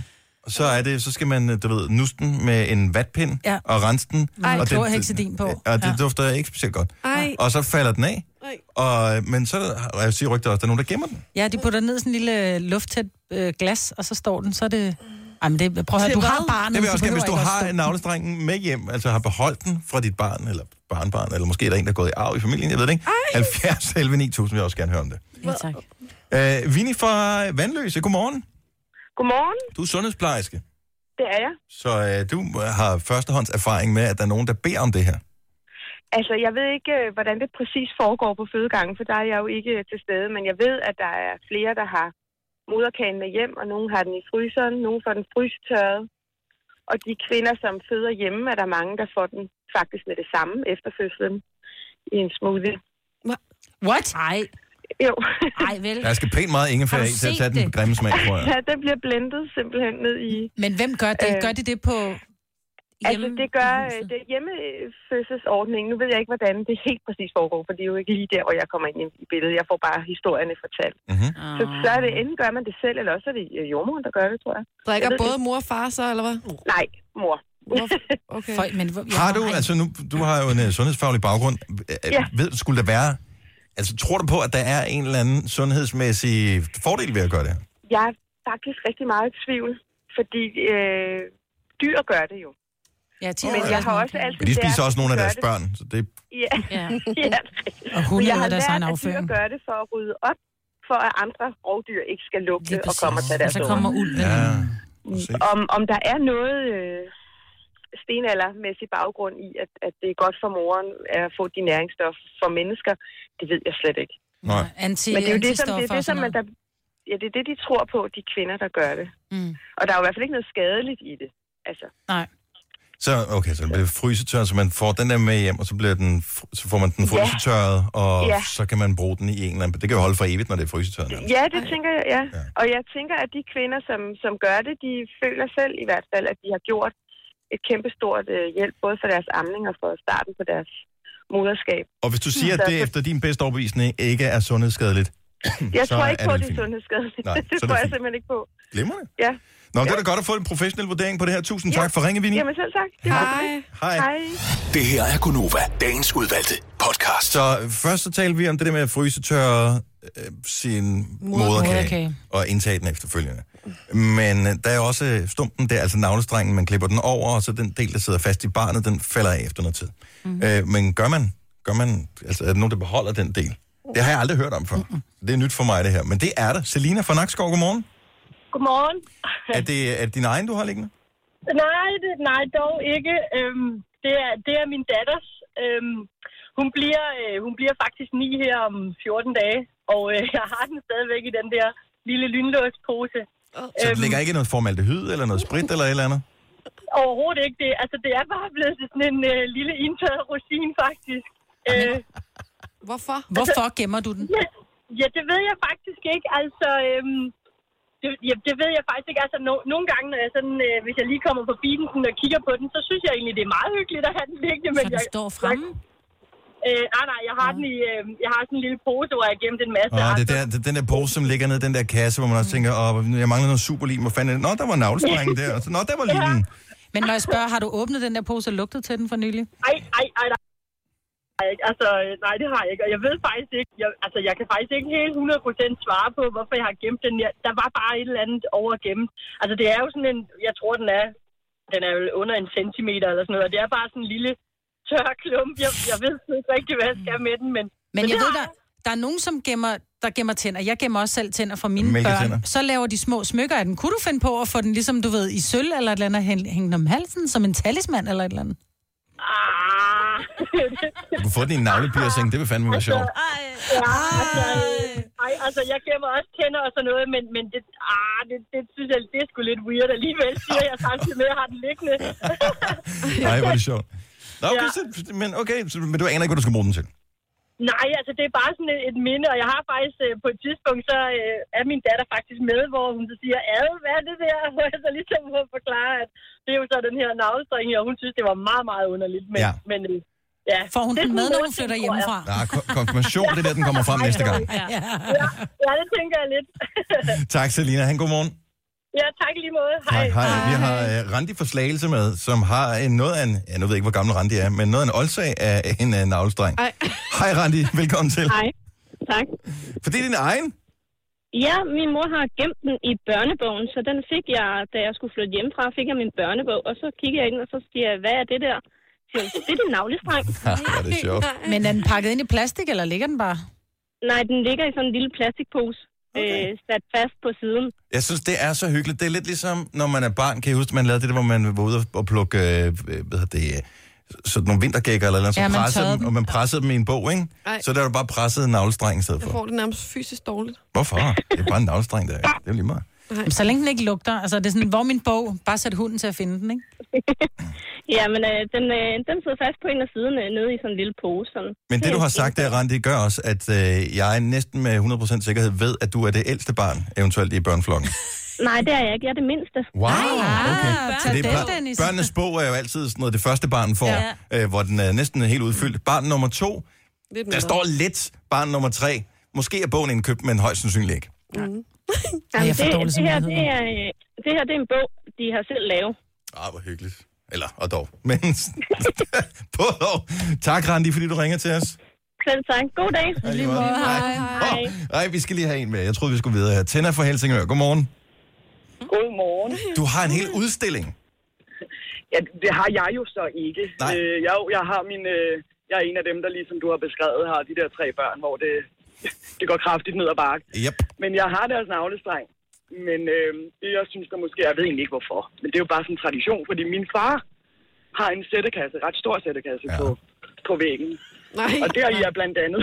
Speaker 1: så er det, så skal man, du ved, nusse den med en vatpind
Speaker 2: Ja.
Speaker 1: og rense den.
Speaker 2: Ej,
Speaker 1: og
Speaker 2: klor heksedin på.
Speaker 1: Og det dufter ikke specielt godt.
Speaker 2: Ej.
Speaker 1: Og så falder den af. Og, men så og jeg siger rygter også, at der er nogen, der gemmer den.
Speaker 2: Ja, de putter den ned i sådan en lille lufttæt øh, glas, og så står den, så er det... Ej, men det, prøv at høre,
Speaker 1: Til
Speaker 2: du
Speaker 1: hvad?
Speaker 2: har barnet.
Speaker 1: Det vil jeg
Speaker 2: så
Speaker 1: også gerne, hvis du
Speaker 2: behøver ikke
Speaker 1: har
Speaker 2: at stå-
Speaker 1: navlestrengen med hjem, altså har beholdt den fra dit barn eller barnbarn, eller måske er der en, der er gået i arv i familien, jeg ved det ikke. 70 11 9000 vil jeg også gerne høre om det.
Speaker 3: Ja, tak.
Speaker 1: Øh, Vinnie fra Vandløse, godmorgen.
Speaker 14: Godmorgen.
Speaker 1: Du er sundhedsplejerske,
Speaker 14: Det er jeg.
Speaker 1: så øh, du har førstehånds erfaring med, at der er nogen, der beder om det her.
Speaker 14: Altså, jeg ved ikke, øh, hvordan det præcis foregår på fødegangen, for der er jeg jo ikke til stede, men jeg ved, at der er flere, der har moderkagen med hjem, og nogen har den i fryseren, nogen får den frysetørret. Og de kvinder, som føder hjemme, er der mange, der får den faktisk med det samme efter fødslen i en smoothie.
Speaker 2: What?
Speaker 3: Nej.
Speaker 14: Jo.
Speaker 3: Nej, vel.
Speaker 1: Der skal pænt meget ingefær
Speaker 14: Har
Speaker 1: i
Speaker 14: du
Speaker 1: til at
Speaker 14: set
Speaker 1: tage den
Speaker 14: det?
Speaker 1: grimme smag, tror
Speaker 14: Ja,
Speaker 1: jeg.
Speaker 14: den bliver blendet simpelthen ned i...
Speaker 2: Men hvem gør det? Gør de det på...
Speaker 14: Øh. Altså, det gør øh, det er hjemmefødselsordningen. Nu ved jeg ikke, hvordan det helt præcis foregår, for det er jo ikke lige der, hvor jeg kommer ind i- i billedet. Jeg får bare historierne fortalt.
Speaker 1: Mm-hmm.
Speaker 14: Så, så er det enten gør man det selv, eller også er det øh, jordmoren, der gør det, tror jeg.
Speaker 4: Drikker
Speaker 14: jeg ved
Speaker 4: både
Speaker 14: det.
Speaker 4: mor og far så, eller hvad?
Speaker 14: Nej, mor.
Speaker 4: Okay.
Speaker 2: Folk, men, hvor-
Speaker 1: Har du, altså nu, du har jo en uh, sundhedsfaglig baggrund. Ja.
Speaker 14: Ja.
Speaker 1: Ved, skulle der være, altså tror du på, at der er en eller anden sundhedsmæssig fordel ved at gøre det her?
Speaker 14: Jeg er faktisk rigtig meget i tvivl, fordi øh, dyr gør det jo.
Speaker 2: Ja,
Speaker 1: de er
Speaker 14: Men
Speaker 1: også
Speaker 14: jeg har også altid
Speaker 1: Men de
Speaker 14: lært,
Speaker 1: spiser også nogle af
Speaker 14: gør
Speaker 1: deres
Speaker 14: det.
Speaker 1: børn, så det
Speaker 14: Ja, ja. ja.
Speaker 2: Og hunde
Speaker 14: Men jeg har
Speaker 2: æder deres
Speaker 14: lært,
Speaker 2: egen
Speaker 14: at dyr
Speaker 2: afføring.
Speaker 14: gør det for at rydde op, for at andre rovdyr ikke skal lugte og komme og tage deres
Speaker 3: så
Speaker 14: unger.
Speaker 3: kommer ulven.
Speaker 1: Ja.
Speaker 14: Mm. om, om der er noget øh, stenaldermæssig baggrund i, at, at det er godt for moren at få de næringsstoffer for mennesker, det ved jeg slet ikke.
Speaker 1: Nej.
Speaker 2: Anti,
Speaker 14: Men det er jo det, som, det, er
Speaker 2: antistoffer
Speaker 14: det,
Speaker 2: og
Speaker 14: som
Speaker 2: sådan
Speaker 14: man, der, ja, det er det, de tror på, de kvinder, der gør det.
Speaker 2: Mm.
Speaker 14: Og der er jo i hvert fald ikke noget skadeligt i det. Altså,
Speaker 2: Nej.
Speaker 1: Så, okay, så det bliver frysetørret, så man får den der med hjem, og så, bliver den, fr- så får man den
Speaker 14: Ja.
Speaker 1: frysetørret, og
Speaker 14: Ja.
Speaker 1: så kan man bruge den i en eller anden... Det kan jo holde for evigt, når det er frysetørret. nærmest.
Speaker 14: ja, det tænker jeg, ja. ja. Og jeg tænker, at de kvinder, som, som gør det, de føler selv i hvert fald, at de har gjort et kæmpestort øh, hjælp, både for deres amning og for starten på deres moderskab.
Speaker 1: Og hvis
Speaker 14: Mm,
Speaker 1: du siger, at det efter din bedste overbevisning ikke er sundhedsskadeligt,
Speaker 14: Jeg
Speaker 1: så
Speaker 14: tror ikke
Speaker 1: er
Speaker 14: på, at
Speaker 1: det
Speaker 14: det er
Speaker 1: fint.
Speaker 14: sundhedsskadeligt.
Speaker 1: Nej, så
Speaker 14: det
Speaker 1: er det
Speaker 14: tror jeg
Speaker 1: fint.
Speaker 14: simpelthen ikke på.
Speaker 1: Glimrende.
Speaker 14: Ja.
Speaker 1: Nå, men det er da godt at få en professionel vurdering på det her. Tusind tak for ringe, Vinnie.
Speaker 14: Jamen selv tak. Det var Hej.
Speaker 1: Hej.
Speaker 7: Det her er Gunova, dagens udvalgte podcast.
Speaker 1: Så først så talte vi om det der med at frysetørre øh, sin moderkage
Speaker 2: Moderkage.
Speaker 1: og indtage den efterfølgende. Men øh, der er jo også øh, stumpen der, altså navlestrengen, man klipper den over, og så den del, der sidder fast i barnet, den falder af efter noget tid. Mm-hmm. Øh, men gør man, gør man, altså er der nogen, der beholder den del? Det har jeg aldrig hørt om før. Det er nyt for mig, det her. Men det er der. Selina fra Nakskov, godmorgen.
Speaker 13: Godmorgen.
Speaker 1: Er det, er det din egen, du har liggende?
Speaker 13: Nej, det, nej dog ikke. Øhm, det, er, det er min datters. Øhm, hun, bliver, øh, hun bliver faktisk ni her om 14 dage, og øh, jeg har den stadigvæk i den der lille lynlåspose.
Speaker 1: Så der ligger ikke noget formaldehyd, eller noget sprit, eller et eller andet?
Speaker 13: Overhovedet ikke. Det, altså, det er bare blevet til sådan en øh, lille indtaget rosin, faktisk. Øh,
Speaker 4: Hvorfor?
Speaker 2: Hvorfor gemmer du den?
Speaker 13: Ja, ja det ved jeg faktisk ikke. Altså, øhm, det, ja, det ved jeg faktisk ikke. Altså, no, nogle gange, når jeg sådan, øh, hvis jeg lige kommer forbi den sådan, og kigger på den, så synes jeg egentlig, det er meget hyggeligt at have den liggende. Men
Speaker 3: Så den
Speaker 13: jeg,
Speaker 3: står fremme?
Speaker 13: Jeg, øh, nej, nej, jeg har, den i, øh, jeg har sådan en lille pose, hvor jeg har gemt en masse.
Speaker 1: Nå, det
Speaker 13: andre.
Speaker 1: er der, den der pose, som ligger nede i den der kasse, hvor man også tænker, åh, jeg mangler noget superlim, hvor fanden er det? Nå, der var navlestrengen der, og så, nå, der var linen.
Speaker 2: Men når jeg spørger, har du åbnet den der pose og lugtet til den for nylig?
Speaker 13: Ej, ej, ej, nej. Ej, ikke. Altså, øh, nej, det har jeg ikke. Og jeg ved faktisk ikke, jeg, altså, jeg kan faktisk ikke helt 100% svare på, hvorfor jeg har gemt den. Jeg, der var bare et eller andet over at gemme. Altså, det er jo sådan en, jeg tror, den er, den er jo under en centimeter eller sådan noget. Og det er bare sådan en lille tør klump. Jeg, jeg ved sgu ikke rigtig, hvad jeg skal med den, men...
Speaker 2: Men jeg
Speaker 13: det
Speaker 2: ved, der,
Speaker 13: har
Speaker 2: der er nogen, som gemmer, der gemmer tænder. Jeg gemmer også selv tænder for mine
Speaker 1: Mælketænder.
Speaker 2: børn. Så laver de små smykker af den. Kunne du finde på at få den ligesom, du ved, i sølv eller et eller andet, hæng- hænge den om halsen som en talisman eller et eller andet?
Speaker 13: ah.
Speaker 1: Du kunne få den i en navlepiercing, det ville fandme være sjovt.
Speaker 13: Ej, ja, altså, øh, ej, altså, jeg gemmer også tænder og sådan noget, men, men det, ah, det, det, synes jeg, det er sgu lidt weird alligevel, siger jeg samtidig med, at jeg har den liggende.
Speaker 1: Nej, hvor er det sjovt. Nå, okay, så, men, okay, så, men du aner ikke, hvad du skal bruge den til.
Speaker 13: Nej, altså det er bare sådan et, et minde, og jeg har faktisk øh, på et tidspunkt, så øh, er min datter faktisk med, hvor hun så siger, ad, hvad er det der? Hvor jeg så ligesom må forklare, at det er jo så den her navlestring, og hun synes, det var meget, meget underligt. Men,
Speaker 1: Ja.
Speaker 13: ja. men øh, ja.
Speaker 2: Får hun
Speaker 13: Det er
Speaker 2: den
Speaker 13: sådan
Speaker 2: med, når hun
Speaker 13: noget,
Speaker 2: flytter
Speaker 13: tror jeg.
Speaker 2: hjemmefra?
Speaker 1: Der er ko- konfirmation, det er der, den kommer frem næste gang.
Speaker 13: Ja, ja, det tænker jeg lidt.
Speaker 1: Tak, Selina. Han, godmorgen.
Speaker 13: ja, tak i lige måde. Hej.
Speaker 1: Tak, hej. Vi har uh, Randi fra Slagelse med, som har en, noget af en, ja, nu ved jeg ikke, hvor gammel Randi er, men noget af en oldsag af en uh, navlestreng.
Speaker 15: Hej.
Speaker 1: Hej, Randi. Velkommen til.
Speaker 15: Hej. Tak.
Speaker 1: For det er din egen?
Speaker 15: Ja, min mor har gemt den i børnebogen, så den fik jeg, da jeg skulle flytte hjemmefra, fik jeg min børnebog, og så kiggede jeg ind, og så siger jeg, hvad er det der? Siger hun, det er din navlestreng.
Speaker 1: Ja, det er sjovt.
Speaker 2: Men er den pakket ind i plastik, eller ligger den bare?
Speaker 15: Nej, den ligger i sådan en lille plastikpose, okay. øh, sat fast på siden.
Speaker 1: Jeg synes, det er så hyggeligt. Det er lidt ligesom, når man er barn, kan jeg huske, man lavede det der, hvor man var ude og plukke, øh, øh, hvad hedder det, øh, sådan nogle vintergækker eller noget,
Speaker 4: Ja,
Speaker 1: som
Speaker 4: man
Speaker 1: pressede
Speaker 4: tørrede
Speaker 1: dem,
Speaker 4: dem.
Speaker 1: og man pressede dem i en bog, ikke?
Speaker 4: Ej.
Speaker 1: Så der var du bare presset en navlestreng i stedet
Speaker 4: Jeg
Speaker 1: for.
Speaker 4: får det nærmest fysisk dårligt.
Speaker 1: Hvorfor? Det er bare en navlestreng, der. Det er jo lige meget.
Speaker 2: Jamen, Så længe den ikke lugter. Altså, det er sådan, hvor er min bog? Bare sæt hunden til at finde den, ikke?
Speaker 15: Ja, men øh, den, øh, den sidder fast på en af siderne, øh, nede i sådan en lille pose. Sådan.
Speaker 1: Men det, du har sagt der, Randi, gør også, at øh, jeg næsten med 100% sikkerhed ved, at du er det ældste barn, eventuelt i børneflokken.
Speaker 15: Nej, det er jeg ikke. Jeg er det mindste.
Speaker 1: Wow, okay. Så
Speaker 15: tag
Speaker 1: det
Speaker 15: den,
Speaker 1: er bør-
Speaker 15: Dennis.
Speaker 1: børnenes bog er jo altid sådan noget, det første barn får, ja.
Speaker 15: Ja.
Speaker 1: øh, hvor den er næsten helt udfyldt. Barn nummer to, der står lidt. Barn nummer tre, måske er bogen indkøbt, men højst sandsynligt ikke.
Speaker 15: Mm.
Speaker 2: Ej,
Speaker 15: Jamen,
Speaker 2: jeg får
Speaker 15: det,
Speaker 2: dårlig
Speaker 15: det, her,
Speaker 2: samvittighed
Speaker 15: det, er, øh, det her det er en bog, de har selv lavet.
Speaker 1: Ah, hvor hyggeligt. Eller, og dog. Men på dog. Tak, Randi, fordi du ringer til os.
Speaker 15: Selv tak. God dag.
Speaker 1: I lige måde. Hej.
Speaker 15: Hej.
Speaker 1: Nej, vi skal lige have en mere. Jeg troede, vi skulle videre her. Tænder fra Helsingør. Godmorgen.
Speaker 16: Godmorgen.
Speaker 1: Du har en hel udstilling.
Speaker 16: Ja, det har jeg jo så ikke.
Speaker 1: Nej.
Speaker 16: Øh, jeg, er jo- jeg har min, øh, jeg er en af dem, der ligesom du har beskrevet, har de der tre børn, hvor det, det går kraftigt ned ad bakke.
Speaker 1: Yep.
Speaker 16: Men jeg har deres navlestreng. Men øh, det, jeg synes der måske, jeg ved egentlig ikke hvorfor, men det er jo bare sådan en tradition, fordi min far har en sættekasse, ret stor sættekasse ja. på, på væggen.
Speaker 4: Nej.
Speaker 16: Og der er blandt andet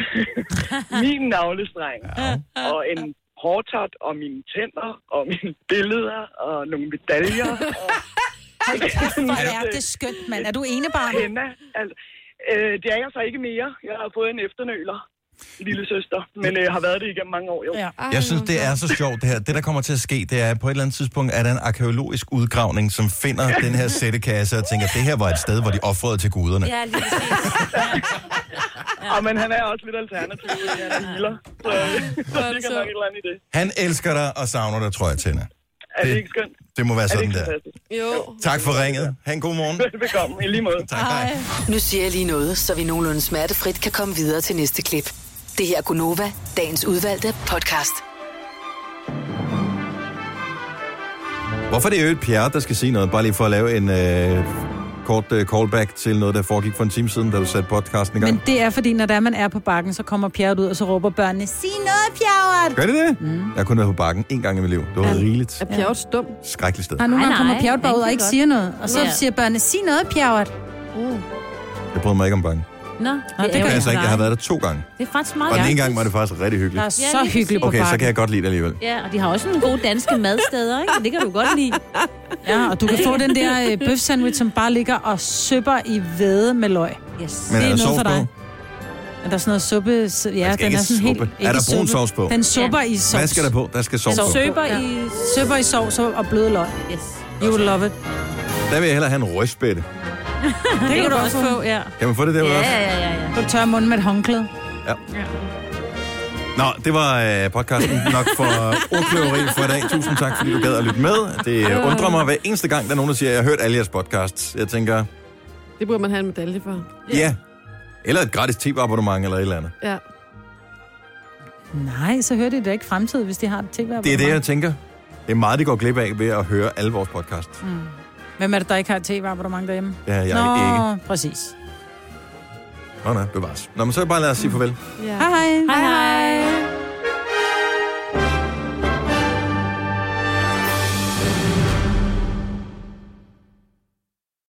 Speaker 16: min navlestreng, ja. og en hårtot, og mine tænder, og mine billeder, og nogle medaljer. Og...
Speaker 2: Hold kæft, hvor er det skønt, mand. Er du enebarn?
Speaker 16: Henna, altså, øh, det er jeg så ikke mere. Jeg har fået en efternøler. lille søster, men øh, har været det igennem mange år, jo. Ja.
Speaker 1: Jeg synes, det er så sjovt, det her. Det, der kommer til at ske, det er, at på et eller andet tidspunkt er der en arkeologisk udgravning, som finder den her sættekasse og tænker, det her var et sted, hvor de offrede til guderne.
Speaker 3: Ja, lige
Speaker 16: ja. Og men han er også lidt alternativ, fordi han er healer. Så øh, det kan nok et eller andet i det.
Speaker 1: Han elsker dig og savner dig, tror jeg, Tina.
Speaker 16: Er det, ikke skønt?
Speaker 1: Det må være
Speaker 16: er det
Speaker 1: sådan
Speaker 16: ikke
Speaker 1: der.
Speaker 16: fantastisk?
Speaker 4: Jo.
Speaker 1: Tak for ringet. Ha' en god morgen.
Speaker 16: Velbekomme, i lige måde.
Speaker 1: Tak, hej.
Speaker 6: Nu siger jeg lige noget, så vi nogenlunde smertefrit kan komme videre til næste klip. Det her er Gunova, dagens udvalgte podcast.
Speaker 1: Hvorfor er det jo et Pierre, der skal sige noget? Bare lige for at lave en øh, kort øh, callback til noget, der foregik for en time siden, da du satte podcasten i gang.
Speaker 2: Men det er fordi, når der man er på bakken, så kommer Pjerret ud, og så råber børnene, sig noget, Pjerret!
Speaker 1: Gør det det? Mm. Jeg har kun været på bakken en gang i mit liv. Det var ja. rigeligt.
Speaker 2: Er Pjerret
Speaker 4: stum?
Speaker 1: Skrækkeligt sted.
Speaker 2: Nej, nu
Speaker 1: Jeg
Speaker 2: Ah, gange kommer Pjerret bare ud og
Speaker 3: han
Speaker 2: ikke
Speaker 3: kan
Speaker 2: siger
Speaker 3: godt.
Speaker 2: noget. Og så
Speaker 3: Ja.
Speaker 2: siger børnene, sig noget, Pjerret!
Speaker 3: Uh.
Speaker 1: bryder mig ikke om bakken.
Speaker 3: Nå,
Speaker 1: Det kan jeg altså ikke. Jeg har været der to gange.
Speaker 3: Det er faktisk
Speaker 1: Og
Speaker 3: meget
Speaker 1: den ene
Speaker 3: hjerteligt.
Speaker 1: gang var det faktisk rigtig hyggeligt.
Speaker 3: Der er så Ja, lige hyggeligt på
Speaker 1: Okay, så
Speaker 3: Bakken.
Speaker 1: kan jeg godt lide det alligevel.
Speaker 3: Ja, og de har også nogle gode danske madsteder, ikke? Det kan du godt lide.
Speaker 2: Ja, og du kan få den der øh, bøf sandwich, som bare ligger og søpper i væde med løg.
Speaker 3: Yes.
Speaker 1: Men er der sovs på?
Speaker 2: Er der sådan noget suppe? Ja, den er
Speaker 1: skal
Speaker 2: sådan
Speaker 1: ikke
Speaker 2: helt...
Speaker 1: suppe. Er der
Speaker 2: suppe.
Speaker 1: brun sovs på?
Speaker 2: Den supper i sovs.
Speaker 1: Hvad skal der på? Der skal sovs på.
Speaker 2: Søber i... Søber i sovs og og bløde løg.
Speaker 3: Yes.
Speaker 2: You will love it.
Speaker 1: Der vil jeg hellere have en røstbætte.
Speaker 2: det kan du også få, ja.
Speaker 1: Kan man få det derude også?
Speaker 3: ja, ja.
Speaker 2: Du tør munden med et håndklæde.
Speaker 1: Nå, det var øh, podcasten nok for ordkløveri for i dag. Tusind tak, fordi du gad at lytte med. Det øh, undrer mig hver eneste gang, der er nogen, der siger, jeg har hørt alle jeres podcasts. Jeg tænker,
Speaker 4: Det burde man have en medalje for.
Speaker 1: ja. Eller et gratis tv-abonnement eller et eller andet.
Speaker 4: Ja.
Speaker 2: Nej, så hører de da ikke fremtid, hvis de har et tv
Speaker 1: Det er det, jeg tænker. Det er meget, de går glip af ved at høre alle vores podcasts.
Speaker 2: Mm. Hvem er det, der ikke har et tv-abonnement derhjemme?
Speaker 1: Ja, jeg
Speaker 2: Nå,
Speaker 1: ikke.
Speaker 2: præcis.
Speaker 1: Nå, nej, bevares. Nå, men så bare lad os sige farvel.
Speaker 2: Hej hej. Hej hej.